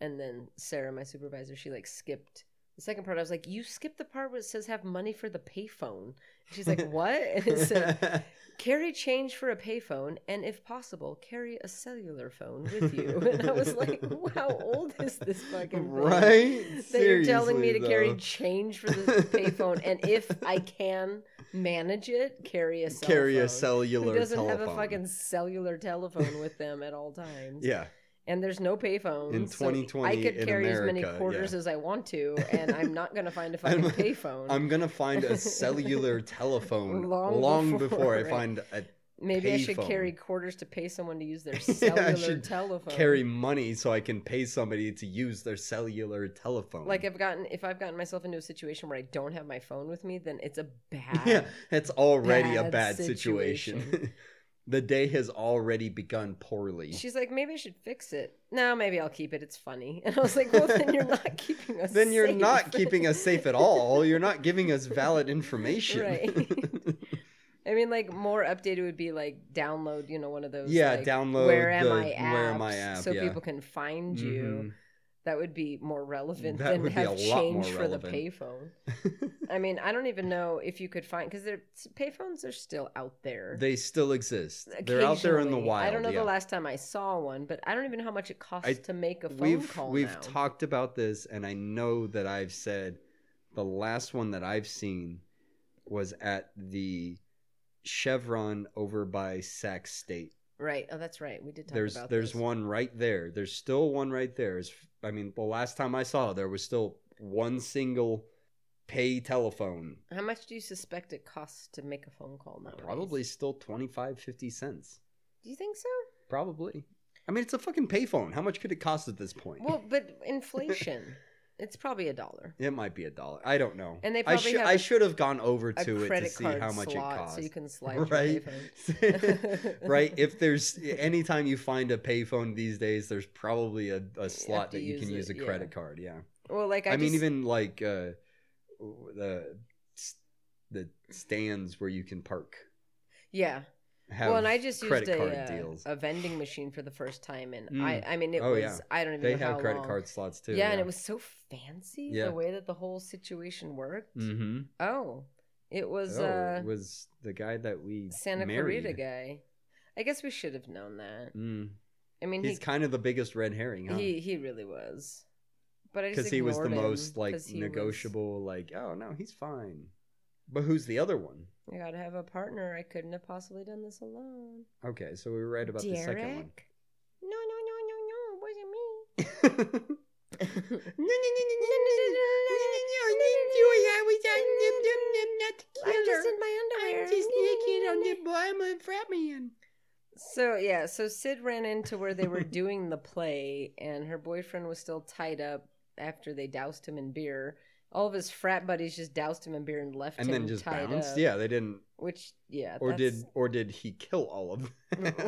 and then Sarah, my supervisor, she like skipped the second part. I was like, you skipped the part where it says have money for the payphone. And She's like, what? And it said, carry change for a payphone, and if possible, carry a cellular phone with you. And I was like, how old is this fucking thing? Right? that you're telling me to Seriously, carry though. change for this payphone, and if I can manage it, carry a cell carry phone. a cellular Who doesn't telephone. have a fucking cellular telephone with them at all times? Yeah. And there's no payphone. In 2020 I could in carry as many America, quarters yeah. as I want to, and I'm not going to find a fucking I'm- payphone. I'm going to find a cellular telephone long, Long before, before, I right. find a Maybe I pay should phone. carry quarters to pay someone to use their Yeah, cellular I should telephone. carry money so I can pay somebody to use their cellular telephone. like I've gotten if I've gotten myself into a situation where I don't have my phone with me, then it's a bad. yeah, it's already a bad bad situation. situation. the day has already begun poorly. She's like, maybe I should fix it. No, maybe I'll keep it. It's funny. And I was like, well, then you're not keeping us. then you're not safe. keeping us safe at all. You're not giving us valid information. Right. I mean, like more updated would be like download, you know, one of those. Yeah, like, download Where am the I? Apps, Where Am I app, So yeah. people can find you. Mhm. That would be more relevant That than would be a have lot more change for the relevant. payphone. I mean, I don't even know if you could find because payphones are still out there. They still exist. They're out there in the Occasionally. wild. I don't know yeah. the last time I saw one, but I don't even know how much it costs I- to make a phone we've call. we've now. talked about this and i know that i've said the last one that i've seen was at the chevron over by sac state right. Oh, that's right. We did talk there's about. there's this. one right there there's still one right there It's- i mean the last time i saw there was still one single pay telephone How much do you suspect it costs to make a phone call now? probably still 25 50 cents Do you think so? probably i mean it's a fucking payphone how much could it cost at this point Well, but inflation, it's probably a dollar. It might be a dollar. I don't know. And they I, probably should- have I a- should have gone over A to it to credit see card how much slot, it costs. so you can slide your right? payphone. right. If there's anytime you find a payphone these days, there's probably a, a slot to that you use can it, use a yeah. credit card. Yeah. Well, like I, I, mean, just- even like uh, the the stands where you can park. yeah. Have Well, and I just credit used a, card uh, deals. a vending machine for the first time, and Mm. I I mean it Oh, was yeah. I don't even they know have how credit long. card slots too. Yeah, and it was so fancy Yeah. the way that the whole situation worked. Mm-hmm. Oh, it was oh, uh, it was the guy that we Santa married. Clarita guy. I guess we should have known that. Mm. I mean, He's he kind of the biggest red herring, huh? he he really was, but I just because he was the ignored him most like 'cause he was- negotiable like oh no he's fine but who's the other one I gotta have a partner. I couldn't have possibly done this alone. okay so we were right about the second one Derek? No, no, no, no, no. It wasn't me. I'm just in my underwear. So yeah, so Sid ran into where they were doing the play, and her boyfriend was still tied up after they doused him in beer. All of his frat buddies just doused him in beer and left and him then just tied bounced up, yeah they didn't Which yeah, or that's- did or did he kill all of them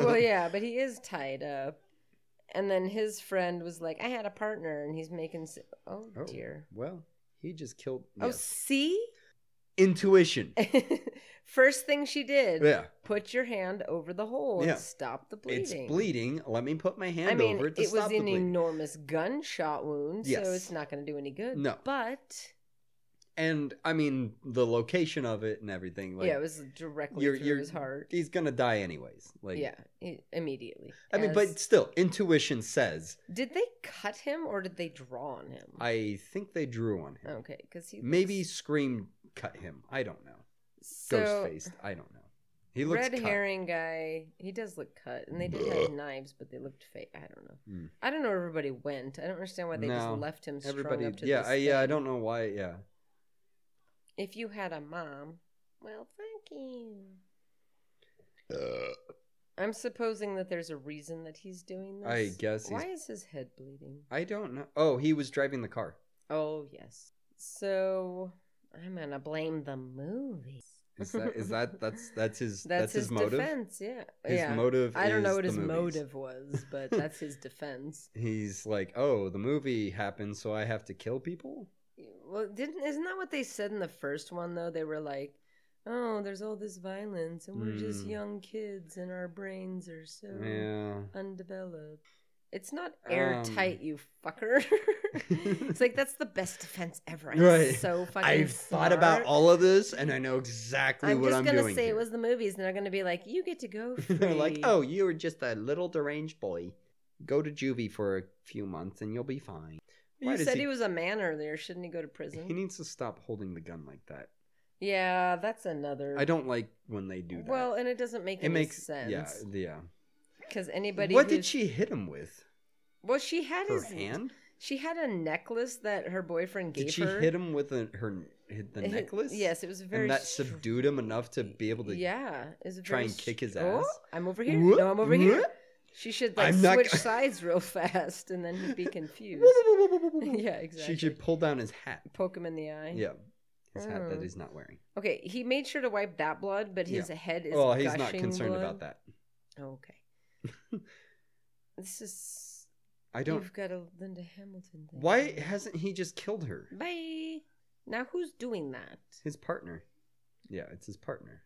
well, yeah, but he is tied up. And then his friend was like, "I had a partner, and he's making." s oh, Oh, dear. well he just killed Oh, yes. see. intuition First thing she did, yeah put your hand over the hole Yeah. and stop the it's bleeding. bleeding let me put my hand I mean, over it to it was stop the an bleeding enormous gunshot wound, Yes. so it's not going to do any good. No. but and i mean the location of it and everything like yeah, it was directly you're- through you're- his heart. he's gonna die anyways. Like, yeah, i- immediately. I mean, As- but still, intuition says did they cut him or did they draw on him? I think they drew on him. okay, because he Maybe looks- Scream cut him. I don't know. so, Ghost faced. I don't know. He looks red cut. herring guy. He does look cut, and they did have knives, but they looked fake. I don't know. Mm. I don't know where everybody went. I don't understand why they No. just left him strung Everybody, up to yeah, this I, yeah. I thing. don't know why. Yeah, If you had a mom, well, fuck you. Uh. I'm supposing that there's a reason that he's doing this. I guess he's- Why is his head bleeding? I don't know. Oh, he was driving the car. Oh yes. So I'm gonna blame the movie. Is that is that that's that's his that's, That's, his, motive. defense. Yeah. His yeah. motive. I don't is know what the his movies. motive was, but that's his defense. He's like, oh, the movie happened, so I have to kill people. Well, didn't isn't that what they said in the first one though? They were like, "Oh, there's all this violence, and we're just Mm. young kids, and our brains are so Yeah. undeveloped." It's not airtight, Um. you fucker. it's like that's the best defense ever. I'm Right. So fucking. I've thought about smart. all of this, and I know exactly I'm what just I'm gonna doing. say here. it was the movies, and they're gonna be like, "You get to go." They're like, free." oh, you were just a little deranged boy. Go to juvie for a few months, and you'll be fine. Why you does said he... was a man earlier. Shouldn't he go to prison? He needs to stop holding the gun like that. Yeah, that's another. I don't like when they do that. Well, and it doesn't make it any makes Yeah, sense yeah. because anybody. what who's- did she hit him with? Well, she had Her his hand? She had a necklace that her boyfriend gave Did she her. hit him with a, her hit the It- necklace? Yes, it was very. and that str- subdued him enough to be able to. yeah, it was try very and kick his str- Oh, ass? I'm over here. Whoop, no, I'm over here. whoop. She should like I'm not switch go- sides real fast, and then he'd be confused. yeah, exactly. She should pull down his hat. poke him in the eye. Yeah, his hat that Mm. he's not wearing. Okay, he made sure to wipe that blood, but his Yeah. head is. well, he's not gushing concerned blood. about that. Okay. this is. I don't. You've got a Linda Hamilton. Thing. Why hasn't he just killed her? Bye. Now who's doing that? His partner. Yeah, it's his partner.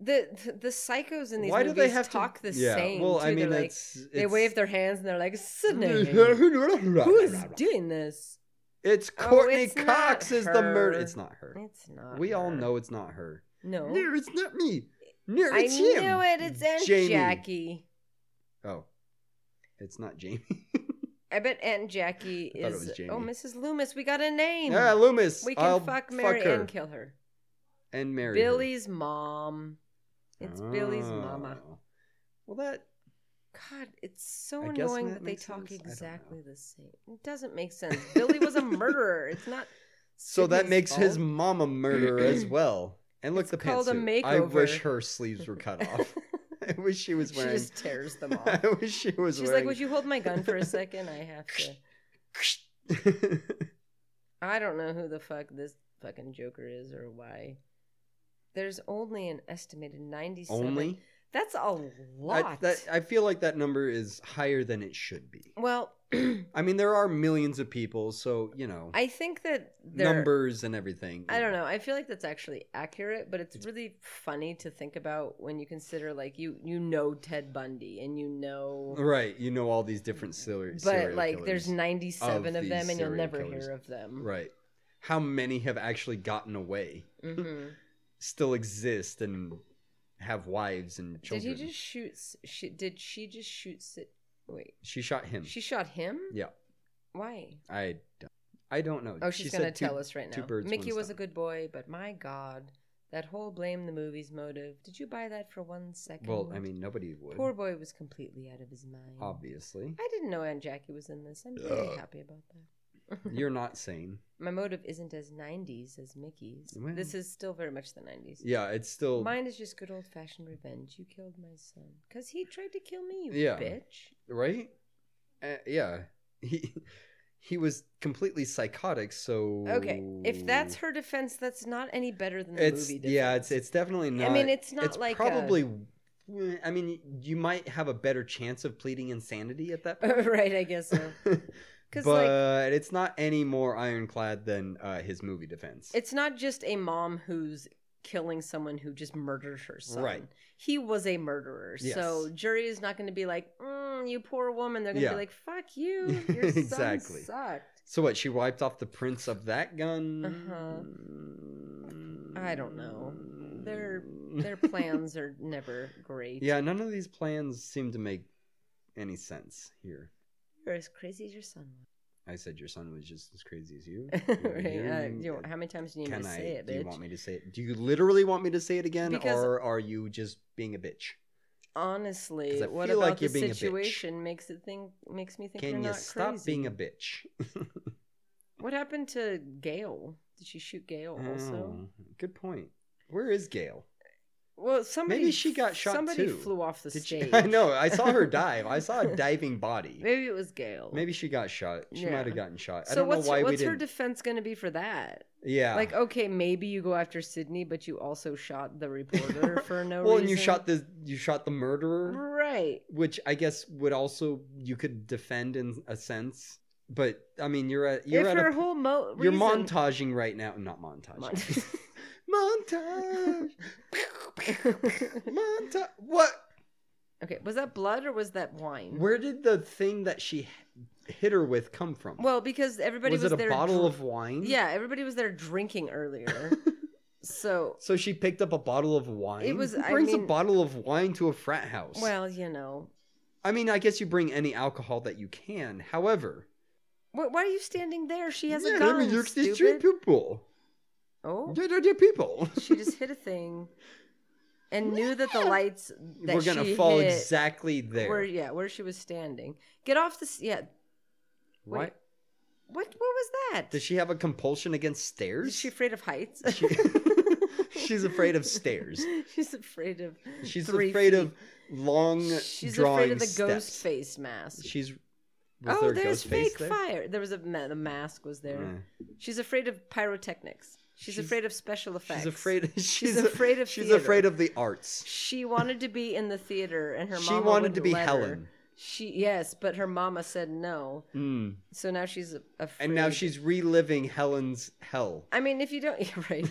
The the, the psychos in these Why do movies they have to- talk the Yeah, same. well, too. I mean, they're like, it's, they it's- wave their hands and they're like, Sydney, who's Who's doing this? It's Oh, Courtney it's not Cox is the murder. her. It's not her. It's not. we all her. know it's not her. No, No, it's not me. No, I it's knew him. it. It's Aunt Jamie. Jackie. Oh, it's not Jamie. I bet Aunt Jackie I thought it is. was Jamie. Oh, Mrs. Loomis, we got a name. yeah, Ah, Loomis. we can I'll fuck Mary her and kill her. and marry her. Billy's mom. It's Billy's mama. Oh. Well, that God, it's so I guess annoying that that they makes talk sense. I don't know. exactly the same. It doesn't make sense. Billy was a murderer. It's not. so that Sydney's makes his fault. mama murderer as well. And look, It's the called a pantsuit. I wish makeover. her sleeves were cut off. I wish she was she wearing. just tears them off. I wish she was She's like, wearing. "Would you hold my gun for a second? I have to." I don't know who the fuck this fucking Joker is or why. There's only an estimated ninety-seven. Only. That's a lot. I, that, I feel like that number is higher than it should be. well, I mean, there are millions of people, so you know I think that there. numbers and everything. I don't know. I feel like that's actually accurate, but it's, It's- really funny to think about when you consider like you you know Ted Bundy and you know Right, you know all these different serial, but serial like killers. there's 97 of of, them these and you'll serial never killers. hear of them. right. How many have actually gotten away? Mhm. Still exist and have wives and Did children. he just shoot s- she, did she just shoot Sid- wait. She shot him. She shot him? Hmm. Yeah. Why? I don't, I don't know. Oh, She she's gonna said two- tell us right two now. birds, Mickey one was a stone. good boy, but my God, that whole blame the movies motive. Did you buy that for one second? Well, I mean, nobody would. poor boy was completely out of his mind. Obviously, I didn't know Aunt Jackie was in this. I'm very happy about that. you're not sane. My motive isn't as 90s as Mickey's. Well. This is still very much the 90s. Yeah, it's still. Mine is just good old fashioned revenge. You killed my son. Because he tried to kill me, you Yeah. bitch. right? Uh, yeah, he he was completely psychotic. So Okay. If that's her defense, that's not any better than the it's movie. yeah, defense. it's it's definitely not. I mean, it's not like. a- probably. eh, I mean, you might have a better chance of pleading insanity at that point. right, I guess so. but Because, like, it's not any more ironclad than uh, his movie defense. it's not just a mom who's killing someone who just murdered her son. Right. He was a murderer. So Yes. jury is not going to be like, mm, you poor woman. They're going to Yeah. be like, fuck you. Your son Exactly. sucked. so what? She wiped off the prints of that Uh-huh. gun. I don't know. Their their plans are never great. Mm. Yeah, none of these plans seem to make any sense here. You're as crazy as your son I said your son was just as crazy as you. was. You're right? Uh, hearing- you know, how many times do you need Can to I? say it, do you bitch? want me to say it? Do you literally want me to say it again, Because- or are you just being a bitch? Honestly, 'Cause I what feel about like the you're being a bitch. situation makes it think makes me think Can you're you not stop crazy. being a bitch? What happened to Gail? Did she shoot Gail also? Oh, good point. Where is Gail? Well, somebody she got shot Somebody too. flew off the Did stage. she? I know. I saw her dive. I saw a diving body. Maybe it was Gail. Maybe she got shot. She Yeah. might have gotten shot. I So don't know what's why her, we what's her didn't. defense going to be for that? yeah. Like, okay, maybe you go after Sydney, but you also shot the reporter for no well, reason. and you shot the you shot the murderer. right. which I guess would also you could defend in a sense. But I mean, you're at you're if at her a, whole mo- you're reason- montaging right now. Not montaging. Mon- montage. Montage. What? okay, was that blood or was that wine? Where did the thing that she h- hit her with come from? well, because everybody was, was, it a there. bottle dr- of wine? Yeah, everybody was there drinking earlier. so, So she picked up a bottle of wine. was- Who I brings a mean- bottle of wine to a frat house. well, you know, I mean, I guess you bring any alcohol that you can. However, Wh- why are you standing there? She has yeah, a let gun. me look these stupid. people. Oh, They're- they're- they're people. she just hit a thing, and knew that the lights that we're gonna she fall hit exactly there. Where, yeah, where she was standing. Get off the s- yeah. Why? wait. What what was that? Does she have a compulsion against Is stairs? she afraid of heights? She's afraid of stairs. She's afraid of. She's three afraid feet. of long She's drawing afraid of the ghost steps. face mask. She's was oh, there a there's ghost face fake there? fire. There was a ma- the mask was there. Yeah. She's afraid of pyrotechnics. She's, She's- afraid of special effects. She's afraid. She's, afraid of She's theater. afraid of the arts. She wanted to be in the theater, and her She mama wanted wouldn't to be let her. Helen. She yes, but her mama said no. Mm. So now she's a- afraid. And now she's reliving Helen's hell. I mean, if you don't, yeah, right?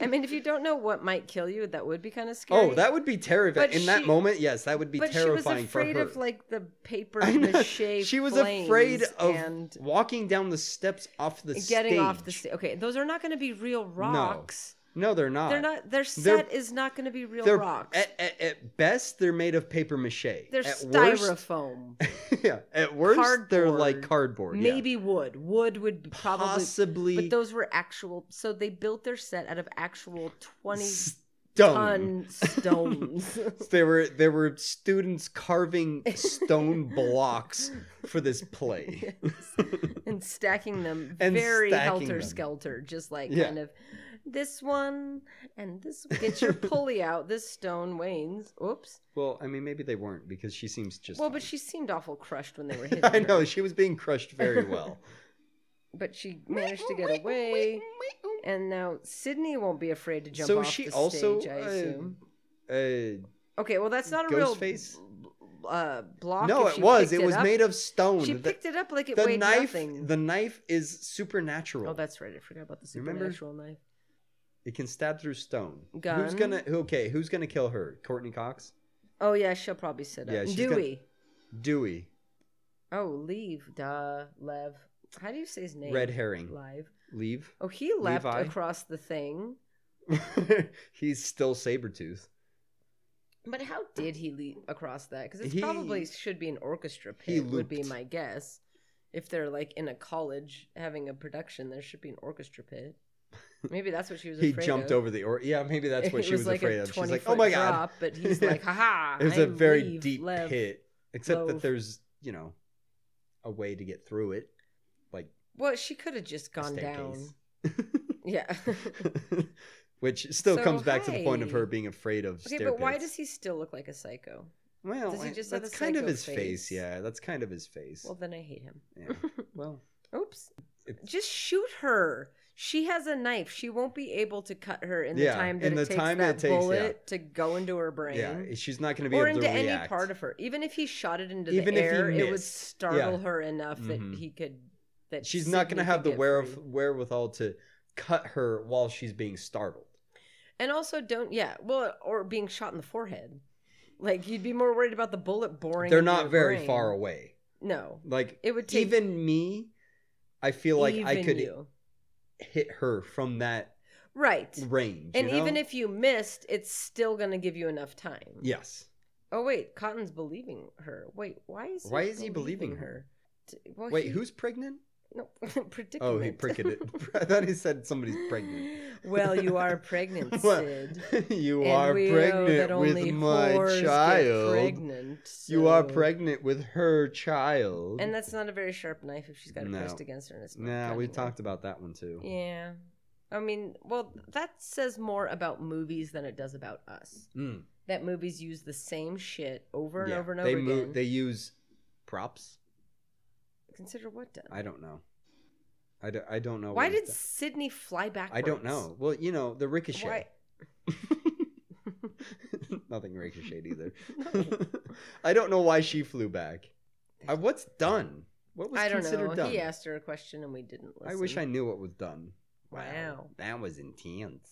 I mean, if you don't know what might kill you, that would be kind of scary. Oh, that would be terrifying. But In that she- moment, yes, that would be but she was terrifying for afraid her. of like the paper I know. mache. She was flames afraid of and walking down the steps off the getting off the stage. stage. Okay, those are not going to be real rocks. No, they're not. They're not. Their They're- set is not going to be real They're rocks. At, at, at best, they're made of paper mache. They're at Worst, styrofoam, yeah. At worst, they're like cardboard. yeah. maybe wood. Wood would be probably Possibly but those were actual. So they built their set out of actual twenty stone. ton stones. There were there were students carving stone blocks for this play. and stacking them And very stacking helter them. skelter, just like Yeah. kind of this one and this. Get your pulley out. This stone wanes. Oops. Well, I mean, maybe they weren't because she seems just. Well, but fine. she seemed awful crushed when they were hitting I know her, she was being crushed very well. but she managed to get away. And now Sydney won't be afraid to jump so off she the also. stage. I uh, assume. uh, okay, well that's not a real Ghostface? uh, block. no, if it she was. picked It was up. made of stone. She The- picked it up like it the weighed knife. nothing. The knife is supernatural. oh, that's right. I forgot about the Remember? supernatural knife. It can stab through stone. Who's Gun. gonna? Okay, who's gonna kill her? Courtney Cox, Oh yeah, she'll probably sit up. Yeah, she's gonna- Dewey. Dewey, Oh, leave. Duh. Lev. How do you say his name? Red herring. Live. leave. Oh, he leapt Levi? across the thing. He's still Sabretooth. But how did he leap across that? Because it He- probably should be an orchestra he pit, would be looped. my guess. If they're like in a college having a production, there should be an orchestra pit. Maybe that's what she was He afraid jumped of. over the or yeah, maybe that's what It she was, like afraid a of. She's like, 20 oh my foot god, drop, but he's like, haha. it was a I'm very Lev, deep Lev." pit. Except that Lev. there's you know a way to get through it, like Well, she could have just a gone down. staircase. Yeah. Which still So, comes back to the point of her hey. being afraid of okay, staircase. but why does he still look like a psycho? Well, does he I- just have that's a kind of psycho his face. face? Yeah, that's kind of his face. Well, then I hate him. yeah. well Oops. It's- Just shoot her. She has a knife. She won't be able to cut her in the Yeah, time that in it the takes time that it takes, yeah. bullet to go into her brain. Yeah, eh, she's not going to be or able into to react. any part of her. Even if he shot it into Even the if he air, it would missed. startle Yeah. her enough Mhm. that he could. That she's not going to Sydney have could the get wherewith- free. wherewithal to cut her while she's being startled. And also, don't yeah. Well, or being shot in the forehead. Like you'd be more worried about the bullet boring. They're into not your very brain. far away. No, Like It would take- even me. I feel like I even could you. hit her from that right. range. And you know? even if you missed, it's still going to give you enough time. yes, Oh wait, Cotton's believing her. Wait, why is he Why is he believing her? D- Well, wait, Oh, he- who's pregnant? no predicament? Oh, he pricked it. I thought he said somebody's pregnant. well, you are pregnant, Well, Sid. you And are we know that pregnant only with my whores get child. Pregnant, You are so- pregnant with her child. And that's not a very sharp knife if she's got it No. pressed against her. And it's not nah, we cutting it. talked about that one too. Yeah, I mean, well, that says more about movies than it does about us. Mm, That movies use the same shit over and yeah. over and they over mo- again. they use props. Consider what done. I don't know. I, do, I don't know. Why what was did done. Sydney fly backwards? I don't know. Well, you know the Why? ricochet. Nothing ricocheted either. I don't know why she flew back. I, what's done? What was I don't considered know. done? He asked her a question and we didn't listen. I wish I knew what was done. Wow. that was intense.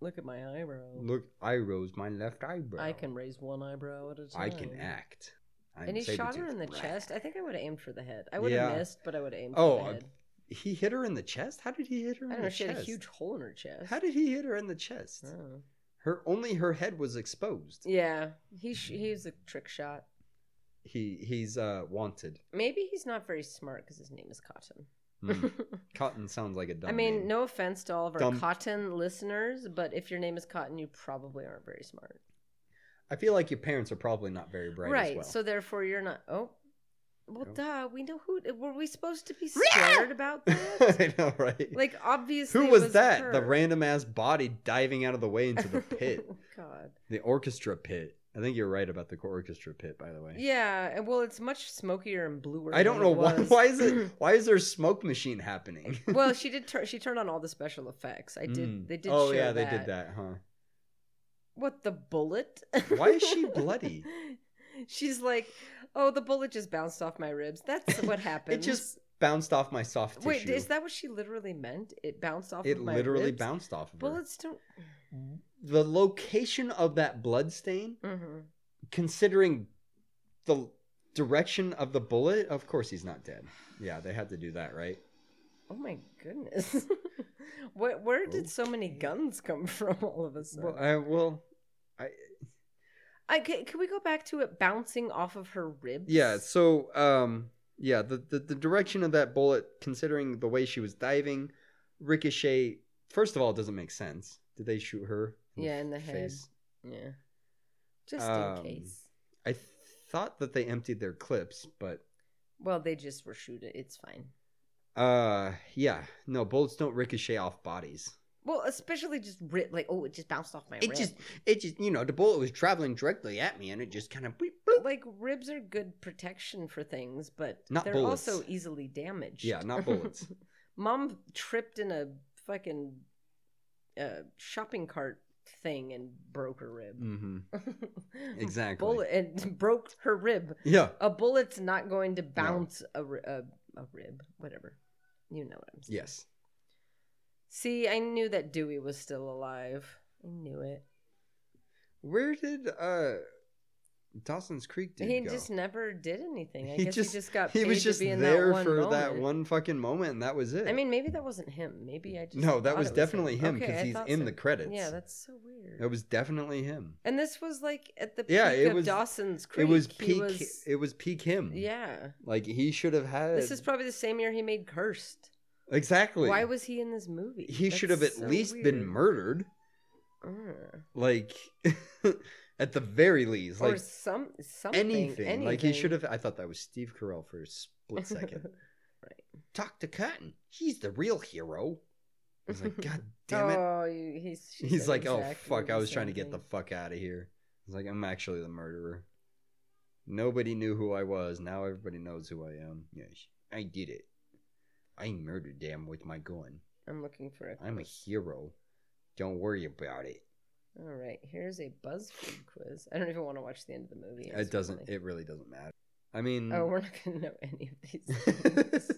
look at my eyebrow. Look, I rose my left eyebrow. I can raise one eyebrow at a time. I can act. I'm and he shot her Sabretooth. in the chest. I think I would have aimed for the head. I would have Yeah. missed, but I would have aimed Oh, for the uh, head. He hit her in the chest. How did he hit her? I in the don't know. She chest? had a huge hole in her chest. How did he hit her in the chest? Oh. Her only her head was exposed. Yeah, he sh- he was a trick shot. He he's uh wanted. Maybe he's not very smart because his name is Cotton. Mm. Cotton sounds like a dumb. I mean, name. no offense to all of our Dumb. Cotton listeners, but if your name is Cotton, you probably aren't very smart. I feel like your parents are probably not very bright. right As well. so therefore you're not oh well Duh, we know who. Were we supposed to be scared about that? I know, right? Like, obviously. Who it was, that? The her. random ass body diving out of the way into the pit, Oh, God. the orchestra pit. I think you're right about the orchestra pit, by the way. Yeah. and- Well, it's much smokier and bluer. I don't than know it why. was. Why is it? Why is there a smoke machine happening? well, she did. Tur- she turned on all the special effects. I did. Mm. They did. Oh show yeah, that. they did that, huh? What the bullet? Why is she bloody? She's like, oh, the bullet just bounced off my ribs. That's what happened. It just bounced off my soft tissue. wait. Is that what she literally meant? It bounced off. It of my literally ribs? bounced off of her. Bullets don't. The location of that blood stain, hmm considering the direction of the bullet, of course he's not dead. Yeah, they had to do that, right? Oh my goodness. Where, where did so many guns come from all of a sudden? Well, I well, I, can, can we go back to it bouncing off of her ribs? yeah. So, um, yeah, the, the the direction of that bullet, considering the way she was diving, ricochet. First of all, it doesn't make sense. Did they shoot her? Yeah, in the head. Yeah. Just Um, in case. I th- thought that they emptied their clips, but Well, they just were shooting. It's fine. uh, yeah, no, bullets don't ricochet off bodies. Well, especially just rip like oh, it just bounced off my It rib. just, it just, you know, the bullet was traveling directly at me, and it just kind of bleep, bloop. like ribs are good protection for things, but Not they're bullets. also easily damaged. Yeah, not bullets. Mom tripped in a fucking uh, shopping cart thing and broke her rib. mm-hmm. Exactly. Bullet and broke her rib. Yeah, A bullet's not going to bounce a ri a, a rib, whatever. You know what I'm saying. yes. See, I knew that Dewey was still alive. I knew it. Where did uh, Dawson's Creek dude he go? just never did anything. I guess he just got he paid was just to be in there that one for moment. that one fucking moment, and that was it. I mean, maybe that wasn't him. Maybe I just no, that thought was it definitely him Okay, because I he's thought in so. the credits. Yeah, that's so weird. that was definitely him. and this was like at the Yeah, peak it of was- Dawson's Creek. It was He peak. was- It was peak him. yeah, like he should have had. this is probably the same year he made Cursed. exactly Why was he in this movie? he should have That's at so least been weird. murdered. Mm. Like at the very least, or like some something. anything. Like he anything. should have. I thought that was Steve Carell for a split second. Right. Talk to Cotton. He's the real hero. I was like, God damn it. Oh, you, he's. she He's said like, oh exactly fuck, the I was same trying to get the thing. fuck out of here. He's like, I'm actually the murderer. Nobody knew who I was. Now everybody knows who I am. Yes, I did it. I murdered them with my gun. I'm looking for it. I'm a hero. Don't worry about it. All right, here's a BuzzFeed quiz. I don't even want to watch the end of the movie. It doesn't. incidentally. It really doesn't matter. I mean, Oh, oh, we're not gonna know any of these. things.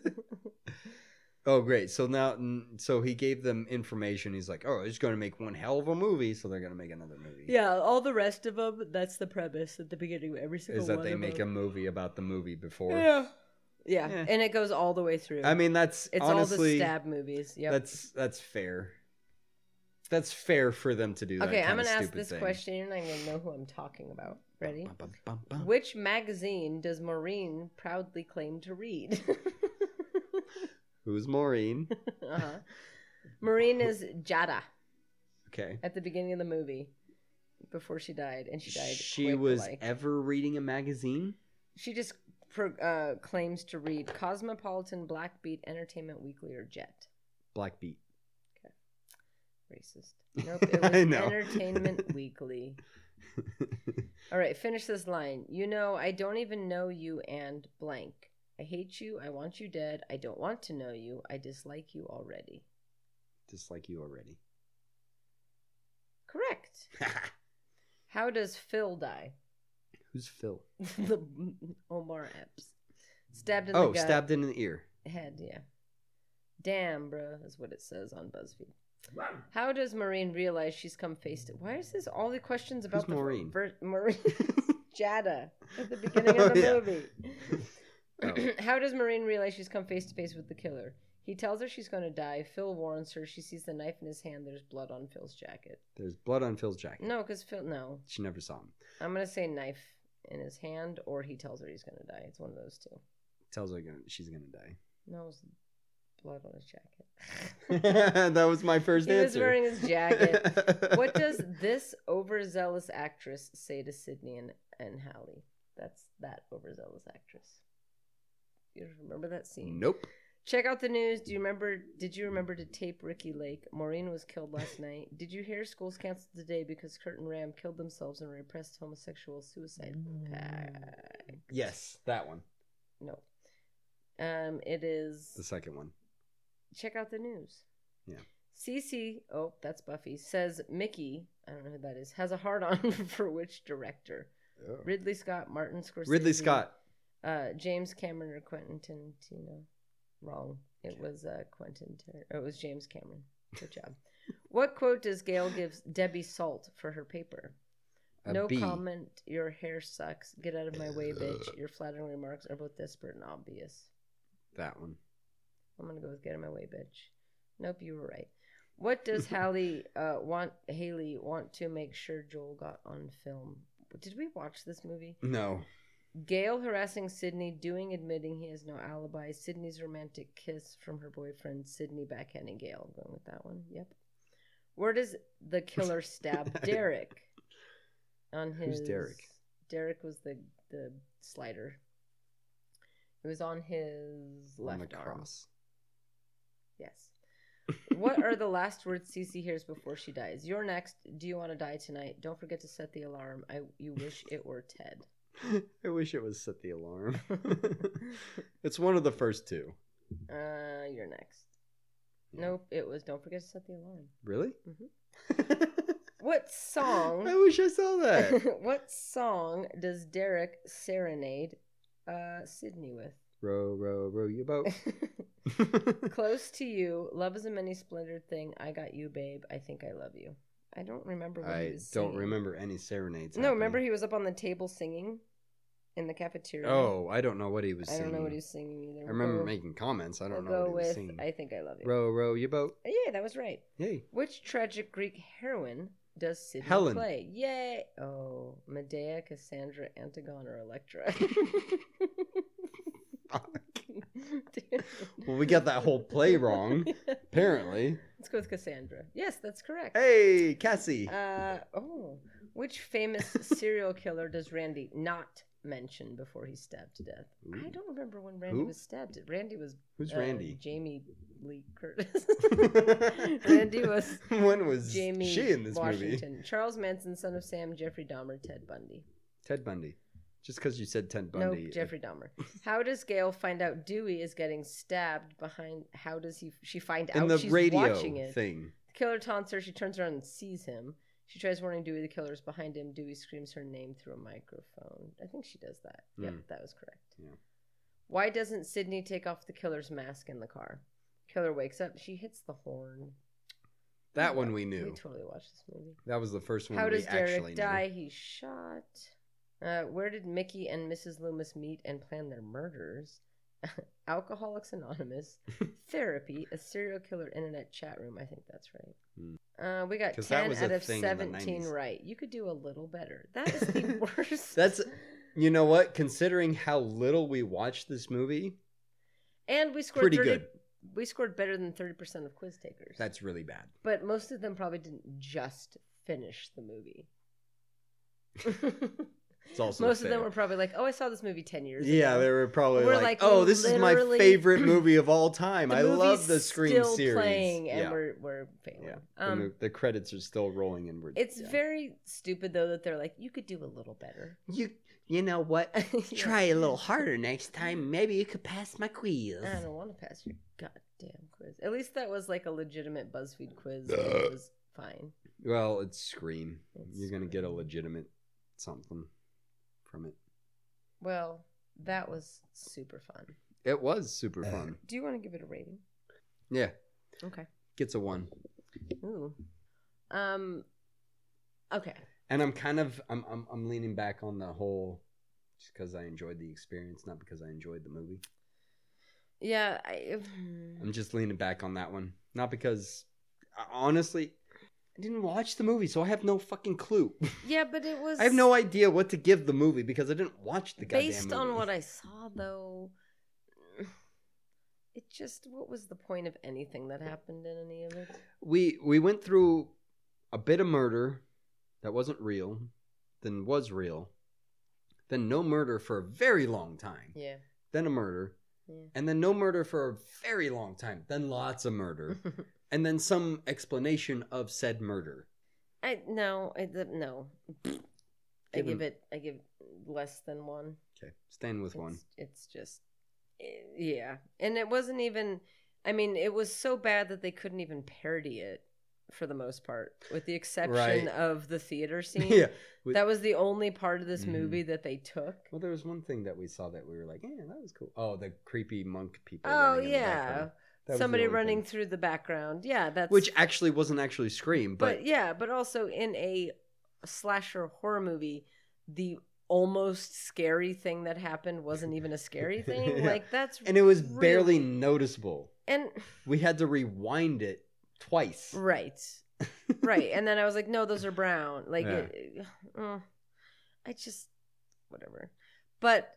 oh, great. So now, n- so he gave them information. He's like, oh, it's going to make one hell of a movie. So they're going to make another movie. yeah, all the rest of them. That's the premise at the beginning of every single is that one they of make a them. movie about the movie before? Yeah. yeah, Yeah. and it goes all the way through. I mean, that's it's all the honestly stab movies. Yep. that's that's fair. That's fair for them to do. That okay, kind I'm of gonna ask stupid this thing. question, and I'm gonna know who I'm talking about. Ready? Bum, bum, bum, bum. Which magazine does Maureen proudly claim to read? Who's Maureen? uh-huh. Maureen is Jada. Okay. at the beginning of the movie before she died, and she died. She quick, was like. ever reading a magazine. she just pro- uh, claims to read Cosmopolitan, Blackbeat, Entertainment Weekly, or Jet. Black Beat. Racist. Nope. It was I know. Entertainment Weekly. All right, finish this line. You know, I don't even know you and blank. I hate you. I want you dead. I don't want to know you. I dislike you already. Just like you already. Correct. How does Phil die? Who's Phil? the Omar Epps. Stabbed in the Oh, gut. stabbed in the ear. head, yeah. Damn, bro, is what it says on BuzzFeed. How does Maureen realize she's come face to? Why is this all the questions about Who's the Maureen? ver- Maureen Jada at the beginning of Oh, the yeah. movie? How does Maureen realize she's come face to face with the killer? He tells her she's going to die. Phil warns her. She sees the knife in his hand. There's blood on Phil's jacket. There's blood on Phil's jacket. No, because Phil. No, She never saw him. I'm going to say knife in his hand, or he tells her he's going to die. It's one of those two. Tells her gonna- she's gonna die. No, it was blood on his jacket. that was my first He was answer. wearing his jacket. what does this overzealous actress say to Sydney and, and Hallie? That's that overzealous actress. you remember that scene? Nope. Check out the news. Do you remember? Did you remember to tape Ricky Lake? Maureen was killed last night. Did you hear school's canceled today because Kurt and Ram killed themselves in a repressed homosexual suicide pact? Yes, that one. No. Um, it is. The second one. check out the news. Yeah. CC, oh, that's Buffy, says Mickey, I don't know who that is, has a hard on for which director? Ridley Scott, Martin Scorsese. Oh. Ridley Scott. Uh, James Cameron or Quentin Tarantino. Wrong. It was uh, Quentin. Tar- oh, it was James Cameron. Good job. what quote does Gail give Debbie Salt for her paper? A no B. comment. Your hair sucks. Get out of my way, bitch. Your flattering remarks are both desperate and obvious. That one. I'm gonna go with get in my way, bitch. Nope, you were right. What does Hallie uh, want? Haley want to make sure Joel got on film. Did we watch this movie? No. Gail harassing Sydney, doing admitting he has no alibi. Sydney's romantic kiss from her boyfriend. Sydney backhanding Gail. I'm going with that one. Yep. Where does the killer stab Derek? On his Who's Derek? Derek was the the slider. It was on his On left the arm. cross. Yes. what are the last words Cece hears before she dies? You're next. Do you want to die tonight? Don't forget to set the alarm. I you wish it were Ted. I wish it was set the alarm. it's one of the first two. Uh, you're next. Nope, it was don't forget to set the alarm. Really? What I Mm-hmm. song? wish I saw that. what song does Derek serenade uh Sydney with? row, row, row your boat. Close to you, love is a many splendored thing. I got you, babe. I think I love you. I don't remember. What he I was don't singing. remember any serenades. No, remember happening. he was up on the table singing in the cafeteria. Oh, I don't know what he was I singing. don't know what he was singing either. I remember We'll go- making comments. I don't we'll know what go he was with singing. I think I love you. Row, row your boat. yeah, that was right. Yay. Which tragic Greek heroine does Sydney Helen. play? Yay! Oh, Medea, Cassandra, Antigone, or Electra. Well, we got that whole play wrong, apparently. Let's go with Cassandra. Yes, that's correct. Hey, Cassie. Uh, oh, which famous serial killer does Randy not mention before he's stabbed to death? I don't remember when Randy Who? was stabbed. Randy was Who's uh, Randy? Jamie Lee Curtis. Randy was when was Jamie she in this movie? Washington. Charles Manson, son of Sam, Jeffrey Dahmer, Ted Bundy. Ted Bundy. Just because you said Ted Bundy. Nope, Jeffrey Dahmer. How does Gail find out Dewey is getting stabbed behind? How does he? She find out In the she's radio watching it. thing. The killer taunts her. She turns around and sees him. She tries warning Dewey the killer is behind him. Dewey screams her name through a microphone. I think she does that. Yep, that was correct. Hmm. Yeah. Why doesn't Sydney take off the killer's mask in the car? Killer wakes up. She hits the horn. That one we We knew. totally watched this movie. That was the first one How we does actually knew. Derek die? He's shot. Uh, where did Mickey and Mrs. Loomis meet and plan their murders? Alcoholics Anonymous, therapy, a serial killer internet chat room. I think that's right. Uh, we got 'Cause Hmm. that 10 was a out of thing in the 17 90s. right. You could do a little better. That is the worst. That's, you know what? Considering how little we watched this movie, and we scored pretty 30, good. We scored better than 30% of quiz takers. That's really bad. but most of them probably didn't just finish the movie. It's also most of fair. them were probably like, "Oh, I saw this movie 10 years ago." Yeah, they were probably We're like, like, "Oh, we this is my literally- favorite movie of all time. The I love movie's the Scream still series." playing and yeah, we're we're failing. yeah. the, Um, mo- the credits are still rolling, and we're it's yeah. very stupid though that they're like, you could do a little better. you. You know what? Yeah. a little harder next time. Maybe you could pass my quiz. I don't want to pass your goddamn quiz. At least that was like a legitimate BuzzFeed quiz. and it was fine. Well, it's Scream. It's You're gonna get a legitimate something from it. Well, that was super fun. It was super fun. Do you want to give it a rating? Yeah, Okay. gets a one. Ooh. Um. Okay. And I'm kind of I'm I'm, I'm leaning back on the whole just because I enjoyed the experience, not because I enjoyed the movie. Yeah. I, I'm just leaning back on that one. Not because, I- honestly, I didn't watch the movie, so I have no fucking clue. yeah, but it was. I have no idea what to give the movie because I didn't watch the goddamn based movie. on what I saw, though, it just what was the point of anything that happened in any of it? we we went through a bit of murder that wasn't real, then was real, then no murder for a very long time, Yeah, then a murder, and then no murder for a very long time, then lots of murder, and then some explanation of said murder. I no, I, the, no. I Give give him- it. I give less than one. Okay, stand with one. It's, it's just, eh, yeah. And it wasn't even. I mean, it was so bad that they couldn't even parody it for the most part, with the exception Right. of the theater scene. yeah. with- That was the only part of this Mhm. movie that they took. Well, there was one thing that we saw that we were like, yeah, that was cool. Oh, the creepy monk people. Oh running in the yeah, background. That was the somebody only running thing. through the background. Yeah, that's Which actually wasn't actually Scream, but, but, yeah, but also in a slasher horror movie, the almost scary thing that happened wasn't even a scary thing. Yeah. Like that's and it was really- barely noticeable. and We had to rewind it twice. right, right. And then I was like, no, those are brown. Like, Yeah. it- mm, I just whatever. But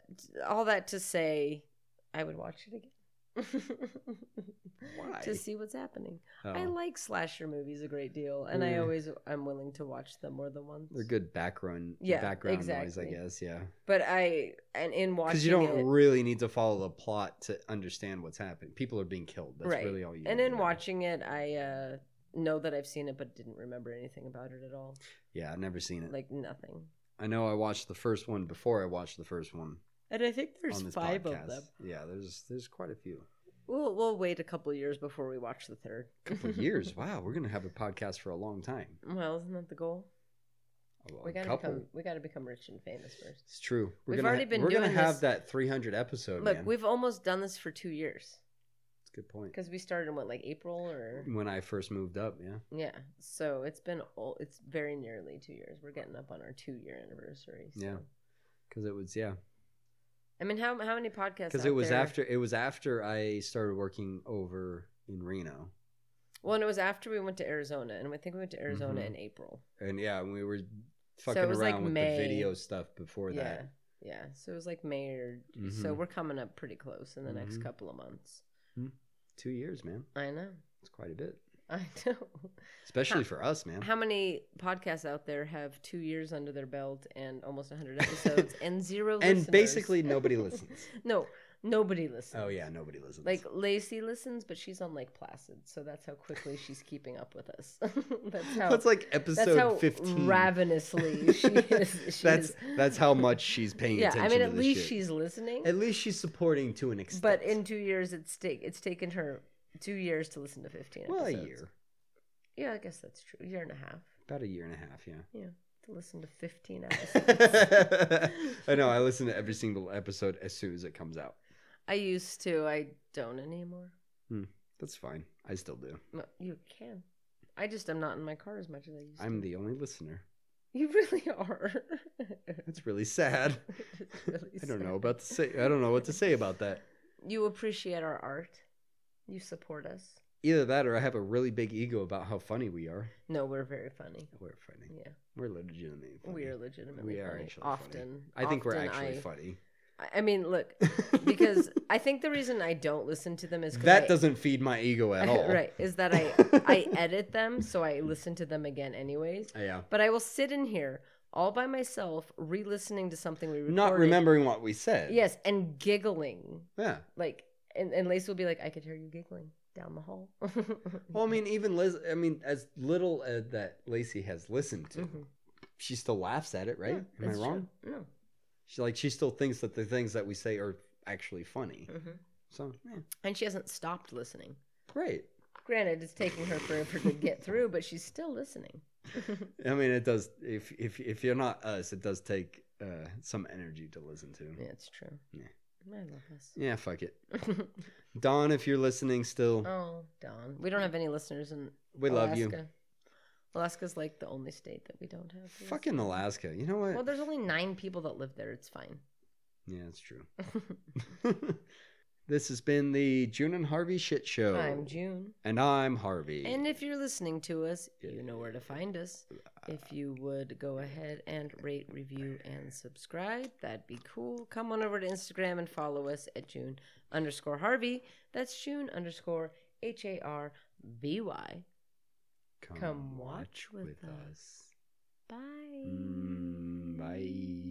all that to say, I would watch it again. Why? to see what's happening. I Oh, like slasher movies a great deal, and I Mm. always am willing to watch them more than once. they're good background Yeah, background noise, I exactly. guess. Yeah, But I and in watching because you don't it, really need to follow the plot to understand what's happening. People are being killed. That's Right. really all you. and need in to know. watching it, I uh, know that I've seen it, but didn't remember anything about it at all. Yeah, I've never seen it. Like nothing. I know I watched the first one before I watched the first one And I think there's on this five podcast. of them. Yeah, there's there's quite a few. We'll we'll wait a couple years before we watch the third. couple of years. Wow, we're gonna have a podcast for a long time. Well, isn't that the goal? Well, we a gotta couple. become we gotta become rich and famous first. It's true. We're We've gonna already ha- been we're doing gonna have this- that 300 episode. Look, Oh, man. we've almost done this for two years That's a good point. because we started in what like April or When I first moved up, yeah. Yeah, so it's been all, it's very nearly two years. We're getting up on our two year anniversary. So. Yeah. Because it was yeah. I mean, how how many podcasts? Because out it was there- after it was after I started working over in Reno, Well, and it was after we went to Arizona, and I think we went to Arizona Mhm. in April. and yeah, we were So it fucking was, like, around with May. the video stuff before yeah, that. yeah. So it was like May or so. Mhm. We're coming up pretty close in the next Mhm. couple of months. Two years, man. I know, It's quite a bit, I know. especially for us, man. How many podcasts out there have two years under their belt and almost hundred episodes and zero? and listeners? basically nobody listens. no, nobody listens. Oh yeah, nobody listens. Like Lacey listens, but she's on Lake Placid, so that's how quickly she's keeping up with us. that's how. that's like that's episode how 15. ravenously she is. She that's is. that's how much she's paying Yeah, I attention. mean, to at this least shit. she's listening. at least she's supporting to an extent. but in two years, it's take it's taken her two years to listen to fifteen. well, a episodes. year, Yeah, I guess that's true. A year and a half. about a year and a half, yeah. Yeah, to listen to fifteen episodes. I know. I listen to every single episode as soon as it comes out. I used to. I don't anymore. Hmm, That's fine. I still do. No, You can. I just am not in my car as much as I used I'm to. the only listener. You really are. That's really sad. It's really I don't sad. know about to say. I don't know what to say about that. You appreciate our art. You support us. Either that, or I have a really big ego about how funny we are. No, we're very funny. We're funny. Yeah, We're legitimately. Funny. we are legitimately We are funny. actually funny. often. I think we're often actually I- funny. I- I mean, look, because I think the reason I don't listen to them is 'cause that I- doesn't feed my ego at all. right is that I I edit them, so I listen to them again anyways. Yeah. But I will sit in here all by myself, re-listening to something we recorded. Not remembering what we said. Yes, and giggling Yeah. like, and and Lace will be like, I could hear you giggling down the hall. Well, I mean, even Liz. I mean, as little as that Lacey has listened to, Mhm. she still laughs at it, Yeah, right? Am I that's true. wrong? No. She like she still thinks that the things that we say are actually funny. Mhm. So yeah, And she hasn't stopped listening. great. Granted, it's taking her forever to get through, but she's still listening. I mean, it does. If if if you're not us, it does take uh, some energy to listen to. Yeah, it's true. Yeah. I love us. Yeah, fuck it, Don. If you're listening still, oh, Don. We don't have any listeners in we love you. Alaska. Alaska's like the only state that we don't have. listeners. Fucking Alaska. You know what? Well, there's only nine people that live there. It's fine. yeah, it's true. this has been the June and Harvey shit show. I'm June. and I'm Harvey. And if you're listening to us, you know where to find us. If you would go ahead and rate, review, and subscribe, that'd be cool. Come on over to Instagram and follow us at June underscore Harvey. That's June underscore H A R B Y. Come watch with us. Bye. Mm, bye.